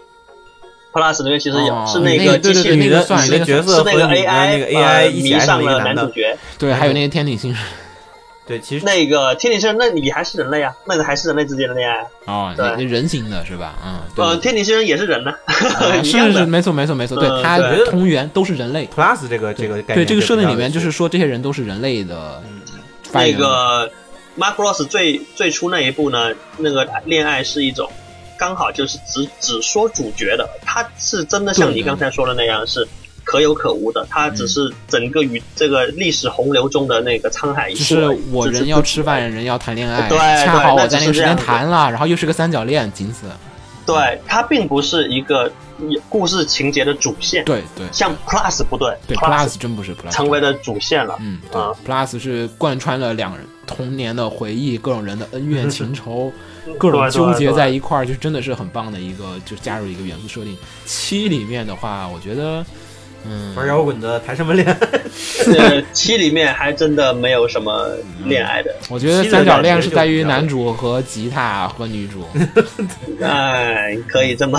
Plus 里面其实有
哦
是那
那个
机器
对对对
人
你
那个
的
算
你
那
的
个
角
是
色和
那
你
个
的那个 AI
呃
一起
迷
爱上
上
一个
了
男
男主
的，
角。
对，还有那些天顶星人
对，其实
那个天顶星人，那你还是人类啊？那还是人类之间的恋爱啊？
哦，
对
那那人形的是吧？嗯，对
呃，
对，
天顶星人也是人呢，
啊
一
是
样
是
的
是，。没错没错没错，对
嗯，
它
对
同源都是人类。
Plus 这个这个概念
对这个设定里面，
就
就是
比较有趣
说这些人都是人类的发
嗯那
源。
个 Mark Ross 最最初那一部呢，那个恋爱是一种刚好就是只只说主角的，他是真的像
对嗯
你
对
刚才说的那样是。可有可无的，他只是整个与这个历史洪流中的那个沧海一
就
粟
是
而已。
我
只
人要吃饭，人要谈恋爱，
对
恰
对
好我
那
在那个
只是
时
这
间
样子
谈了，然后又是个三角恋，仅此。
对，它并不是一个故事情节的主线。
对对，
像 Plus 不对
对
Plus
Plus 真不是 Plus
成为了主线了。
嗯，对
啊
，Plus 是贯穿了两人童年的回忆，各种人的恩怨情
(laughs)
仇，各种
对对
纠结
对
在一块儿，就真的是很棒的一个，就加入一个元素设定。七里面的话，我觉得，嗯，
玩摇滚的谈什么恋？
呃，七里面还真的没有什么恋爱的，
我觉得
七的
三角
感
恋
觉
是
就
在
比
于
较
男主和吉他和女主，
(laughs)
哎，可以这么，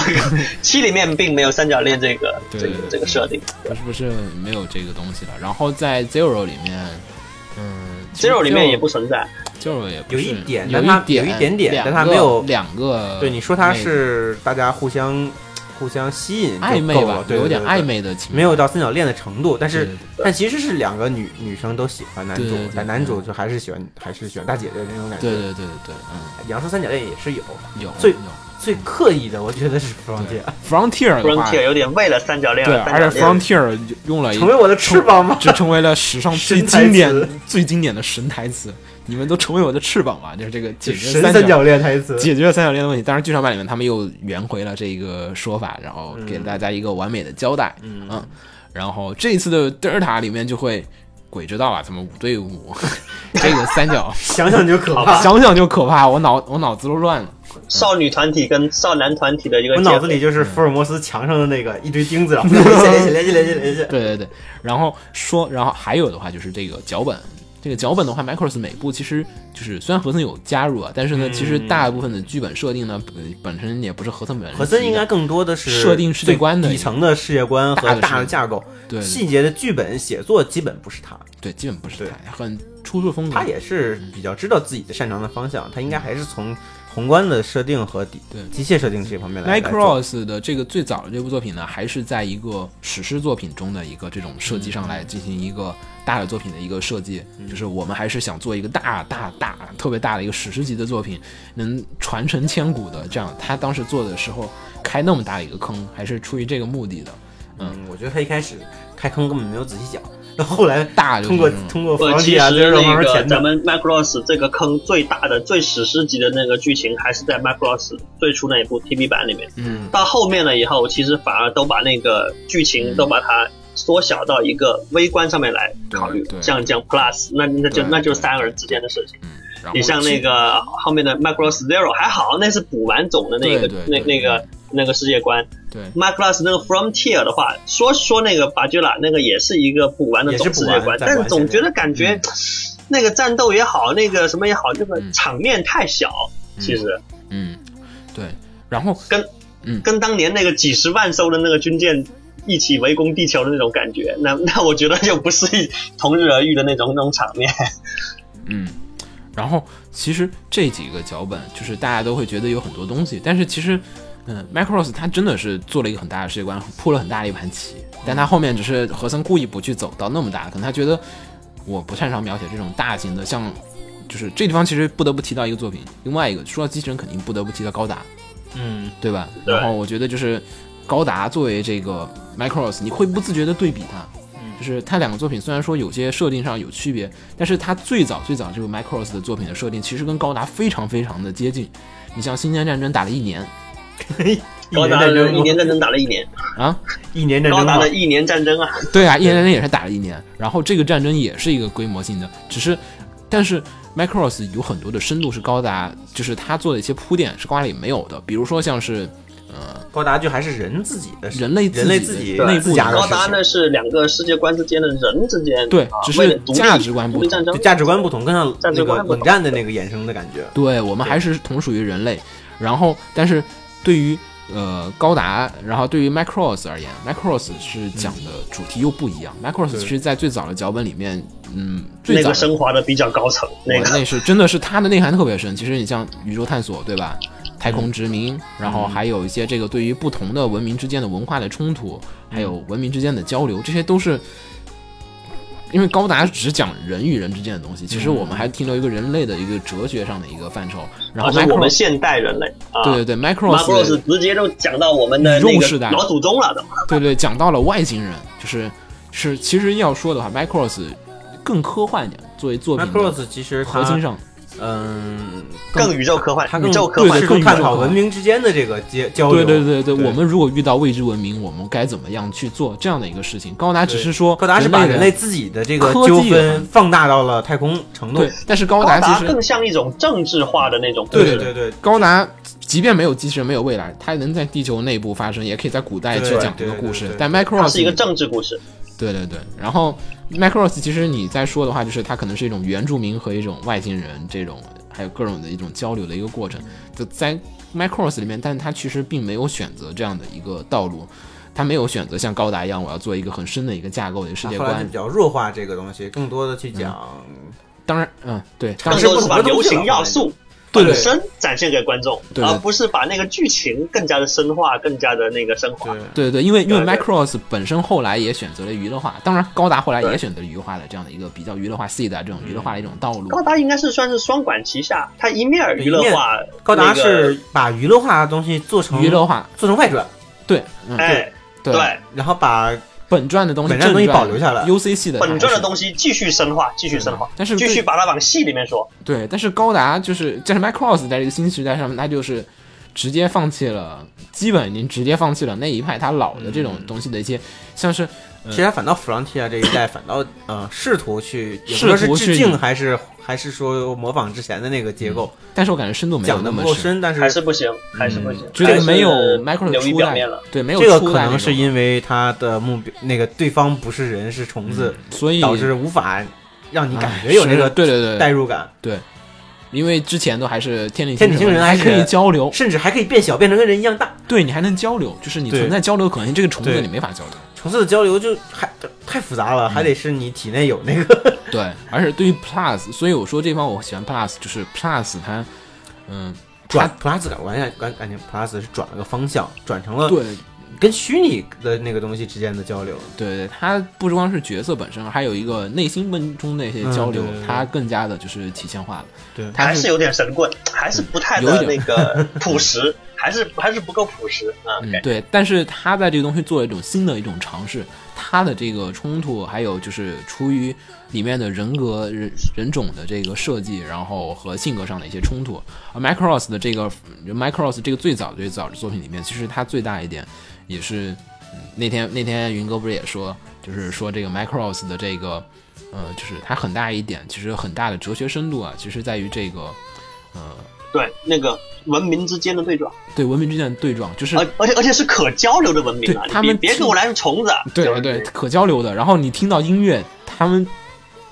七里面并没有三角恋这个
对
这个这个设定。
是不是没有这个东西了？然后在 Zero 里面，嗯
Zero 里面也不存在，
，Zero 也不
有
是
一点
有
但它
点，
有一点点
两
但它
个
没有
两个。
对，你说它
那个
是大家互相互相吸引就
暧昧
够
吧
了，对，
有
对
点
对对
暧昧的情，
没有到三角恋的程度，但
对
是
对
但其实是两个女女生都喜欢男
对
主
对对，
但男主就还是喜欢还是喜欢大姐姐那种感觉。
对对对对对，嗯，
你要说三角恋也是有，
有
最
有。
最刻意的我觉得是 Frontier，
Frontier 的话，
Frontier 有点为了三角恋
对，
而三角
而且
恋。
Frontier 用了一
成为我的翅膀吧。
这成为了史上最
神台词
经典、最经典的神台词。你们都成为我的翅膀吧，就是这个解决
神三角恋台词，
解决了三角恋的问题。当然，剧场版里面他们又圆回了这一个说法，然后给大家一个完美的交代。嗯，然后这一次的德尔塔里面就会。鬼知道啊，他们五 (laughs) 对五，这个三角
(laughs) 想想就可怕。
想想就可怕，我脑我脑子都乱了。
少女团体跟少男团体的一个
我
结合。
脑子里就是福尔摩斯墙上的那个一堆钉子，然后啊
联系联系联系联系，
对 (laughs) 对对，然后说，然后还有的话就是这个脚本，这个脚本的话，Micros 每部其实就是虽然和森有加入啊，但
嗯
是呢，其实大部分的剧本设定呢，呃本身也不是和森本人
和森应该
提的
更多的是
设定世界观的
最底层的世界观和
大的世界
大的架构，
对对
细节的剧本写作基本不是他，
对，基本不是
对
他，很出色风格，
他也是比较知道自己的擅长的方向，他应该还是从宏观的设定和底
对
机械设定这方面来。来做
Micros 的这个最早的这部作品呢，还是在一个史诗作品中的一个这种设计上来进行一个大的作品的一个设计，就是我们还是想做一个大大大特别大的一个史诗级的作品，能传承千古的这样。他当时做的时候开那么大的一个坑，还是出于这个目的的。
嗯，我觉得他一开始开坑根本没有仔细讲，到后来
大就是
通过
这种
通过
不，
房
呃其
地啊，
实
这种慢
那
慢
个
填
咱
的。
们 Macross 这个坑最大的、最史诗级的那个剧情，还是在 Macross 最初那一部 TV 版里面。
嗯，
到后面了以后，其实反而都把那个剧情都把它缩小到一个微观上面来考虑
对对，
像这样 Plus，那那就
对
那就是
对
三个人之间的事情。
嗯然后
你像那个后面的 Macross Zero 还好，那是补完总的那个
对对
那
对
那个那个世界观。
对
Macross 那个 Frontier 的话，说说那个巴吉拉那个也是一个补完的
也是
总
补
世
完
界观，
再补完嗯
但是总觉得感觉、那个战斗也好，那个什么也好，这个
嗯
场面太小，
嗯
其实
嗯对，然后
跟当年那个几十万艘的那个军舰。一起围攻地球的那种感觉，那那我觉得就不是一同日而语的那种那种场面。
嗯，然后其实这几个脚本就是大家都会觉得有很多东西，但是其实，嗯，Macross 它真的是做了一个很大的世界观，铺了很大的一盘棋，但他后面只是和森故意不去走到那么大，可能他觉得我不擅长描写这种大型的，像就是这地方其实不得不提到一个作品，另外一个说到机器人肯定不得不提到高达，
嗯，
对吧？
对
然后我觉得就是高达作为这个 Micros，你会不自觉的对比它，就是它两个作品虽然说有些设定上有区别，但是它最早最早这个 Micros 的作品的设定其实跟高达非常非常的接近。你像《星间战争》打了一年
高达
一年战
的
争
一年战争打了
(laughs)
一年，
啊，
一年战
高
争
达
嘛
的一年战争啊，
对啊，一年战争也是打了一年，然后这个战争也是一个规模性的，只是，但是 Macross 有很多的深度是高达，就是他做的一些铺垫是高达里没有的，比如说像是
高达就还是人自己的
人类自己
人类自己
内
自
部
家
的
的
高
事
达
情，
呢是两个世界观之间的人之间，
对
啊
只是
为了独立
价值观不
独立战
同
争
就，价值观不同，跟上
价值
那
观
个
不同
冷战的那个衍生的感觉。
对我们还是同属于人类。然后，但是对于呃高达，然后对于 Macross 而言，Macross 是讲的主题又不一样。Macross
对
其实在最早的脚本里面，嗯，最
那
早
个
的
升华的比较高层，那个
那是真的是它的内涵特别深。其实你像宇宙探索，对吧？太
嗯
空殖民，然后还有一些这个对于不同的文明之间的文化的冲突，还有
嗯
文明之间的交流，这些都是。因为高达只讲人与人之间的东西，其实
嗯
我们还停留一个人类的一个哲学上的一个范畴。然后
而啊且我们
Macross
现代人类啊，
对对对
Macross
，Macross，
直接就讲到我们的
宇
那
宙时代
个老祖宗了都。
对对，讲到了外星人，就是是，其实要说的话，Macross 更科幻一点，作为作品的
Macross 其实
核心
它
上，
嗯，
更宇宙科幻
它，
宇
更
宙科幻
对
是
更宇宙
探
科
讨
幻
文明之间的这个交交流。
对对对对，
对
我们如果遇到未知文明，我们该怎么样去做这样的一个事情？高达只是说，
高达是把人
人
类自己的这个
科技
纠
也
纷放大到了太空程度
对。，但是高
高
达
达
其
更
实
像一种政治化的那种，
对
对对对，
高达。即便没有机器人，没有未来，它能在地球内部发生，也可以在古代去
对
讲这个
对
故
对
事
对。
但
它
Macross
是一个政治故事。
对对对，然后 Macross 其实你在说的话，就是它可能是一种原住民和一种外星人这种，还有各种的一种交流的一个过程。就在 Macross 里面，但它其实并没有选择这样的一个道路，它没有选择像高达一样，我要做一个很深的一个架构的一个世
它
界
啊后来就
观嗯
比。较弱化这个东西，更多的去讲，
当然，嗯，对，当
更
然
是
多
不
是
同
把
的东西
流行
了
要素
对对
本身展现给观众，
对对
而不是把那个剧情更加的深化，更加的那个升华。
对，
对对，因为因为
对对
Macross 本身后来也选择了娱乐化，当然高达后来也
对
选择了娱乐化的这样的一个比较娱乐化 seed 啊这种娱乐化的一种道路。
高达应该是算是双管齐下，它一面儿娱乐化，
高达
那个
是把娱乐化的东西做成
娱乐化，
做成外传，
对，嗯，
哎，
对，
然后把
本传的东西，
本传的东西保留下来
，UC 系的
本
还
传的
是嗯
东西继续深化，继续深化，
但是
继
对
续把它往戏里面说。
对，但是高达就是，但是 Macross 在这个新时代上面，它就是直接放弃了基本已经直接放弃了那一派他老的这种东西的一些，像是
其实他反倒 Frontier 这一代反倒呃试图去，也
试
不说是
图去
致敬还是还是说模仿之前的那个结构，
但是我感觉深嗯度没有
讲
那
的不
么
够
深，
深，但
还
是
是不行，还是不行，
嗯觉得没有
还是
Micro 的
流于
初
表
代
面了。，
对，没有
这个
初
可
代那
能是
种
因为他的目标那个对方不是人是虫子，
所以
导致无法让你感
嗯哎
觉有那
是
个
对对对
代入感，
因为之前都还是天顶
天顶星人
还
还
可以
是
交流，
甚至还可以变小，变成跟人一样大。
对你还能交流，就是你
对
存在交流可能性，这个虫子
对
你没法交流。
虫子的交流就还太复杂了，还得是你体内有那个。 (laughs)
对，而且对于 Plus，所以我说这方我喜欢 Plus，就是 Plus 它，嗯，它
转 plus 感，我感觉感感觉 plus 是转了个方向，转成了
对
跟虚拟的那个东西之间的交 (laughs) 流。
对对，它不光是角色本身，还有一个内心当中的一些交流，
嗯对对对
它更加的就是体现化了。
对
它
还是有点神棍，还是不太
嗯有
的那
点
个朴实， (laughs) 还是还是不够朴实啊。
嗯
感，
对，但是他在这个东西做了一种新的一种尝试，他的这个冲突，还有就是出于里面的人格人人种的这个设计，然后和性格上的一些冲突。而 Macross 的这个 Macross 这个最早最早的作品里面，其实它最大一点也是、嗯那天那天云哥不是也说，就是说这个 Macross 的这个呃，就是它很大一点，其实很大的哲学深度啊，其实在于这个
对，那个文明之间的对撞，
对文明之间的对撞，就是
而而且而且是可交流的文明啊！
对
你
他
别
们
别
听
给我来个虫子啊，
对
就是
对，可交流的。然后你听到音乐，他们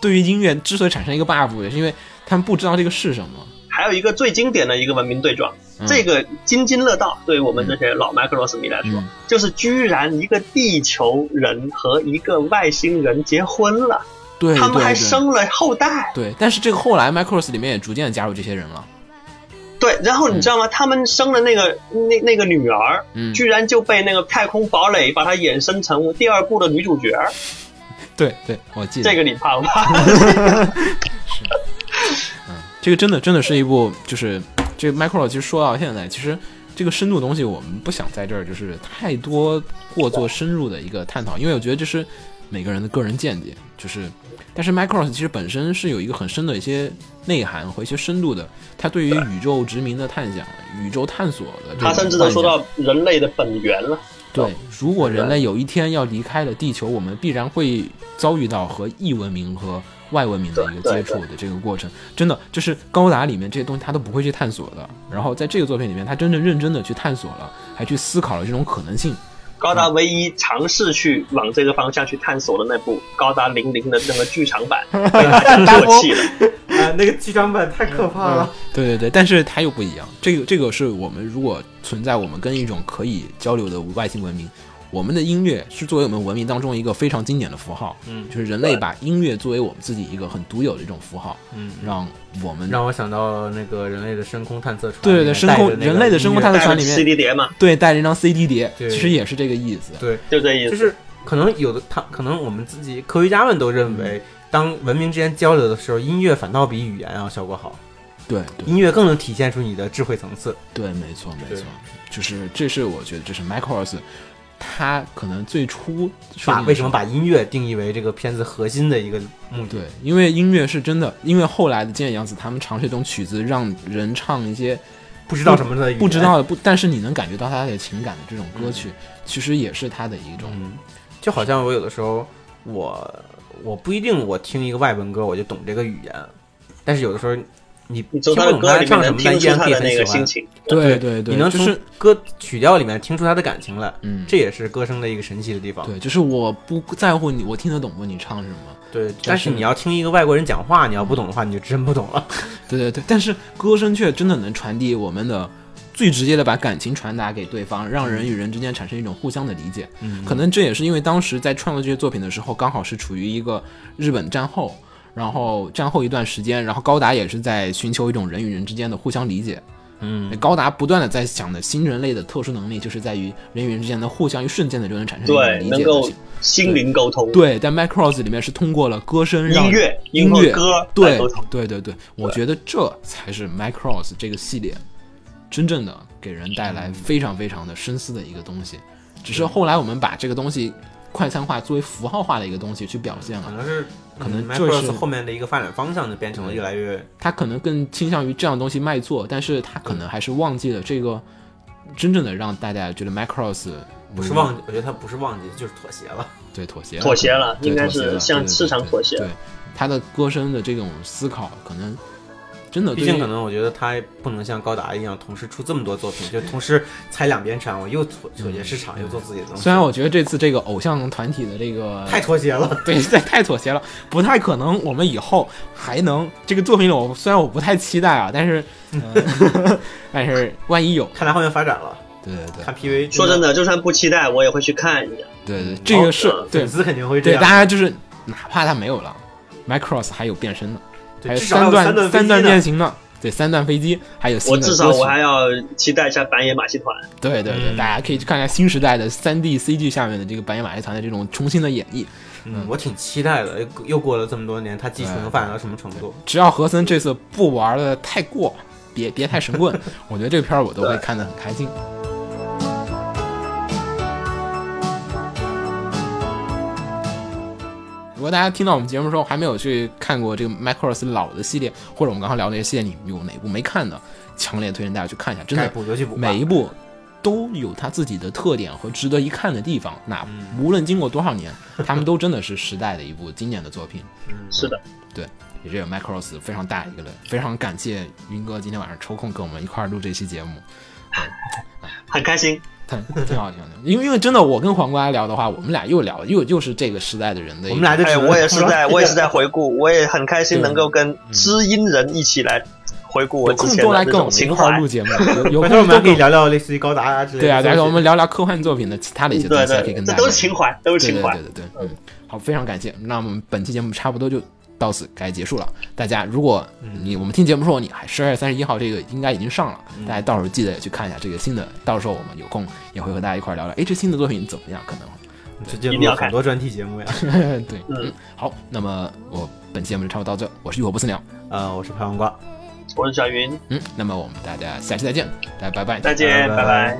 对于音乐之所以产生一个 buff，也是因为他们不知道这个是什么。
还有一个最经典的一个文明对撞，
嗯
这个津津乐道，对于我们这些老麦克罗斯迷来说，
嗯
就是居然一个地球人和一个外星人结婚了，
对
他们还
对对。
生了后代。
对，但是这个后来 Micros 里面也逐渐地加入这些人了。
对，然后你知道吗？他们生了那个那那个女儿，
嗯，
居然就被那个太空堡垒把她衍生成第二部的女主角，
对对，我记得
这个你怕不
(laughs)
怕？
这个真的真的是一部，就是这个 Micro 其实说到现在，其实这个深度东西我们不想在这儿就是太多过做深入的一个探讨，因为我觉得这是每个人的个人见解，就是。但是 Micro 其实本身是有一个很深的一些内涵和一些深度的，它对于宇宙殖民的探想、宇宙探索的这种
他甚至都说
幻想
到人类的本源了。
对，如果人类有一天要离开了地球，我们必然会遭遇到和异文明和外文明的一个接触的这个过程。真的，就是高达里面这些东西他都不会去探索的。然后在这个作品里面，他真正认真的去探索了，还去思考了这种可能性。
高达唯一尝试去往这个方向去探索的那部《高达零零》的那个剧场
(laughs)
版，被大家唾弃了。
啊，那个剧场版太可怕了。
对对对，但是它又不一样。这个这个是我们如果存在我们跟一种可以交流的外星文明，我们的音乐是作为我们文明当中一个非常经典的符号。
嗯
就是人类把音乐作为我们自己一个很独有的一种符号，
嗯，
让我们
让我想到那个人类的深空探测船，
对对对，深空人类的深空探
测，
测
带
船
着
里面，
CD 碟嘛，
对，带着一张 CD 碟，
对
其实也是这个意思。
对，
就这意
就
思。
是可能有的他，可能我们自己科学家们都认为，当文明之间交流的时候，音乐反倒比语言要效果好，
对对
音乐更能体现出你的智慧层次。
对，没错没
对
错，就是这是我觉得这是 Michaels，他可能最初
把
设定
为什么
的
把音乐定义为这个片子核心的一个目的？
对，因为音乐是真的，因为后来的菅野洋子他们尝试这种曲子，让人唱一些
不知道什么的语言
不知。道的不，但是你能感觉到他的情感的这种歌曲，其实也是他的一种
嗯，就好像我有的时候，我我不一定我听一个外文歌我就懂这个语言，但是有的时候你
你
听
从
不
他的
懂
歌里面
唱什
能
么，但
听
依然
出他
可以很喜
的那个心
欢。
情，
对对对，
你能
就
从
是
歌曲调里面听出他的感情来，
嗯
这也是歌声的一个神奇的地方。
对，就是我不在乎你，我听得懂不？你唱什么？
对，
但
但
是
是你要听一个外国人讲话，你要不懂的话，你就真不懂
(laughs)
了。
对对对，但是歌声却真的能传递我们的最直接的把感情传达给对方，让人与人之间产生一种互相的理解。
嗯
可能这也是因为当时在创作这些作品的时候，刚好是处于一个日本战后，然后战后一段时间，然后高达也是在寻求一种人与人之间的互相理解。
嗯，
高达不断的在想的新人类的特殊能力，就是在于人与人之间的互相一瞬间的就能产生一种
对，
理
能
解
够
的。
心灵沟通，
对，但 Macross 里面是通过了歌声让
音乐、
音
通过
乐
歌来
对
沟通。
对对对，我觉得这才是 Macross 这个系列真正的给人带来
嗯
非常非常的深思的一个东西。只是后来我们把这个东西快餐化作为符号化的一个东西去表现
可
了，
能是
可能
嗯
就是
Macross 后面的一个发展方向就变成了越来越
嗯
它可能更倾向于这样的东西卖座，但是它可能还是忘记了这个真正的让大家觉得 Macross 嗯
不是忘记，我觉得他不是忘记，就是妥协了。
对妥协
妥协了，
对
应该
妥协
是
了
向
对
市场
对
妥协
对，他的歌声的这种思考，可能真的
毕
对
竟
于
可能我觉得他不能像高达一样同时出这么多作品，就同时踩两边船，我又妥妥协市场，又做自己的东西
嗯虽，然我觉得这次这个偶像团体的这个
(laughs) 太妥协了。
对，太太妥协了，不太可能。我们以后还能这个作品里，我虽然我不太期待啊，但是，呃 (laughs) 但是万一有，
看他后面发展了，
对对对
看 PV，
说真的，就算不期待，我也会去看一下。
对
嗯
对，这个是
好的
对
粉丝肯定会
对，
这
大
样，
家就是哪怕他没有了，Macross 还有变身呢，还
对，
有
至少还有
段
段
三
飞机呢
变形呢，对，三段飞机，还有新
我
的
至少
歌曲
我还要期待一下板野马戏团。
对对对，
嗯
大家可以去看看新时代的三 D CG 下面的这个板野马戏团的这种重新的演绎。
嗯，我挺期待的。又又过了这么多年，他技术能发展到什么程度？
只要和森这次不玩的太过，别别太神棍，我觉得这个片儿我都会看得很开心。如果大家听到我们节目的时候还没有去看过这个 Macross 老的系列，或者我们刚刚聊的这些系列，你有哪部没看的，强烈推荐大家去看一下，真
该
的
补就去补吧。
每一部都有它自己的特点和值得一看的地方。哪无论经过多少年，他们都真的是时代的一部经典的作品。
嗯
是的，
也是有 Macross 非常大一个人，非常感谢云哥今天晚上抽空跟我们一块儿录这期节目，
很开心。
挺挺好听的。因为因为真的，我跟黄瓜聊的话，我们俩又聊又又是这个时代的人的一
我
个，
们俩就只
哎，
能
我也是
(laughs)
在，我也是在回顾，我也很开心
对
能够跟知音人一起来回顾我
有
之
空
前
多
的
来
这
跟我们
种
一
情
块儿
怀
录。
(laughs)
节目，有有
(laughs) 回
空
头我们
多
还可以
跟
聊聊类似于高达啊之类的。
对啊，
但
然
是
后我们聊聊科幻作品的其他的一些东
对
西，
对
可以
对，
跟
这
大家
都是情怀，都是
对
情
对
怀
对。对对，嗯，好，非常感谢。那我们本期节目差不多就到此该结束了。大家如果嗯
嗯
你我们听节目时候，你还十二月三十一号这个应该已经上了，大家到时候记得去看一下这个新的。到时候我们有空也会和大家一块儿聊聊，哎，这新的作品怎么样？可能
直接
一定
录
要
了很
看
多专题节目呀。
对，
嗯，
好，那么我本期节目就差不多到这，我是浴火不死鸟，
呃，我是潘黄瓜。
我是小云，
嗯，那么我们大家下期再见，大家拜拜。
再见，
拜拜
拜拜。
「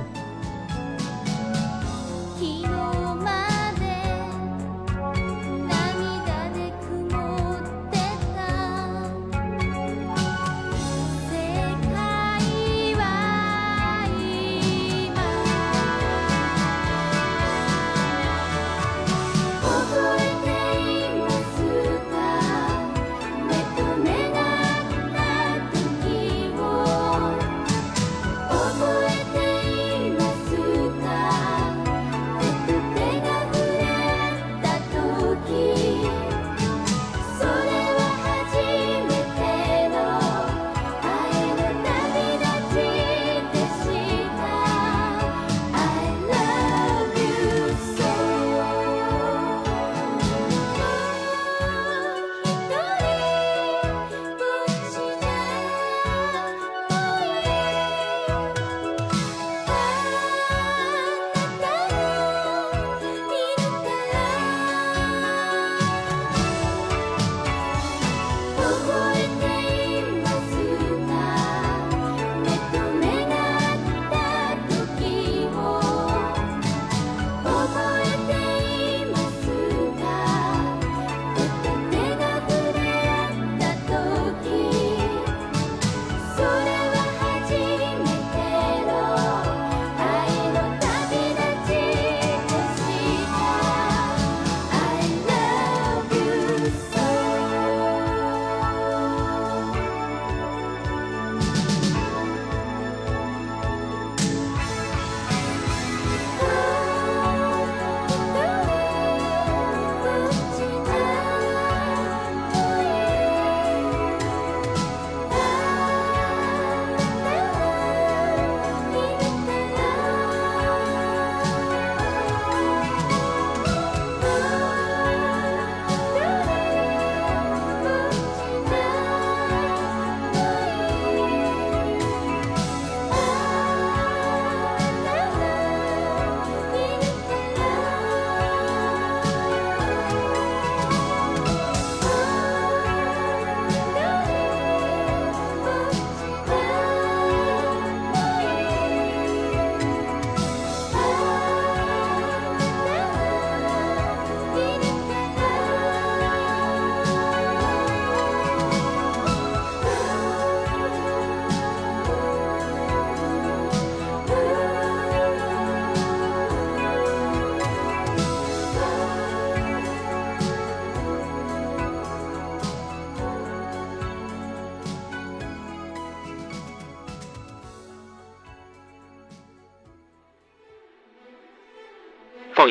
昨日まで涙で曇ってた」「世界は今」「覚えていますか」「目と目が合った時を」覚えてい
放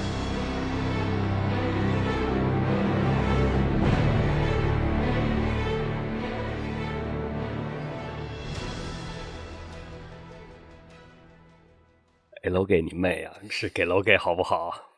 给楼给你妹啊！是给楼给好不好？